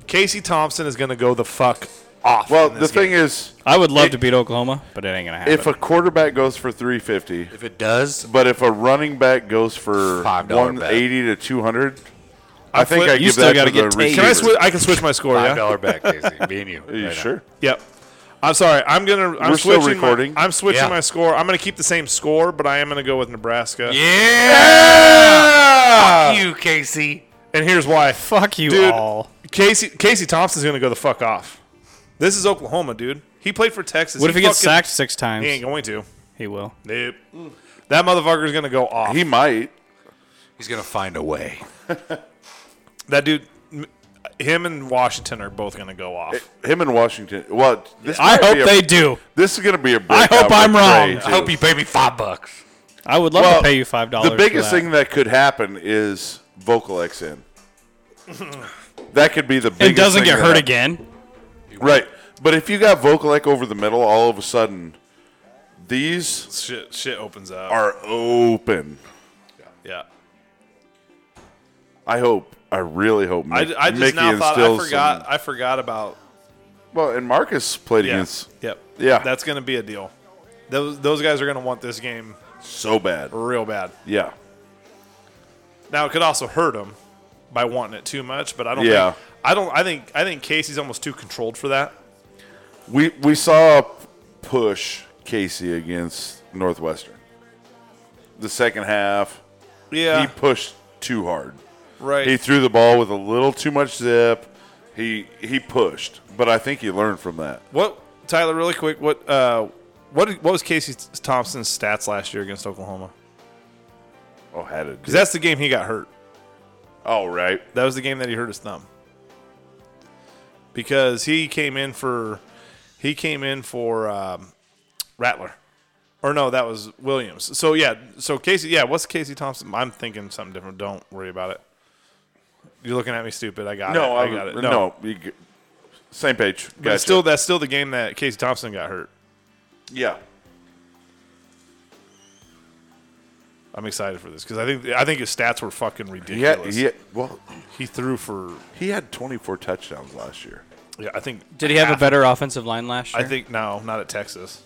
Casey Thompson is going to go the fuck off.
Well,
in
the
this
thing
game.
is,
I would love to beat Oklahoma, but it ain't gonna happen.
if a quarterback goes for 350,
If it does,
but if a running back goes for
Five dollar
180 to 200, I, think
flip-
I
you
give
still
that
gotta
to
get
the
tased.
can I
receiver.
switch? I can switch my score.
five
Yeah.
dollar back, Casey. Me and you.
Are you
right now.
sure?
Yep. I'm sorry. I'm gonna. I'm
We're still
switching my-
recording?
I'm switching
Yeah.
my score. I'm gonna keep the same score, but I am gonna go with Nebraska.
Yeah. Fuck you, Casey.
And here's why.
Fuck you
Dude,
all.
Casey Casey Thompson's gonna go the fuck off. This is Oklahoma, dude. He played for Texas.
What if he gets
fucking-
sacked six times?
He ain't going to.
He will.
Nope. That motherfucker's gonna go off.
He might.
He's gonna find a way.
that dude, m- him and Washington are both gonna go off.
Him in Washington. Well, this
I
might
hope
be a-
they do.
This is going to be a
I
breakout.
hope I'm
for
wrong.
Trey,
I
I
too.
hope you pay me five bucks.
I would love
Well,
to pay you five dollars.
The biggest thing that could happen is vocal
(laughs)
X in. that could be the biggest.
it doesn't
thing
get
that
hurt
hap-
again.
right? But if you got vocal X over the middle, all of a sudden, these
Shit, shit opens up.
are open.
yeah.
I hope. I really hope.
I,
Mick-
I just
Mickey
now thought I
instills
forgot.
some-
I forgot about
well, and Marcus played
yeah.
against
Yep.
Yeah.
That's gonna be a deal. Those those guys are gonna want this game
so bad.
real bad.
Yeah.
Now it could also hurt them by wanting it too much, but I don't.
Yeah.
Think, I don't. I think. I think Casey's almost too controlled for that.
We we saw push Casey against Northwestern. The second half, he
Yeah.
pushed too hard.
right.
He threw the ball with a little too much zip. He he pushed, but I think he learned from that.
what Tyler, really quick, what uh, what what was Casey Thompson's stats last year against Oklahoma?
Oh, had it.
Because that's the game he got hurt.
All right.
That was the game that he hurt his thumb. Because he came in for he came in for um, Rattler. Or no, that was Williams. So yeah, so Casey, yeah, what's Casey Thompson? I'm thinking something different. Don't worry about it. You're looking at me stupid. I got it.
No,
I
I
got it.
No, you g- same page.
But
Gotcha.
it's still that's still the game that Casey Thompson got hurt.
yeah.
I'm excited for this because I think I think his stats were fucking
Yeah.
ridiculous.
He, well,
He threw for
he had 24 touchdowns last year.
yeah, I think
Did he have a
half-
better offensive line last year?
I think no, not at Texas.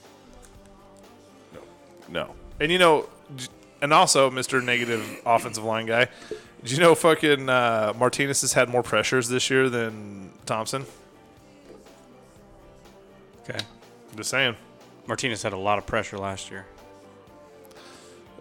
No.
And you know, j- and also Mr. Negative offensive line guy. Do you know fucking uh, Martinez has had more pressures this year than Thompson?
Okay.
Just saying.
Martinez had a lot of pressure last year.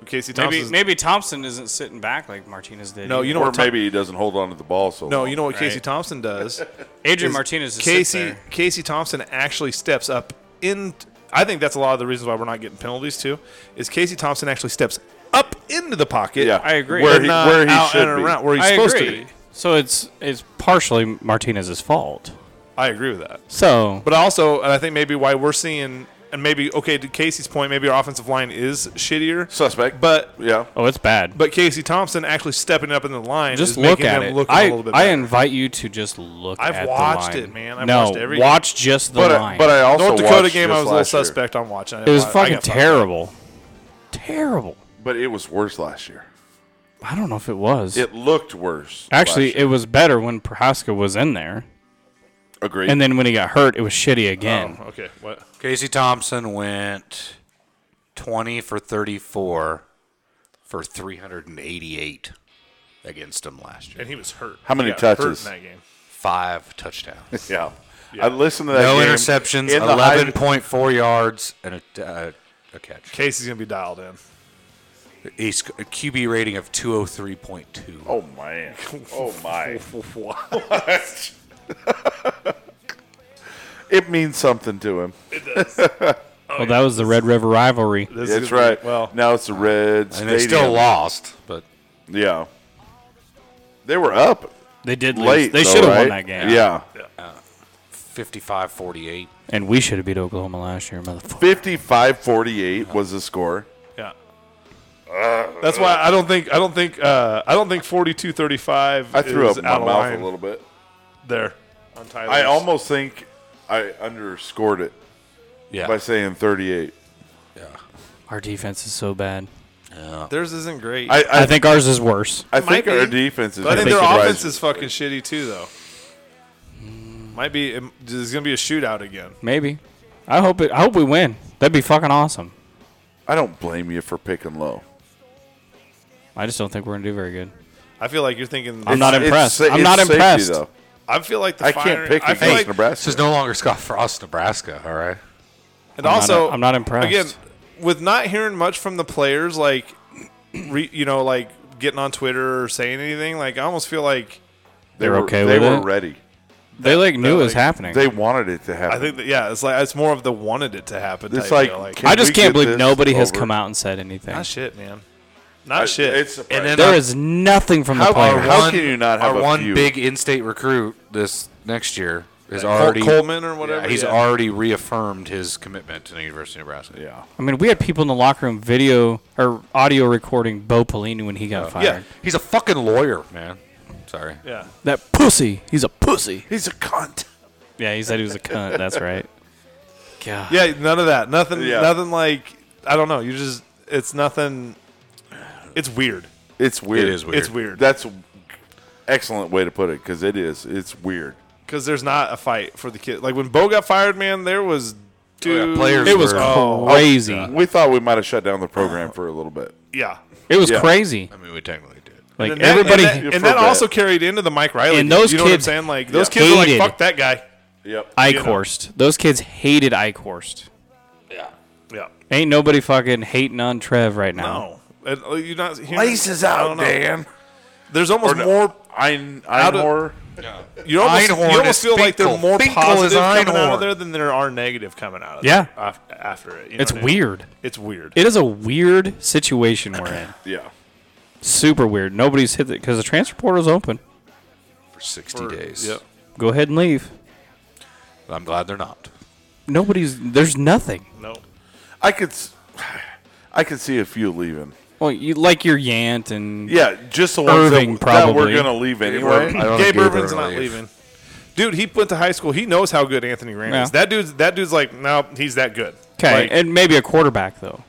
Casey
Maybe
Thompson.
maybe Thompson isn't sitting back like Martinez did.
No,
either.
you know
or
what? Tom-
maybe he doesn't hold on to the ball so
no,
long.
you know what Casey
Right.
Thompson
(laughs)
does.
Adrian
is
Martinez is
Casey Casey Thompson actually steps up in. I think that's a lot of the reasons why we're not getting penalties too. Is Casey Thompson actually steps up into the pocket?
Yeah.
I agree.
Where
and
he,
not
where he
out
should
and
be.
around where he's
I
supposed
agree.
to be.
So it's it's partially Martinez's fault.
I agree with that.
So
But also, and I think maybe why we're seeing, and maybe okay, to Casey's point, maybe our offensive line is shittier.
Suspect.
But
yeah.
oh, it's bad.
but Casey Thompson actually stepping up in the line,
just
is
look
making
at
them
it.
Look a
I,
little bit
I
better.
invite you to just look.
I've
at
watched
the line.
it, man. I've
no,
watched every game.
watch just the
But I,
line.
but I also
North Dakota
watched
game,
this
I was a little
last year.
suspect on watching.
it was
I
fucking
got fucked up.
terrible, terrible.
But it was worse last year.
I don't know if it was.
It looked worse.
Actually,
last
it was better when Prohaska was in there,
year. agreed.
and then when he got hurt, it was shitty again.
Oh, okay, what?
Casey Thompson went 20 for 34 for 388 against him last year.
And he was hurt.
How many
He got hurt
touches?
in that game?
Five touchdowns.
yeah. I listened to that.
No
game
interceptions,
in the high-
11.4 yards, and a, uh, a catch.
Casey's gonna be dialed in.
A, sc- a QB rating of 203.2.
Oh
(laughs)
man. Oh my. What? it means something to him.
oh,
well, that was the Red River rivalry.
This is gonna
That's
be-
right.
well,
now it's the Reds.
and they still
Stadium.
lost, but
Yeah. They were up
They did lose.
late.
they
though,
should have won that
right?
game.
Yeah.
55 48.
and we should have beat Oklahoma last year, motherfucker.
55-48 was the score.
yeah. That's why I don't think I don't think uh, I don't think forty two thirty five.
I threw
is
up my
out of
mouth
line
a little bit.
there on Tyler.
I almost think I underscored it
Yeah.
by saying 38.
yeah.
Our defense is so bad.
theirs isn't great.
I,
I
I,
think ours is worse.
I
might
think our
be.
defense is.
But I think
gonna
their
surprise
offense
you.
is fucking shitty too, though. Might be it- there's gonna be a shootout again.
Maybe. I hope it. I hope we win. That'd be fucking awesome.
I don't blame you for picking low.
I just don't think we're gonna do very good.
I feel like you're thinking.
I'm not
It's-
impressed.
it's-
I'm
it's
not
safety,
impressed.
though.
I feel like the
I can't
firing-
pick
I
against
feel like,
This
Nebraska.
is no longer Scott Frost, Nebraska, all right?
and also
I'm not impressed.
again with not hearing much from the players. Like, re, you know, like getting on Twitter or saying anything. Like, I almost feel like
they
They're
were
okay
They
with
were
it?
ready.
They like knew it was
like-
happening.
They wanted it to happen.
I think that yeah, it's like it's more of the wanted it to happen.
It's
type
like,
deal, like
can
I just
we
can't
get
believe
this
nobody has
over?
come out and said anything.
not shit, man, not
I-
shit.
It's surprising.
then-
There is nothing from the
How- uh,
players.
how- can you not have
our
a
one
few?
big in-state recruit this next year is
Col-
already
Coleman or whatever.
Yeah, he's
yeah.
already reaffirmed his commitment to the University of Nebraska.
Yeah.
I mean, we had people in the locker room video or audio recording Bo Pelini when he
Oh,
got fired.
Yeah.
he's a fucking lawyer, man. Sorry.
Yeah.
That pussy. He's a pussy.
He's a cunt.
Yeah, he said he was a cunt. That's
(laughs)
right. God.
Yeah, none of that. Nothing.
Yeah.
Nothing like I don't know. You just it's nothing. It's weird.
It's weird.
It is weird.
It's weird
That's an excellent way to put it because it is. It's weird.
because there's not a fight for the kid. Like when Bo got fired, man, there was
yeah,
dude.
players
It was
were-
crazy.
We thought we might have shut down the
Uh,
program for a little bit.
yeah.
It was
Yeah.
crazy.
I mean, we technically did.
Like
And that-
everybody.
and that,
For
and that
that.
also carried into the Mike Riley.
And
deal.
those
you know what I'm
kids
saying? Like those
Yeah.
kids are like,
hated-
fuck that guy.
Yep.
Eichhorst. Those kids hated Eichhorst.
Yeah,
Ain't nobody fucking hating on Trev right now.
no, And, uh, you're not hearing-
Laces
I
out,
don't know.
Dan.
There's almost
Or no.
more
I, I
out
more.
of You almost, you
Einhorn
almost
is
feel like they're
Finkel.
more
Finkel
positive
is
coming out
Einhorn.
of there than there are negative coming out of
Yeah.
there af- after it. you know
It's
what I mean?
weird.
It's weird.
It is a weird situation we're in.
Yeah.
Super weird. Nobody's hit it because the transfer portal's open.
for 60 days.
Yep.
Go ahead and leave.
I'm glad they're not.
Nobody's. There's nothing.
No.
I could, s- (sighs) I could see a few leaving.
Well, you like your Yant and
Yeah, just the ones
Irving,
that, that
probably.
we're gonna leave anyway.
Gabe
I don't think Gabe
Irvin's
Irvin
not
leaves.
leaving. Dude, he went to high school. He knows how good Anthony Rand
Yeah.
is. That dude's that dude's like, no, he's that good.
okay,
Like,
and maybe a quarterback though.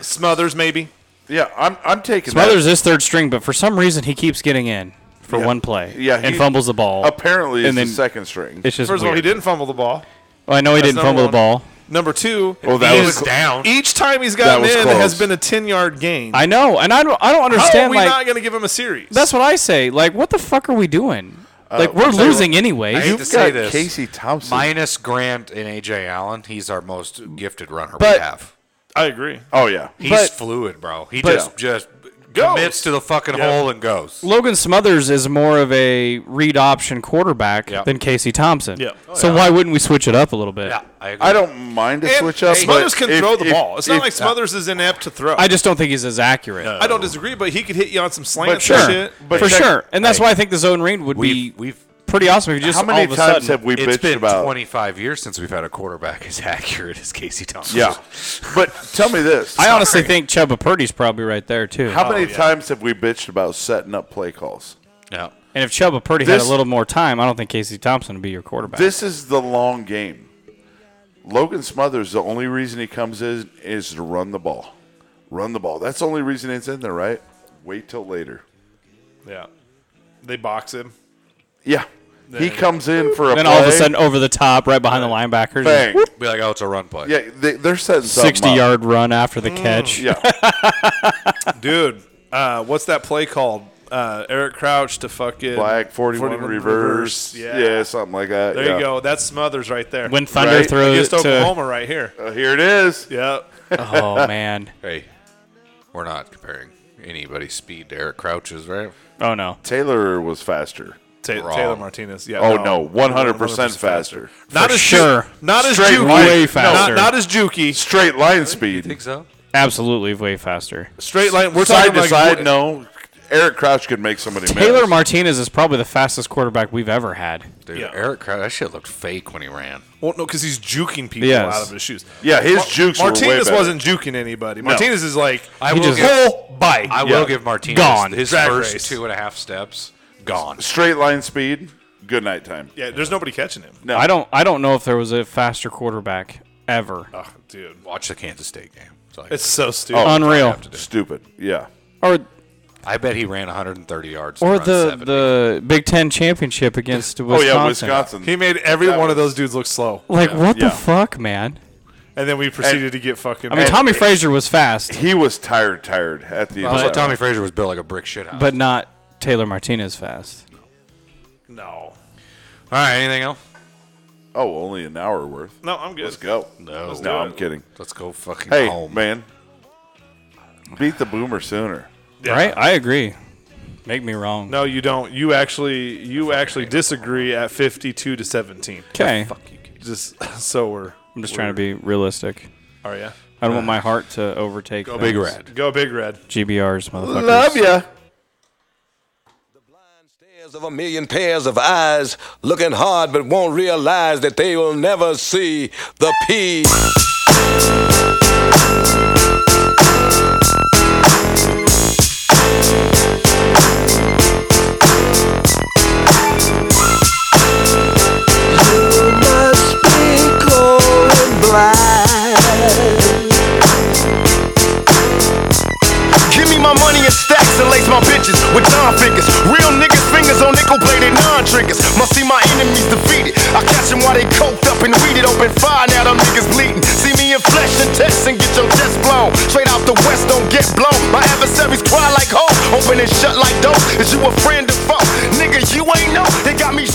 Smothers maybe.
yeah, I'm, I'm taking
Smothers
that.
is third string, but for some reason he keeps getting in for one play.
Yeah,
and
he-
fumbles the ball.
Apparently, it's
and
the
then
second string.
it's just
First of all, he
weird.
didn't fumble the ball.
Well, I know he
That's
didn't
number
fumble the
one.
ball.
Number two,
Oh, that
he
was
is
cl-
down. Each time he's
That
gotten
was
in, it
close.
has been a ten yard gain.
I know, and I don't. I
How
don't
are
understand.
we
Like
not going to give him a series?
that's what I say. Like what the fuck are we doing? like
I'll
we're
Uh, tell you
losing
what.
I
anyway.
hate
You've
to say
got
this.
Casey Thompson.
Minus Grant and AJ Allen, he's our most gifted runner we
But-
have.
I agree.
oh yeah,
He's
but-
fluid, bro. He
but-
just just
Goes.
commits to the fucking
Yeah.
hole and goes.
Logan Smothers is more of a read option quarterback
Yep.
than Casey Thompson.
Yep. Oh,
so why wouldn't we switch it up a little bit?
Yeah, I agree.
I don't mind to
And
switch up.
Smothers
but
can
if-
throw the
if-
ball. It's not
if-
like Smothers is inept to throw.
I just don't think he's as accurate.
I don't disagree, but he could hit you on some slants
sure.
and shit.
But
for
check-
sure, and that's
hey,
why I think the zone read would
We've,
be
we've
pretty awesome if you just
How
all
many
of a
times
sudden,
have we
it's
bitched
been
about?
25 years since we've had a quarterback (laughs) as accurate as Casey Thompson.
Yeah, but tell me this:
I Oh, honestly think Chuba Purdy's probably right there too.
how many times have we bitched about setting up play calls?
No.
and if Chuba Purdy had
This-
a little more time, I don't think Casey Thompson would be your quarterback.
This is the long game. Logan Smothers, the only reason he comes in is to run the ball. Run the ball. That's the only reason it's in there, right? Wait till later.
yeah, they box him.
Yeah. He comes in for a
then all of a
play,
sudden, over the top, right behind the linebackers,
bang.
Be like, oh, it's a run play.
Yeah, they, they're setting something up. Mm.
sixty-yard run after the catch.
Yeah,
Dude, uh, what's that play called? Uh, Eric Crouch to fucking
black forty-one reverse.
Yeah.
yeah, something like that.
There
yeah.
you go. That's Smothers right there.
When Thunder
Right.
throws
against
to,
Oklahoma right here.
Uh, here it is.
Yeah.
(laughs)
(laughs)
oh man,
Hey, we're not comparing anybody's speed to Eric Crouch's, right?
oh no,
Taylor was faster.
Ta-
Wrong.
Taylor Martinez. Yeah.
Oh no, one hundred percent faster.
Not
For
as ju-
sure.
not as
Straight
jukey.
line. Way
No,
faster.
not as jukey.
Straight line speed.
Think so?
absolutely way faster.
Straight line. We're
Side
talking
to
like
side, no. Eric Crouch could make somebody
Taylor
miss.
Martinez is probably the fastest quarterback we've ever had.
Dude,
Yeah.
Eric Crouch, that shit looked fake when he ran.
Well, no, because he's juking people
Yes.
out of his shoes.
Yeah, his jukes were way
Martinez
better.
wasn't juking anybody. Martinez is like
I
He
will
just-
give,
whole bite.
I
Yeah.
will give Martinez
Gone.
his
Drag
first
race.
two and a half steps gone.
Straight line speed. Good night time.
yeah, there's nobody catching him.
No.
I don't. I don't know if there was a faster quarterback ever.
Oh, dude,
Watch the Kansas State game. It's like-
it's
Oh.
so stupid.
Unreal.
Stupid. Yeah.
Or
I bet he ran 130 yards.
or
to run
the
70.
the Big Ten championship against
Oh
Wisconsin.
yeah, Wisconsin.
he made every
That
one of
was-
those dudes look slow,
Like what
yeah.
the fuck, man?
and then we proceeded to get fucking.
I mean, Tommy Frazier was fast,
He was tired, tired at the end.
Also,
of that.
Tommy Frazier was built like a brick shit house.
but not Taylor Martinez fast.
no,
all right, anything else?
Oh, only an hour worth.
no, I'm good.
Let's go.
No. Let's do
no, I'm
it.
kidding.
Let's go fucking
Hey,
home.
man, beat the boomer sooner.
Yeah.
Right? I agree. Make me wrong.
No, you don't. You actually, you actually disagree at 52 to 17.
Okay.
Just (laughs) so we're.
I'm just trying to be realistic.
Are ya?
I don't want my heart to overtake.
Go big
things.
red.
Go big red.
GBRs, motherfuckers.
ya.
Stares of a million pairs of eyes, looking hard but won't realize that they will never see the P.
Give me my money in stacks and lace my bitches with John figures. Real niggas' fingers on nickel plated non triggers. Must see my enemies defeated. I catch them while they coked up and weeded. Open fire now, them niggas bleeding. See me in flesh and text and get your chest blown. Straight out the west, don't get blown. My adversaries cry like hoes, open and shut like doors. Is you a friend or foe? Nigga, you ain't know. They got me